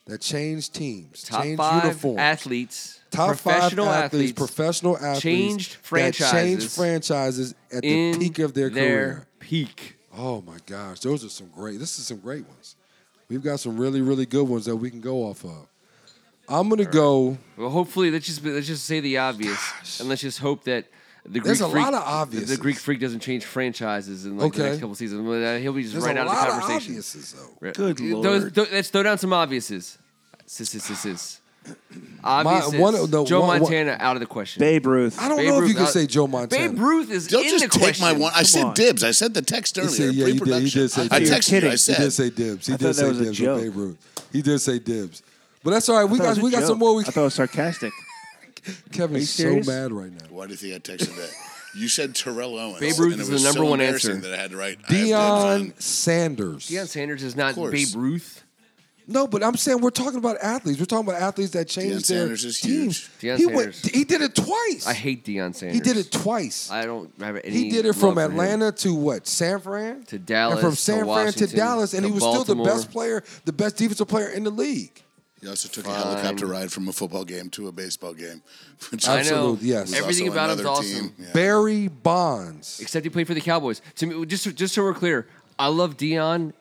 [SPEAKER 2] that changed teams,
[SPEAKER 1] top
[SPEAKER 2] changed
[SPEAKER 1] five
[SPEAKER 2] uniforms,
[SPEAKER 1] athletes,
[SPEAKER 2] top five
[SPEAKER 1] professional
[SPEAKER 2] athletes,
[SPEAKER 1] athletes,
[SPEAKER 2] professional athletes,
[SPEAKER 1] changed
[SPEAKER 2] that changed
[SPEAKER 1] franchises
[SPEAKER 2] franchises at the
[SPEAKER 1] in
[SPEAKER 2] peak of their,
[SPEAKER 1] their
[SPEAKER 2] career.
[SPEAKER 1] peak.
[SPEAKER 2] Oh my gosh, those are some great. This is some great ones. We've got some really, really good ones that we can go off of. I'm gonna go.
[SPEAKER 1] Well, hopefully, let's just let's just say the obvious, and let's just hope that the Greek
[SPEAKER 2] There's a
[SPEAKER 1] freak,
[SPEAKER 2] lot of
[SPEAKER 1] that
[SPEAKER 2] obviouses.
[SPEAKER 1] The Greek freak doesn't change franchises in like the
[SPEAKER 2] Okay.
[SPEAKER 1] next couple seasons. Well, uh, He'll be just
[SPEAKER 2] There's
[SPEAKER 1] right
[SPEAKER 2] a
[SPEAKER 1] out of the
[SPEAKER 2] lot of
[SPEAKER 1] conversation.
[SPEAKER 2] obviouses though.
[SPEAKER 1] Right.
[SPEAKER 4] Good
[SPEAKER 1] Those-
[SPEAKER 4] Lord.
[SPEAKER 1] th- let's throw down some obviouses. Sis, sis, sis, sis. Obviouses.
[SPEAKER 2] one of the-
[SPEAKER 1] Joe
[SPEAKER 2] one- one-
[SPEAKER 1] Montana out of the question.
[SPEAKER 4] Babe Ruth.
[SPEAKER 2] I don't
[SPEAKER 1] Babe
[SPEAKER 2] know
[SPEAKER 1] Ruth
[SPEAKER 2] if you can
[SPEAKER 1] out-
[SPEAKER 2] say Joe Montana.
[SPEAKER 1] Babe Ruth is
[SPEAKER 3] Don't
[SPEAKER 1] in
[SPEAKER 3] just
[SPEAKER 1] the
[SPEAKER 3] take
[SPEAKER 1] question.
[SPEAKER 3] my one. I said
[SPEAKER 4] on.
[SPEAKER 3] dibs. I said the text earlier.
[SPEAKER 2] said- yeah, you did- he
[SPEAKER 3] pre-production.
[SPEAKER 2] did say
[SPEAKER 3] I
[SPEAKER 2] dibs.
[SPEAKER 3] texted you. I
[SPEAKER 4] He
[SPEAKER 2] He
[SPEAKER 3] said.
[SPEAKER 2] did <laughs> say dibs. He
[SPEAKER 4] I
[SPEAKER 2] did
[SPEAKER 4] thought that
[SPEAKER 2] say
[SPEAKER 4] was a
[SPEAKER 2] dibs
[SPEAKER 4] joke.
[SPEAKER 2] on Babe Ruth. He did say dibs. But that's all right. We
[SPEAKER 4] I thought it
[SPEAKER 2] got
[SPEAKER 4] was a
[SPEAKER 2] we got some
[SPEAKER 4] joke.
[SPEAKER 2] more. We
[SPEAKER 4] I thought it was sarcastic.
[SPEAKER 2] Kevin
[SPEAKER 4] you
[SPEAKER 2] is so
[SPEAKER 4] serious?
[SPEAKER 2] mad right now.
[SPEAKER 3] Why do you think I texted that? You said Terrell Owens.
[SPEAKER 1] Babe Ruth
[SPEAKER 3] and
[SPEAKER 1] is
[SPEAKER 3] it
[SPEAKER 1] the
[SPEAKER 3] was
[SPEAKER 1] number
[SPEAKER 3] so
[SPEAKER 1] one
[SPEAKER 3] embarrassing
[SPEAKER 1] answer.
[SPEAKER 3] That I had to write. I have dibs on-
[SPEAKER 2] Deion Sanders.
[SPEAKER 1] Deion Sanders is not
[SPEAKER 3] course.
[SPEAKER 1] Babe Ruth.
[SPEAKER 2] No, but I'm saying we're talking about athletes. We're talking about athletes that changed
[SPEAKER 3] Deion
[SPEAKER 2] their
[SPEAKER 3] Sanders is
[SPEAKER 2] teams.
[SPEAKER 1] huge. Deion
[SPEAKER 2] He went.
[SPEAKER 1] Sanders.
[SPEAKER 2] He did it twice.
[SPEAKER 1] I hate Deion Sanders.
[SPEAKER 2] He did it twice.
[SPEAKER 1] I don't have any.
[SPEAKER 2] He did it
[SPEAKER 1] love
[SPEAKER 2] from
[SPEAKER 1] for him.
[SPEAKER 2] Atlanta to what? San Fran
[SPEAKER 1] To Dallas,
[SPEAKER 2] and from
[SPEAKER 1] to
[SPEAKER 2] San Fran to
[SPEAKER 1] Washington,
[SPEAKER 2] Dallas, and
[SPEAKER 1] to
[SPEAKER 2] he was still the
[SPEAKER 1] Baltimore.
[SPEAKER 2] best player, the best defensive player in the league.
[SPEAKER 3] He also took a helicopter ride from a football game to a baseball game. <laughs> Which
[SPEAKER 1] I know.
[SPEAKER 2] Absolutely, yes.
[SPEAKER 3] was
[SPEAKER 1] Everything
[SPEAKER 3] also
[SPEAKER 1] about him's
[SPEAKER 3] another
[SPEAKER 1] awesome.
[SPEAKER 3] team. Yeah.
[SPEAKER 2] Barry Bonds.
[SPEAKER 1] Except he played for the Cowboys. To me, just just so we're clear, I love Dion.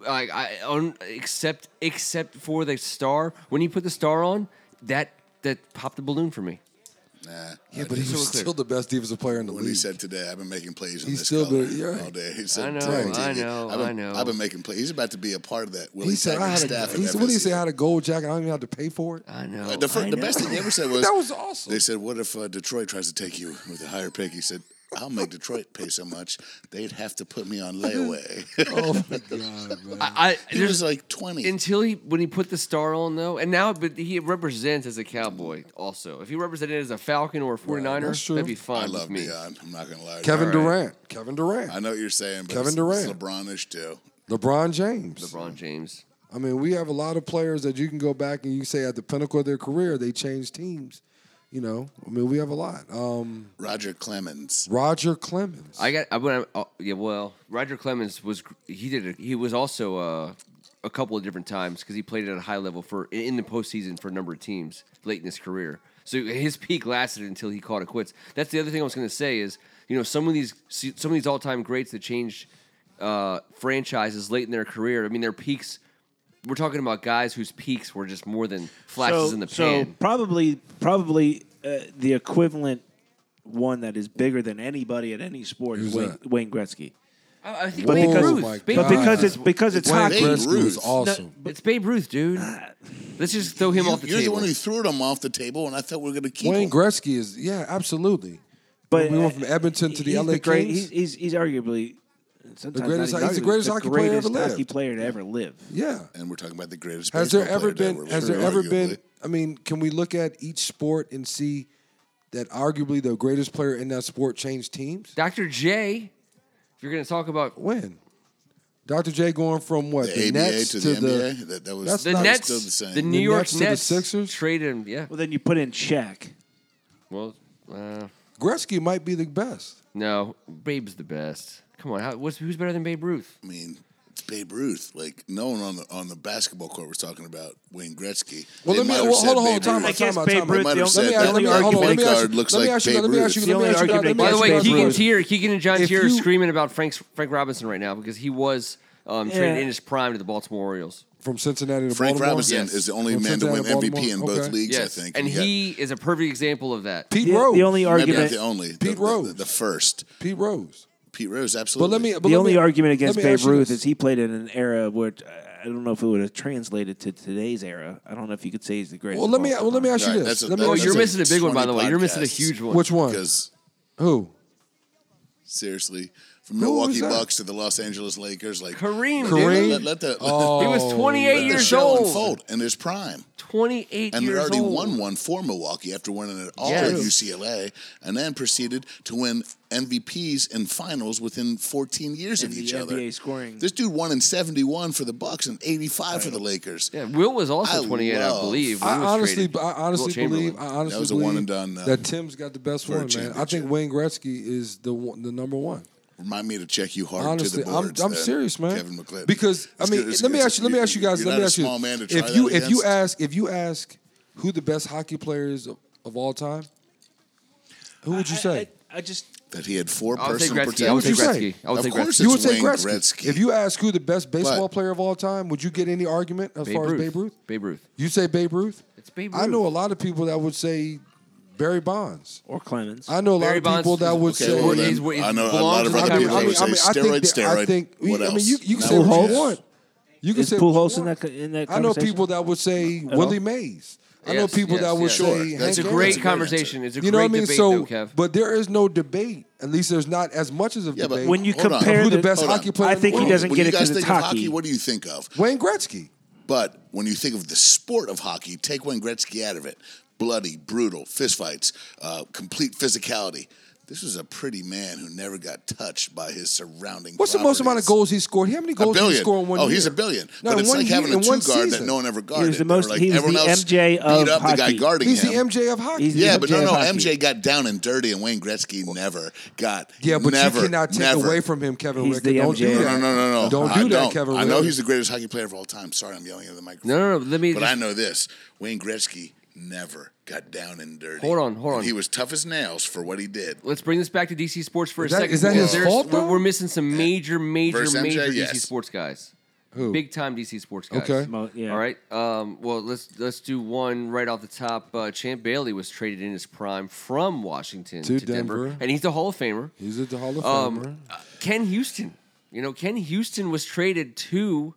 [SPEAKER 1] Like I on except except for the star. When he put the star on, that that popped the balloon for me.
[SPEAKER 3] Nah.
[SPEAKER 2] Yeah,
[SPEAKER 3] I
[SPEAKER 2] but he
[SPEAKER 3] did.
[SPEAKER 1] so we're
[SPEAKER 2] was
[SPEAKER 1] clear.
[SPEAKER 2] still the best defensive player in the
[SPEAKER 3] when
[SPEAKER 2] league.
[SPEAKER 3] he said today, I've been making plays on
[SPEAKER 2] He's
[SPEAKER 3] this
[SPEAKER 2] still
[SPEAKER 3] color
[SPEAKER 2] been- yeah.
[SPEAKER 3] all day. He
[SPEAKER 1] I
[SPEAKER 3] said,
[SPEAKER 1] know,
[SPEAKER 3] "Dang,
[SPEAKER 1] I
[SPEAKER 3] Tiki,
[SPEAKER 1] know,
[SPEAKER 3] I've been,
[SPEAKER 1] I know."
[SPEAKER 3] I've been making plays. He's about to be a part of that Willie
[SPEAKER 2] he said, I
[SPEAKER 3] Taggart
[SPEAKER 2] had
[SPEAKER 3] staff.
[SPEAKER 2] a,
[SPEAKER 3] in
[SPEAKER 2] he said, what did he
[SPEAKER 3] FSU.
[SPEAKER 2] say? I had a gold jacket. I don't even have to pay for it.
[SPEAKER 1] I know.
[SPEAKER 3] Uh, the, fir-
[SPEAKER 4] I
[SPEAKER 3] the
[SPEAKER 4] know.
[SPEAKER 3] best thing he
[SPEAKER 2] <laughs>
[SPEAKER 3] ever said was,
[SPEAKER 2] That was awesome.
[SPEAKER 3] They said, "What if uh, Detroit tries to take you with a higher pick?" He said, "I'll make Detroit pay so much they'd have to put me on
[SPEAKER 1] Mm-hmm.
[SPEAKER 3] layaway." <laughs>
[SPEAKER 2] oh <laughs> my god, man.
[SPEAKER 1] I, I
[SPEAKER 3] he was like twenty.
[SPEAKER 1] until he when he put the star on though, and now but he represents as a cowboy also. If he represented as a Falcon or a 49er,
[SPEAKER 2] that's true.
[SPEAKER 1] that'd be fine
[SPEAKER 3] I love uh,
[SPEAKER 1] with me.
[SPEAKER 3] Dion. I'm not gonna lie.
[SPEAKER 2] Kevin
[SPEAKER 1] All right.
[SPEAKER 2] Durant. Kevin Durant.
[SPEAKER 3] I know what you're saying, but
[SPEAKER 2] Kevin
[SPEAKER 3] it's,
[SPEAKER 2] Durant.
[SPEAKER 3] it's LeBronish too.
[SPEAKER 2] LeBron James.
[SPEAKER 1] LeBron James.
[SPEAKER 2] I mean, we have a lot of players that you can go back and you say at the pinnacle of their career they changed teams. You know, I mean, we have a lot. Um,
[SPEAKER 3] Roger Clemens.
[SPEAKER 2] Roger Clemens.
[SPEAKER 1] I got. I went. oh, yeah. Well, Roger Clemens was. gr- He did. A, he was also uh, a couple of different times because he played at a high level for in in the postseason for a number of teams late in his career. So his peak lasted until he called it quits. That's the other thing I was going to say is you know some of these some of these all time greats that changed uh, franchises late in their career. I mean their peaks. We're talking about guys whose peaks were just more than flashes in the
[SPEAKER 4] so
[SPEAKER 1] pan.
[SPEAKER 4] probably probably uh, the equivalent one that is bigger than anybody at any sport is
[SPEAKER 2] Who's
[SPEAKER 4] Wayne,
[SPEAKER 2] that?
[SPEAKER 4] Wayne Gretzky.
[SPEAKER 1] I, I think
[SPEAKER 2] But
[SPEAKER 1] Babe
[SPEAKER 4] because-
[SPEAKER 1] Ruth.
[SPEAKER 2] my
[SPEAKER 1] Babe
[SPEAKER 4] But
[SPEAKER 2] God.
[SPEAKER 1] Ruth
[SPEAKER 4] because
[SPEAKER 1] is-
[SPEAKER 4] it's because it's
[SPEAKER 2] Wayne
[SPEAKER 4] hockey.
[SPEAKER 3] Gretzky.
[SPEAKER 2] Gretzky was
[SPEAKER 3] Ruth.
[SPEAKER 2] awesome.
[SPEAKER 1] it's Babe Ruth, dude. Let's just throw him
[SPEAKER 3] You,
[SPEAKER 1] off the
[SPEAKER 3] you're
[SPEAKER 1] table.
[SPEAKER 3] the one who threw them off the table, and I thought we were gonna keep
[SPEAKER 2] Wayne
[SPEAKER 3] him.
[SPEAKER 2] Gretzky is yeah, absolutely.
[SPEAKER 4] But
[SPEAKER 2] we went
[SPEAKER 4] uh,
[SPEAKER 2] from Edmonton to the
[SPEAKER 4] he's
[SPEAKER 2] LA
[SPEAKER 4] great-
[SPEAKER 2] Kings.
[SPEAKER 4] He's, he's, he's arguably sometimes not
[SPEAKER 2] greatest-
[SPEAKER 4] even
[SPEAKER 2] he's the
[SPEAKER 4] arguably,
[SPEAKER 2] greatest hockey player
[SPEAKER 4] greatest
[SPEAKER 2] ever lived.
[SPEAKER 4] hockey player to ever live.
[SPEAKER 2] yeah.
[SPEAKER 3] and we're talking about the greatest.
[SPEAKER 2] Has there
[SPEAKER 3] baseball
[SPEAKER 2] ever
[SPEAKER 3] player to
[SPEAKER 2] been?
[SPEAKER 3] ever
[SPEAKER 2] Has
[SPEAKER 3] live,
[SPEAKER 2] there ever been?
[SPEAKER 3] arguably.
[SPEAKER 2] I mean, can we look at each sport and see that arguably the greatest player in that sport changed teams?
[SPEAKER 1] Dr. J, if you're going to talk about
[SPEAKER 2] When? Dr. J going from what
[SPEAKER 3] the ABA
[SPEAKER 2] Nets
[SPEAKER 3] to the, NBA? That, that was
[SPEAKER 2] That's
[SPEAKER 1] the
[SPEAKER 2] not-
[SPEAKER 1] Nets,
[SPEAKER 3] still the
[SPEAKER 1] the,
[SPEAKER 3] same.
[SPEAKER 1] New York
[SPEAKER 2] Nets
[SPEAKER 1] Nets,
[SPEAKER 2] to the Sixers?
[SPEAKER 1] traded him. Yeah.
[SPEAKER 4] Well, then you put in Shaq.
[SPEAKER 1] Well, uh,
[SPEAKER 2] Gretzky might be the best.
[SPEAKER 1] no, Babe's the best. Come on, how, what's, who's better than Babe Ruth?
[SPEAKER 3] I mean, it's Babe Ruth. Like no one on the on the basketball court was talking about Wayne Gretzky.
[SPEAKER 2] Well,
[SPEAKER 3] They
[SPEAKER 2] let me
[SPEAKER 3] might have
[SPEAKER 2] well,
[SPEAKER 3] said
[SPEAKER 2] hold on,
[SPEAKER 3] Babe
[SPEAKER 2] hold on, time
[SPEAKER 3] Ruth.
[SPEAKER 4] I
[SPEAKER 2] out,
[SPEAKER 4] guess
[SPEAKER 2] time out,
[SPEAKER 4] Babe
[SPEAKER 2] time out.
[SPEAKER 4] Ruth,
[SPEAKER 3] They might
[SPEAKER 4] the
[SPEAKER 3] have
[SPEAKER 4] only-
[SPEAKER 3] said
[SPEAKER 4] the
[SPEAKER 3] that. Let
[SPEAKER 4] only
[SPEAKER 3] me-
[SPEAKER 4] argument-
[SPEAKER 2] hold on, let me
[SPEAKER 3] Point
[SPEAKER 2] ask you-
[SPEAKER 3] guard looks
[SPEAKER 2] let me
[SPEAKER 3] like
[SPEAKER 2] ask you- let
[SPEAKER 3] Babe
[SPEAKER 2] me ask
[SPEAKER 3] Ruth.
[SPEAKER 2] you-
[SPEAKER 1] The
[SPEAKER 2] let me
[SPEAKER 1] only
[SPEAKER 2] ask you about-
[SPEAKER 1] argument
[SPEAKER 2] let me
[SPEAKER 1] By the
[SPEAKER 2] ask you
[SPEAKER 1] way,
[SPEAKER 2] about
[SPEAKER 1] Keegan
[SPEAKER 2] Bruce.
[SPEAKER 1] Tier, Keegan and John
[SPEAKER 2] If
[SPEAKER 1] Tier are
[SPEAKER 2] you-
[SPEAKER 1] screaming about Frank's, Frank Robinson right now because he was um, traded
[SPEAKER 4] Yeah.
[SPEAKER 1] in his prime to the Baltimore Orioles.
[SPEAKER 2] from Cincinnati to
[SPEAKER 3] Frank
[SPEAKER 2] Baltimore?
[SPEAKER 3] Robinson
[SPEAKER 1] Yes.
[SPEAKER 3] is the only
[SPEAKER 2] From
[SPEAKER 3] man to win
[SPEAKER 2] Cincinnati to
[SPEAKER 3] MVP in
[SPEAKER 2] Baltimore?
[SPEAKER 3] both
[SPEAKER 2] Okay.
[SPEAKER 3] leagues,
[SPEAKER 1] Yes,
[SPEAKER 3] I think.
[SPEAKER 1] and
[SPEAKER 3] got-
[SPEAKER 1] he is a perfect example of that.
[SPEAKER 2] Pete
[SPEAKER 4] The,
[SPEAKER 2] Rose.
[SPEAKER 4] the only
[SPEAKER 3] maybe not
[SPEAKER 4] argument.
[SPEAKER 3] the only the-
[SPEAKER 2] Pete
[SPEAKER 3] the,
[SPEAKER 2] Rose.
[SPEAKER 3] The, the first.
[SPEAKER 2] Pete Rose.
[SPEAKER 3] Pete Rose, absolutely.
[SPEAKER 2] But let me. uh, But
[SPEAKER 4] the
[SPEAKER 2] let
[SPEAKER 4] only
[SPEAKER 2] me-
[SPEAKER 4] argument
[SPEAKER 2] let
[SPEAKER 4] against
[SPEAKER 2] me
[SPEAKER 4] Babe
[SPEAKER 2] ask you
[SPEAKER 4] Ruth
[SPEAKER 2] this.
[SPEAKER 4] is he played in an era where I don't know if it would have translated to today's era. I don't know if you could say he's the greatest.
[SPEAKER 2] Well, let
[SPEAKER 4] of
[SPEAKER 2] me.
[SPEAKER 4] all
[SPEAKER 2] Well, let me
[SPEAKER 4] time.
[SPEAKER 2] ask you
[SPEAKER 3] Right,
[SPEAKER 2] this.
[SPEAKER 3] that's a-
[SPEAKER 2] Let me
[SPEAKER 1] Oh,
[SPEAKER 3] that's
[SPEAKER 2] ask
[SPEAKER 1] you're
[SPEAKER 2] you-
[SPEAKER 3] a-
[SPEAKER 1] missing a big one, by the
[SPEAKER 3] 20
[SPEAKER 1] way. You're missing a
[SPEAKER 3] podcasts.
[SPEAKER 1] huge one.
[SPEAKER 2] Which one?
[SPEAKER 3] because
[SPEAKER 2] Who?
[SPEAKER 3] seriously, from
[SPEAKER 2] Who was
[SPEAKER 3] Milwaukee
[SPEAKER 2] that?
[SPEAKER 3] Bucks to the Los Angeles Lakers, like
[SPEAKER 1] Kareem,
[SPEAKER 3] let-
[SPEAKER 1] Kareem?
[SPEAKER 3] Let, let the, let the-
[SPEAKER 1] He was
[SPEAKER 2] Oh,
[SPEAKER 1] 28
[SPEAKER 3] let the
[SPEAKER 1] years
[SPEAKER 3] show
[SPEAKER 1] old.
[SPEAKER 3] unfold in his prime.
[SPEAKER 1] 28
[SPEAKER 3] And they
[SPEAKER 1] years
[SPEAKER 3] already
[SPEAKER 1] old.
[SPEAKER 3] won one for Milwaukee after winning it all
[SPEAKER 1] Yes.
[SPEAKER 3] at UCLA, and then proceeded to win MVPs and finals within 14 years
[SPEAKER 4] And
[SPEAKER 3] of
[SPEAKER 4] the
[SPEAKER 3] each
[SPEAKER 4] NBA
[SPEAKER 3] other.
[SPEAKER 4] scoring.
[SPEAKER 3] This dude won in 71 for the Bucks and 85 for the Lakers.
[SPEAKER 1] Yeah, Will was also
[SPEAKER 3] I
[SPEAKER 1] 28, I
[SPEAKER 3] love-
[SPEAKER 1] believe. when
[SPEAKER 2] I
[SPEAKER 1] he was
[SPEAKER 2] honestly,
[SPEAKER 1] traded.
[SPEAKER 2] I honestly
[SPEAKER 1] Will Chamberlain.
[SPEAKER 2] believe, uh, I honestly
[SPEAKER 3] That was a one
[SPEAKER 2] believe
[SPEAKER 3] and done, though.
[SPEAKER 2] that Tim's got the best
[SPEAKER 3] a
[SPEAKER 2] one, man. I think
[SPEAKER 3] championship.
[SPEAKER 2] Wayne Gretzky is the one, the number one.
[SPEAKER 3] Remind me to check you hard
[SPEAKER 2] Honestly,
[SPEAKER 3] to the
[SPEAKER 2] I'm,
[SPEAKER 3] boards.
[SPEAKER 2] I'm
[SPEAKER 3] uh,
[SPEAKER 2] serious, man.
[SPEAKER 3] Kevin McClinton.
[SPEAKER 2] Because I
[SPEAKER 3] It's
[SPEAKER 2] mean,
[SPEAKER 3] good- it's-
[SPEAKER 2] let me
[SPEAKER 3] it's-
[SPEAKER 2] ask you. Let me ask you guys.
[SPEAKER 3] You're
[SPEAKER 2] Let me
[SPEAKER 3] not a
[SPEAKER 2] ask you.
[SPEAKER 3] small man to try
[SPEAKER 2] if you
[SPEAKER 3] that
[SPEAKER 2] if you
[SPEAKER 3] against.
[SPEAKER 2] ask if you ask who the best hockey player is of, of all time, who would you say?
[SPEAKER 4] I, I, I just
[SPEAKER 3] that he had four
[SPEAKER 1] I would say
[SPEAKER 3] personal
[SPEAKER 1] Gretzky. I would say
[SPEAKER 2] Who would you
[SPEAKER 1] Gretzky.
[SPEAKER 2] say?
[SPEAKER 1] I would
[SPEAKER 3] Of
[SPEAKER 1] say
[SPEAKER 3] course
[SPEAKER 1] Gretzky.
[SPEAKER 2] you would
[SPEAKER 3] it's
[SPEAKER 2] say
[SPEAKER 3] Wayne
[SPEAKER 2] Gretzky.
[SPEAKER 3] Gretzky.
[SPEAKER 2] If you ask who the best baseball
[SPEAKER 3] But-
[SPEAKER 2] player of all time, would you get any argument as
[SPEAKER 1] Babe
[SPEAKER 2] far
[SPEAKER 1] Ruth.
[SPEAKER 2] as Babe Ruth?
[SPEAKER 1] Babe Ruth.
[SPEAKER 2] You say Babe Ruth?
[SPEAKER 1] It's Babe
[SPEAKER 2] I know a
[SPEAKER 1] Ruth.
[SPEAKER 2] lot of people that would say Barry Bonds.
[SPEAKER 4] or Clemens.
[SPEAKER 2] I know a
[SPEAKER 1] Barry
[SPEAKER 2] lot of people
[SPEAKER 1] Bonds
[SPEAKER 2] that would
[SPEAKER 1] is- okay,
[SPEAKER 2] say
[SPEAKER 1] well,
[SPEAKER 3] then
[SPEAKER 1] he's- he's
[SPEAKER 3] I know a
[SPEAKER 1] belongs
[SPEAKER 3] lot
[SPEAKER 1] to
[SPEAKER 3] of
[SPEAKER 1] the
[SPEAKER 3] other
[SPEAKER 1] Cowboys.
[SPEAKER 3] people
[SPEAKER 1] I mean,
[SPEAKER 3] would say steroid, steroid.
[SPEAKER 2] I think,
[SPEAKER 3] what
[SPEAKER 2] I
[SPEAKER 3] else?
[SPEAKER 2] mean, you, you can
[SPEAKER 3] Now
[SPEAKER 2] say
[SPEAKER 3] we're
[SPEAKER 2] what
[SPEAKER 3] just-
[SPEAKER 2] you want. You can
[SPEAKER 4] Is
[SPEAKER 2] say
[SPEAKER 4] Pujols
[SPEAKER 2] what
[SPEAKER 4] in
[SPEAKER 2] you
[SPEAKER 4] that co-
[SPEAKER 2] want.
[SPEAKER 4] in that
[SPEAKER 2] I know
[SPEAKER 4] conversation?
[SPEAKER 2] people that would say
[SPEAKER 4] all?
[SPEAKER 2] Willie Mays. I know
[SPEAKER 1] Yes,
[SPEAKER 2] people
[SPEAKER 1] yes,
[SPEAKER 2] that would
[SPEAKER 1] yes.
[SPEAKER 2] say
[SPEAKER 3] Sure.
[SPEAKER 1] It's
[SPEAKER 2] Hank
[SPEAKER 1] a
[SPEAKER 2] Aaron.
[SPEAKER 1] great
[SPEAKER 3] Aaron.
[SPEAKER 1] conversation. It's a
[SPEAKER 2] You know what I
[SPEAKER 1] great
[SPEAKER 2] mean?
[SPEAKER 1] debate,
[SPEAKER 2] so,
[SPEAKER 1] though, Kev.
[SPEAKER 2] but there is no debate. At least there's not as much as a
[SPEAKER 3] Yeah, but
[SPEAKER 2] debate.
[SPEAKER 4] when you
[SPEAKER 3] Hold on.
[SPEAKER 4] compare
[SPEAKER 2] Who the
[SPEAKER 4] the-
[SPEAKER 2] best
[SPEAKER 3] Hold on.
[SPEAKER 2] hockey player?
[SPEAKER 4] I
[SPEAKER 2] in the
[SPEAKER 4] think he
[SPEAKER 2] world?
[SPEAKER 4] doesn't
[SPEAKER 3] when
[SPEAKER 4] get
[SPEAKER 3] you
[SPEAKER 4] it 'cause
[SPEAKER 3] guys
[SPEAKER 4] it's
[SPEAKER 3] think of
[SPEAKER 4] hockey.
[SPEAKER 3] hockey, what do you think of?
[SPEAKER 2] Wayne Gretzky.
[SPEAKER 3] But when you think of the sport of hockey, take Wayne Gretzky out of it. Bloody, brutal, fistfights, uh, complete physicality. This was a pretty man who never got touched by his surrounding.
[SPEAKER 2] What's the most amount of
[SPEAKER 3] properties.
[SPEAKER 2] goals he scored? How many
[SPEAKER 3] A
[SPEAKER 2] goals did he
[SPEAKER 3] billion.
[SPEAKER 2] score in one
[SPEAKER 3] oh,
[SPEAKER 2] year?
[SPEAKER 3] he's a billion.
[SPEAKER 2] No,
[SPEAKER 3] but
[SPEAKER 2] in
[SPEAKER 3] it's
[SPEAKER 2] one
[SPEAKER 3] like having
[SPEAKER 2] year-
[SPEAKER 3] a
[SPEAKER 2] in
[SPEAKER 3] two
[SPEAKER 2] one
[SPEAKER 3] guard that
[SPEAKER 2] season.
[SPEAKER 3] no one ever guarded.
[SPEAKER 4] the most-
[SPEAKER 3] They were like,
[SPEAKER 4] he was
[SPEAKER 3] everyone
[SPEAKER 4] the
[SPEAKER 3] else
[SPEAKER 4] MJ
[SPEAKER 3] beat
[SPEAKER 4] of
[SPEAKER 3] up the guy
[SPEAKER 4] hockey.
[SPEAKER 3] guarding
[SPEAKER 2] He's
[SPEAKER 3] him.
[SPEAKER 2] the MJ of hockey.
[SPEAKER 4] He's the
[SPEAKER 3] yeah, but no,
[SPEAKER 4] MJ of
[SPEAKER 3] no.
[SPEAKER 4] hockey.
[SPEAKER 3] MJ got down and dirty, and Wayne Gretzky never got.
[SPEAKER 2] Yeah, but
[SPEAKER 3] never,
[SPEAKER 2] you cannot take
[SPEAKER 3] never.
[SPEAKER 2] away from him, Kevin
[SPEAKER 4] He's
[SPEAKER 2] Rickard.
[SPEAKER 4] the
[SPEAKER 2] Don't do
[SPEAKER 4] MJ.
[SPEAKER 2] that.
[SPEAKER 3] No, no, no, no.
[SPEAKER 2] Don't
[SPEAKER 3] I
[SPEAKER 2] do that, Kevin
[SPEAKER 3] I know
[SPEAKER 2] Rickard.
[SPEAKER 3] he's the greatest hockey player of all time. Sorry, I'm yelling at the microphone.
[SPEAKER 1] No, no, no. Let me.
[SPEAKER 3] But
[SPEAKER 1] just-
[SPEAKER 3] I know this: Wayne Gretzky never got down and dirty.
[SPEAKER 1] Hold on, hold on.
[SPEAKER 3] And he was tough as nails for what he did.
[SPEAKER 1] Let's bring this back to DC Sports for
[SPEAKER 2] Is
[SPEAKER 1] a
[SPEAKER 2] that-
[SPEAKER 1] second.
[SPEAKER 2] is that
[SPEAKER 1] because
[SPEAKER 2] his
[SPEAKER 1] there's-
[SPEAKER 2] fault,
[SPEAKER 1] We're,
[SPEAKER 2] though?
[SPEAKER 1] we're missing some major, major,
[SPEAKER 3] Versus MJ,
[SPEAKER 1] major DC
[SPEAKER 3] yes.
[SPEAKER 1] Sports guys.
[SPEAKER 2] Who?
[SPEAKER 1] Big time DC sports guys.
[SPEAKER 2] Okay.
[SPEAKER 4] Mo- yeah.
[SPEAKER 1] All right. Um, well, let's let's do one right off the top. Uh, Champ Bailey was traded in his prime from Washington
[SPEAKER 2] To
[SPEAKER 1] to,
[SPEAKER 2] Denver.
[SPEAKER 1] and he's a Hall of Famer.
[SPEAKER 2] He's at the Hall of Famer
[SPEAKER 1] Um, uh, Ken Houston. You know, Ken Houston was traded to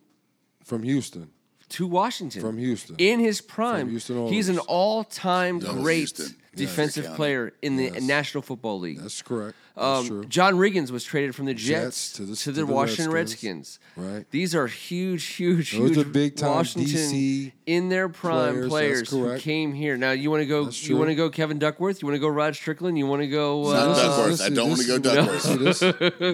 [SPEAKER 2] from Houston.
[SPEAKER 1] to Washington
[SPEAKER 2] From Houston.
[SPEAKER 1] in his prime.
[SPEAKER 2] From Houston
[SPEAKER 1] he's an
[SPEAKER 2] Oilers.
[SPEAKER 1] all-time
[SPEAKER 3] Dallas
[SPEAKER 1] great
[SPEAKER 3] Houston. Yes.
[SPEAKER 1] defensive
[SPEAKER 3] County.
[SPEAKER 1] player in the National Football League.
[SPEAKER 2] That's correct. That's true.
[SPEAKER 1] Um, John Riggins was traded from the Jets, to the,
[SPEAKER 2] to the
[SPEAKER 1] Washington
[SPEAKER 2] Redskins.
[SPEAKER 1] Redskins.
[SPEAKER 2] Right.
[SPEAKER 1] These are huge, huge,
[SPEAKER 2] Those
[SPEAKER 1] huge
[SPEAKER 2] are big-time
[SPEAKER 1] Washington
[SPEAKER 2] DC
[SPEAKER 1] in their prime
[SPEAKER 2] players,
[SPEAKER 1] players,
[SPEAKER 2] that's
[SPEAKER 1] who
[SPEAKER 2] correct.
[SPEAKER 1] came here. Now you want to go?
[SPEAKER 2] That's
[SPEAKER 1] You want
[SPEAKER 2] true.
[SPEAKER 1] to go Kevin Duckworth? You want to go Rod Strickland? You want to go?
[SPEAKER 3] Not
[SPEAKER 1] Uh,
[SPEAKER 3] Duckworth. I don't
[SPEAKER 2] this
[SPEAKER 3] wanna go
[SPEAKER 2] is- see,
[SPEAKER 3] <laughs>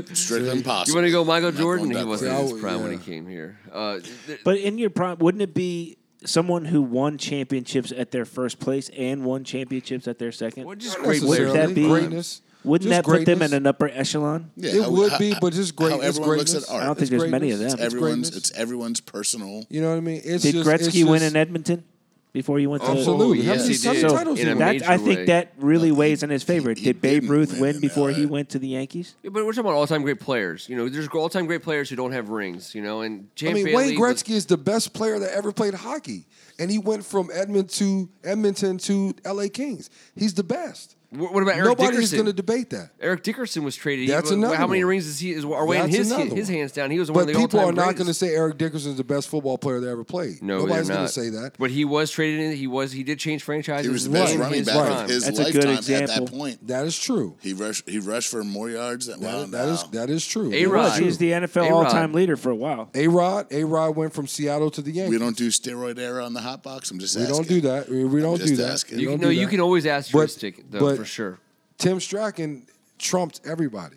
[SPEAKER 2] this-
[SPEAKER 3] Strictly impossible.
[SPEAKER 1] you want to go Michael
[SPEAKER 3] I'm not
[SPEAKER 1] Jordan?
[SPEAKER 3] going
[SPEAKER 1] He
[SPEAKER 3] that
[SPEAKER 1] wasn't
[SPEAKER 3] way.
[SPEAKER 1] in his
[SPEAKER 2] Yeah.
[SPEAKER 1] prime when he came here. Uh, th-
[SPEAKER 4] But in your prime, wouldn't it be someone who won championships at their first place and won championships at their second?
[SPEAKER 1] well, just
[SPEAKER 2] not
[SPEAKER 1] great
[SPEAKER 2] necessarily.
[SPEAKER 1] players.
[SPEAKER 4] Would that be-
[SPEAKER 2] greatness?
[SPEAKER 4] Wouldn't
[SPEAKER 2] Just
[SPEAKER 4] that put them
[SPEAKER 2] greatness?
[SPEAKER 4] in an upper echelon?
[SPEAKER 3] Yeah,
[SPEAKER 2] it
[SPEAKER 3] how-
[SPEAKER 2] would
[SPEAKER 3] how-
[SPEAKER 2] be, but just great.
[SPEAKER 3] How
[SPEAKER 2] it's
[SPEAKER 3] everyone looks
[SPEAKER 2] greatness.
[SPEAKER 3] at art.
[SPEAKER 4] I don't think
[SPEAKER 2] It's
[SPEAKER 4] there's many of
[SPEAKER 2] greatness.
[SPEAKER 4] them.
[SPEAKER 2] It's
[SPEAKER 3] everyone's
[SPEAKER 2] greatness.
[SPEAKER 3] it's everyone's personal.
[SPEAKER 2] you know what I mean? It's
[SPEAKER 4] Did
[SPEAKER 2] just,
[SPEAKER 4] Gretzky
[SPEAKER 2] it's
[SPEAKER 4] win
[SPEAKER 2] just-
[SPEAKER 4] in Edmonton before he went to?
[SPEAKER 2] Absolutely.
[SPEAKER 1] Oh,
[SPEAKER 2] How
[SPEAKER 1] yes,
[SPEAKER 2] many-
[SPEAKER 1] he
[SPEAKER 2] how many
[SPEAKER 1] did.
[SPEAKER 2] titles
[SPEAKER 1] In
[SPEAKER 2] he
[SPEAKER 1] a
[SPEAKER 2] won?
[SPEAKER 1] ma-
[SPEAKER 4] That, I
[SPEAKER 1] major
[SPEAKER 4] think
[SPEAKER 1] way.
[SPEAKER 4] that really weighs in his favor.
[SPEAKER 3] he
[SPEAKER 4] Did Babe
[SPEAKER 3] didn't
[SPEAKER 4] Ruth
[SPEAKER 3] win
[SPEAKER 4] win,
[SPEAKER 3] in
[SPEAKER 4] before he
[SPEAKER 3] LA.
[SPEAKER 4] went to the Yankees?
[SPEAKER 1] Yeah, but we're talking about all-time great players. You know, there's all-time great players who don't have rings. You know, and Champ
[SPEAKER 2] I mean,
[SPEAKER 1] Bailey
[SPEAKER 2] Wayne
[SPEAKER 1] was-
[SPEAKER 2] Gretzky is the best player that ever played hockey, and he went from Edmonton to Edmonton to L.A. Kings. He's the best.
[SPEAKER 1] Wh- What about Eric
[SPEAKER 2] Nobody's
[SPEAKER 1] Dickerson?
[SPEAKER 2] going to debate that.
[SPEAKER 1] Eric Dickerson was traded. He-
[SPEAKER 2] That's
[SPEAKER 1] wh-
[SPEAKER 2] another
[SPEAKER 1] How many
[SPEAKER 2] one.
[SPEAKER 1] rings is he is are weighing
[SPEAKER 2] That's
[SPEAKER 1] his
[SPEAKER 2] another
[SPEAKER 1] his
[SPEAKER 2] one.
[SPEAKER 1] hands down? He was one
[SPEAKER 2] But
[SPEAKER 1] of the
[SPEAKER 2] people
[SPEAKER 1] all-time
[SPEAKER 2] are not
[SPEAKER 1] greats.
[SPEAKER 2] going to say Eric Dickerson is the best football player that ever played.
[SPEAKER 1] No, they're
[SPEAKER 2] nobody's going
[SPEAKER 1] not.
[SPEAKER 2] to say that.
[SPEAKER 1] But he was traded in. He was. He did change franchises.
[SPEAKER 3] He was the
[SPEAKER 1] in
[SPEAKER 3] best
[SPEAKER 2] Right.
[SPEAKER 3] running
[SPEAKER 1] his
[SPEAKER 3] back
[SPEAKER 1] prime.
[SPEAKER 3] of his
[SPEAKER 4] That's a good
[SPEAKER 3] lifetime at that
[SPEAKER 4] example.
[SPEAKER 3] point.
[SPEAKER 2] That is true.
[SPEAKER 3] He rushed he rushed for more yards than wow,
[SPEAKER 2] That, that is
[SPEAKER 3] no.
[SPEAKER 2] that is true.
[SPEAKER 1] A-Rod.
[SPEAKER 2] That is
[SPEAKER 1] Right.
[SPEAKER 4] He was the NFL
[SPEAKER 1] A-Rod.
[SPEAKER 4] all-time leader for a while.
[SPEAKER 2] A Rod, A Rod went from Seattle to the
[SPEAKER 3] We
[SPEAKER 2] Yankees.
[SPEAKER 3] don't do steroid era on the hot box. I'm just
[SPEAKER 2] We
[SPEAKER 3] asking.
[SPEAKER 2] don't do that. We, we don't
[SPEAKER 3] just
[SPEAKER 2] do that.
[SPEAKER 3] asking.
[SPEAKER 2] We
[SPEAKER 1] You
[SPEAKER 2] don't
[SPEAKER 1] can,
[SPEAKER 2] do
[SPEAKER 1] no, you
[SPEAKER 2] that.
[SPEAKER 1] can always asterisk it though
[SPEAKER 2] but-
[SPEAKER 1] for sure.
[SPEAKER 2] Tim Strachan trumped everybody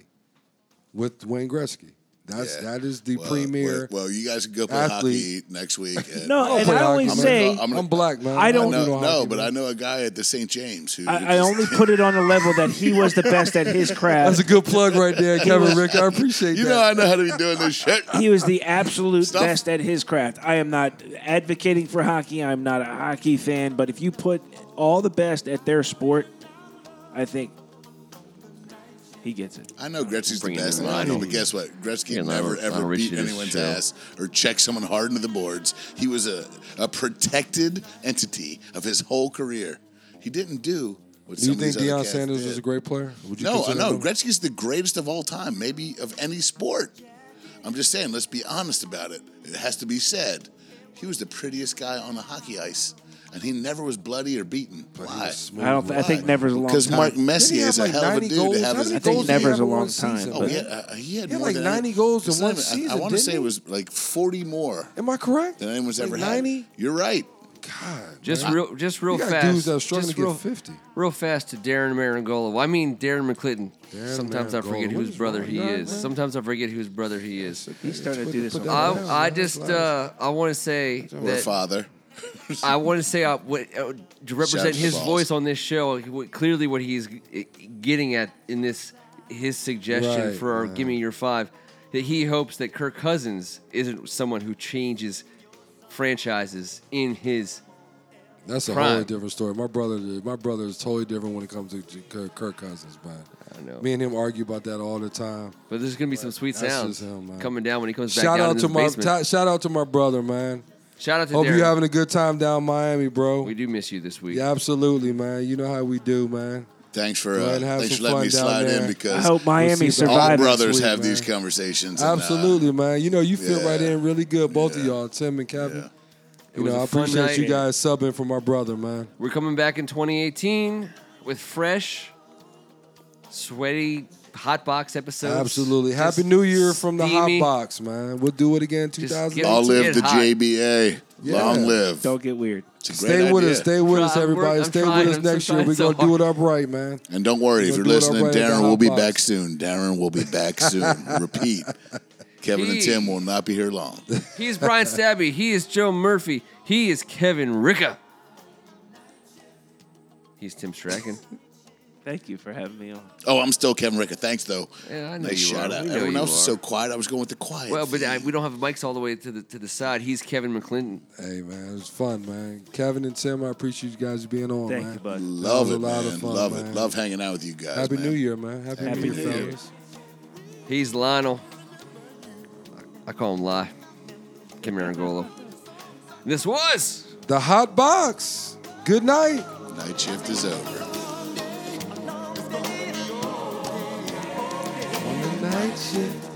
[SPEAKER 2] with Wayne Gretzky. That's
[SPEAKER 3] Yeah.
[SPEAKER 2] that is the
[SPEAKER 3] Well,
[SPEAKER 2] premier.
[SPEAKER 3] Well, well, you guys can go play
[SPEAKER 2] athlete.
[SPEAKER 3] hockey next
[SPEAKER 2] <laughs>
[SPEAKER 3] week. and-
[SPEAKER 4] No,
[SPEAKER 2] don't
[SPEAKER 4] and
[SPEAKER 2] play
[SPEAKER 4] I
[SPEAKER 2] hockey,
[SPEAKER 4] always
[SPEAKER 2] man.
[SPEAKER 4] say
[SPEAKER 3] I'm
[SPEAKER 2] I'm,
[SPEAKER 3] gonna-
[SPEAKER 2] black man.
[SPEAKER 4] I don't-
[SPEAKER 3] no,
[SPEAKER 2] do
[SPEAKER 3] no,
[SPEAKER 2] hockey,
[SPEAKER 3] but
[SPEAKER 2] man.
[SPEAKER 3] I know a guy at the St. James who.
[SPEAKER 4] I,
[SPEAKER 3] <laughs>
[SPEAKER 4] I only put it on a level that he was the best at his
[SPEAKER 2] That's
[SPEAKER 4] craft.
[SPEAKER 2] a good plug right
[SPEAKER 3] <laughs>
[SPEAKER 2] there, Kevin Rick. I appreciate
[SPEAKER 3] you
[SPEAKER 2] that.
[SPEAKER 3] know I know how to be doing this shit.
[SPEAKER 4] He was the absolute
[SPEAKER 3] Stop.
[SPEAKER 4] best at his craft. I am not advocating for hockey. I'm not a hockey fan, but if you put all the best at their sport, I think he gets it.
[SPEAKER 3] I know Gretzky's the
[SPEAKER 1] Bring in
[SPEAKER 3] best in
[SPEAKER 1] Lionel.
[SPEAKER 3] hockey, but guess what? Gretzky
[SPEAKER 1] Yeah, Lionel-
[SPEAKER 3] never ever
[SPEAKER 1] Lionel Richie
[SPEAKER 3] beat
[SPEAKER 1] to this
[SPEAKER 3] anyone's
[SPEAKER 1] show.
[SPEAKER 3] ass or checked someone hard into the boards. He was a, a protected entity of his whole career. He didn't do what
[SPEAKER 2] do
[SPEAKER 3] some
[SPEAKER 2] you think
[SPEAKER 3] of these other
[SPEAKER 2] Deion
[SPEAKER 3] cats
[SPEAKER 2] Sanders
[SPEAKER 3] did.
[SPEAKER 2] is a great player? Would you
[SPEAKER 3] No, I
[SPEAKER 2] consider
[SPEAKER 3] know
[SPEAKER 2] him?
[SPEAKER 3] Gretzky's the greatest of all time, maybe of any sport. I'm just saying, let's be honest about it. It has to be said. He was the prettiest guy on the hockey ice, and he never was bloody or beaten.
[SPEAKER 2] But he
[SPEAKER 3] Why?
[SPEAKER 2] was smooth.
[SPEAKER 4] I don't. I think never is a long
[SPEAKER 3] Because
[SPEAKER 4] time.
[SPEAKER 3] Mark
[SPEAKER 2] Didn't he
[SPEAKER 3] Messier
[SPEAKER 2] have
[SPEAKER 3] is a
[SPEAKER 2] like
[SPEAKER 3] hell of a
[SPEAKER 2] 90
[SPEAKER 3] dude
[SPEAKER 2] goals?
[SPEAKER 3] to have
[SPEAKER 2] How
[SPEAKER 3] his.
[SPEAKER 2] many
[SPEAKER 4] I think
[SPEAKER 2] goals did he
[SPEAKER 4] never
[SPEAKER 2] have
[SPEAKER 4] is a
[SPEAKER 2] in one
[SPEAKER 4] long
[SPEAKER 2] season?
[SPEAKER 4] time,
[SPEAKER 3] Oh,
[SPEAKER 4] but-
[SPEAKER 3] he had, uh, he had
[SPEAKER 2] He had
[SPEAKER 3] more
[SPEAKER 2] like
[SPEAKER 3] than
[SPEAKER 2] 90 goals in
[SPEAKER 3] It's
[SPEAKER 2] one
[SPEAKER 3] not even- I,
[SPEAKER 2] season,
[SPEAKER 3] want to
[SPEAKER 2] didn't
[SPEAKER 3] say
[SPEAKER 2] he?
[SPEAKER 3] it was like 40 more
[SPEAKER 2] Am I correct?
[SPEAKER 3] than anyone's
[SPEAKER 2] Like
[SPEAKER 3] ever had.
[SPEAKER 2] 90?
[SPEAKER 3] You're right.
[SPEAKER 2] God,
[SPEAKER 1] Just
[SPEAKER 2] man.
[SPEAKER 1] real, just real
[SPEAKER 2] you got
[SPEAKER 1] fast.
[SPEAKER 2] dudes that are struggling
[SPEAKER 1] just
[SPEAKER 2] to
[SPEAKER 1] real,
[SPEAKER 2] get 50.
[SPEAKER 1] real fast to Darren Marangola. Well, I mean Darren McClinton.
[SPEAKER 2] Darren
[SPEAKER 1] Sometimes I
[SPEAKER 2] Marangola.
[SPEAKER 1] forget
[SPEAKER 2] What
[SPEAKER 1] whose
[SPEAKER 2] is
[SPEAKER 1] brother
[SPEAKER 2] wrong
[SPEAKER 1] he
[SPEAKER 2] with that,
[SPEAKER 1] is.
[SPEAKER 2] man?
[SPEAKER 1] Sometimes I forget whose brother he is.
[SPEAKER 4] He's starting to
[SPEAKER 2] Put-
[SPEAKER 4] do this.
[SPEAKER 2] put
[SPEAKER 4] on-
[SPEAKER 2] that
[SPEAKER 1] I,
[SPEAKER 2] down,
[SPEAKER 1] I
[SPEAKER 2] man.
[SPEAKER 1] just
[SPEAKER 2] Relax.
[SPEAKER 1] uh, I want to say
[SPEAKER 3] Or
[SPEAKER 1] that
[SPEAKER 3] father.
[SPEAKER 1] I want to say uh, what, uh, to represent
[SPEAKER 3] the
[SPEAKER 1] his
[SPEAKER 3] balls.
[SPEAKER 1] voice on this show. What, clearly, what he's uh, getting at in this his suggestion
[SPEAKER 2] Right,
[SPEAKER 1] for our
[SPEAKER 2] yeah.
[SPEAKER 1] "Give Me Your Five, that he hopes that Kirk Cousins isn't someone who changes franchises in his.
[SPEAKER 2] That's a
[SPEAKER 1] Prime.
[SPEAKER 2] whole different story. My brother, my brother is totally different when it comes to J- Kirk, Kirk Cousins, man.
[SPEAKER 1] I
[SPEAKER 4] Oh.
[SPEAKER 1] know.
[SPEAKER 2] Me and him argue about that all the time.
[SPEAKER 1] But there's gonna be some sweet
[SPEAKER 2] That's
[SPEAKER 1] sounds
[SPEAKER 2] just him, man.
[SPEAKER 1] coming down when he comes back
[SPEAKER 2] Shout
[SPEAKER 1] down
[SPEAKER 2] out to
[SPEAKER 1] into the
[SPEAKER 2] my
[SPEAKER 1] basement.
[SPEAKER 2] t- shout out to my brother, man.
[SPEAKER 1] Shout out to
[SPEAKER 2] Hope
[SPEAKER 1] Darren.
[SPEAKER 2] you're having a good time down Miami, bro.
[SPEAKER 1] we do miss you this week.
[SPEAKER 2] yeah, absolutely, man. You know how we do, man.
[SPEAKER 3] Thanks for
[SPEAKER 2] Go ahead
[SPEAKER 3] uh,
[SPEAKER 2] and have
[SPEAKER 3] thanks
[SPEAKER 2] some
[SPEAKER 3] for letting
[SPEAKER 2] fun
[SPEAKER 3] me
[SPEAKER 2] down
[SPEAKER 3] slide
[SPEAKER 2] there.
[SPEAKER 3] in
[SPEAKER 4] I
[SPEAKER 3] because
[SPEAKER 4] hope Miami
[SPEAKER 2] We'll see about-
[SPEAKER 3] all
[SPEAKER 4] survives.
[SPEAKER 3] brothers
[SPEAKER 2] week,
[SPEAKER 3] have
[SPEAKER 2] man.
[SPEAKER 3] these conversations. and, uh,
[SPEAKER 2] Absolutely, man. You know you fit right
[SPEAKER 3] yeah.
[SPEAKER 2] in really good, both of y'all, Tim and Kevin.
[SPEAKER 3] Yeah.
[SPEAKER 2] You
[SPEAKER 1] was
[SPEAKER 2] know,
[SPEAKER 1] a
[SPEAKER 2] I
[SPEAKER 1] fun
[SPEAKER 2] appreciate
[SPEAKER 1] night.
[SPEAKER 2] you guys subbing for my brother, man.
[SPEAKER 1] We're coming back in 2018 with fresh, sweaty hot box episodes.
[SPEAKER 2] Absolutely.
[SPEAKER 1] Just
[SPEAKER 2] Happy New Year from the hot
[SPEAKER 1] steamy.
[SPEAKER 2] box, man. We'll do it again Oh,
[SPEAKER 1] get-
[SPEAKER 2] 2000.
[SPEAKER 3] I'll live
[SPEAKER 1] Get
[SPEAKER 3] the
[SPEAKER 1] hot.
[SPEAKER 3] JBA.
[SPEAKER 2] Yeah.
[SPEAKER 3] Long live.
[SPEAKER 4] Don't get weird.
[SPEAKER 3] It's a great
[SPEAKER 2] Stay with
[SPEAKER 3] idea.
[SPEAKER 2] us. Stay with
[SPEAKER 1] Try-
[SPEAKER 2] us,
[SPEAKER 1] I'm
[SPEAKER 2] everybody.
[SPEAKER 1] work- I'm
[SPEAKER 2] Stay
[SPEAKER 1] trying,
[SPEAKER 2] with us
[SPEAKER 1] I'm
[SPEAKER 2] next year.
[SPEAKER 1] trying
[SPEAKER 2] We're
[SPEAKER 1] so
[SPEAKER 2] gonna do it upright, man.
[SPEAKER 3] And don't worry,
[SPEAKER 2] We're
[SPEAKER 3] if you're
[SPEAKER 2] gonna do it
[SPEAKER 3] listening,
[SPEAKER 2] upright at the
[SPEAKER 3] Darren
[SPEAKER 2] hot
[SPEAKER 3] will be
[SPEAKER 2] box.
[SPEAKER 3] back soon. Darren will
[SPEAKER 2] <laughs>
[SPEAKER 3] be back soon. Repeat. Kevin and
[SPEAKER 1] He-
[SPEAKER 3] Tim will not be here long.
[SPEAKER 1] He's
[SPEAKER 2] <laughs>
[SPEAKER 1] Brian Stabby. He is Joe Murphy. He is Kevin Ricka. He's Tim
[SPEAKER 2] <laughs>
[SPEAKER 1] Strachan.
[SPEAKER 4] Thank you for having me on.
[SPEAKER 3] Oh, I'm still Kevin Ricker. Thanks, though.
[SPEAKER 1] Yeah, I know
[SPEAKER 3] nice
[SPEAKER 1] you
[SPEAKER 3] shout
[SPEAKER 1] are.
[SPEAKER 3] out.
[SPEAKER 1] We know
[SPEAKER 3] Everyone
[SPEAKER 1] you
[SPEAKER 3] else is
[SPEAKER 1] are.
[SPEAKER 3] so quiet. I was going with the quiet.
[SPEAKER 1] well, but I,
[SPEAKER 3] thing.
[SPEAKER 1] we don't have mics all the way to the to the side. He's Kevin McClinton.
[SPEAKER 2] Hey man, it was fun, man. Kevin and Tim, I appreciate you guys being on,
[SPEAKER 4] Thank
[SPEAKER 2] man.
[SPEAKER 4] you, bud.
[SPEAKER 3] love
[SPEAKER 2] That was a
[SPEAKER 3] it,
[SPEAKER 2] lot of
[SPEAKER 3] man.
[SPEAKER 2] fun,
[SPEAKER 3] love
[SPEAKER 2] man.
[SPEAKER 3] it. Love hanging out with you guys.
[SPEAKER 2] Happy
[SPEAKER 3] man.
[SPEAKER 2] New Year, man. Happy,
[SPEAKER 4] Happy
[SPEAKER 2] New Year,
[SPEAKER 4] New Year.
[SPEAKER 2] fellas.
[SPEAKER 1] He's Lionel. I call him Lie. Kim Arangola. This was.
[SPEAKER 2] The hot box. Good night.
[SPEAKER 3] Night shift is over.
[SPEAKER 2] On the night shift.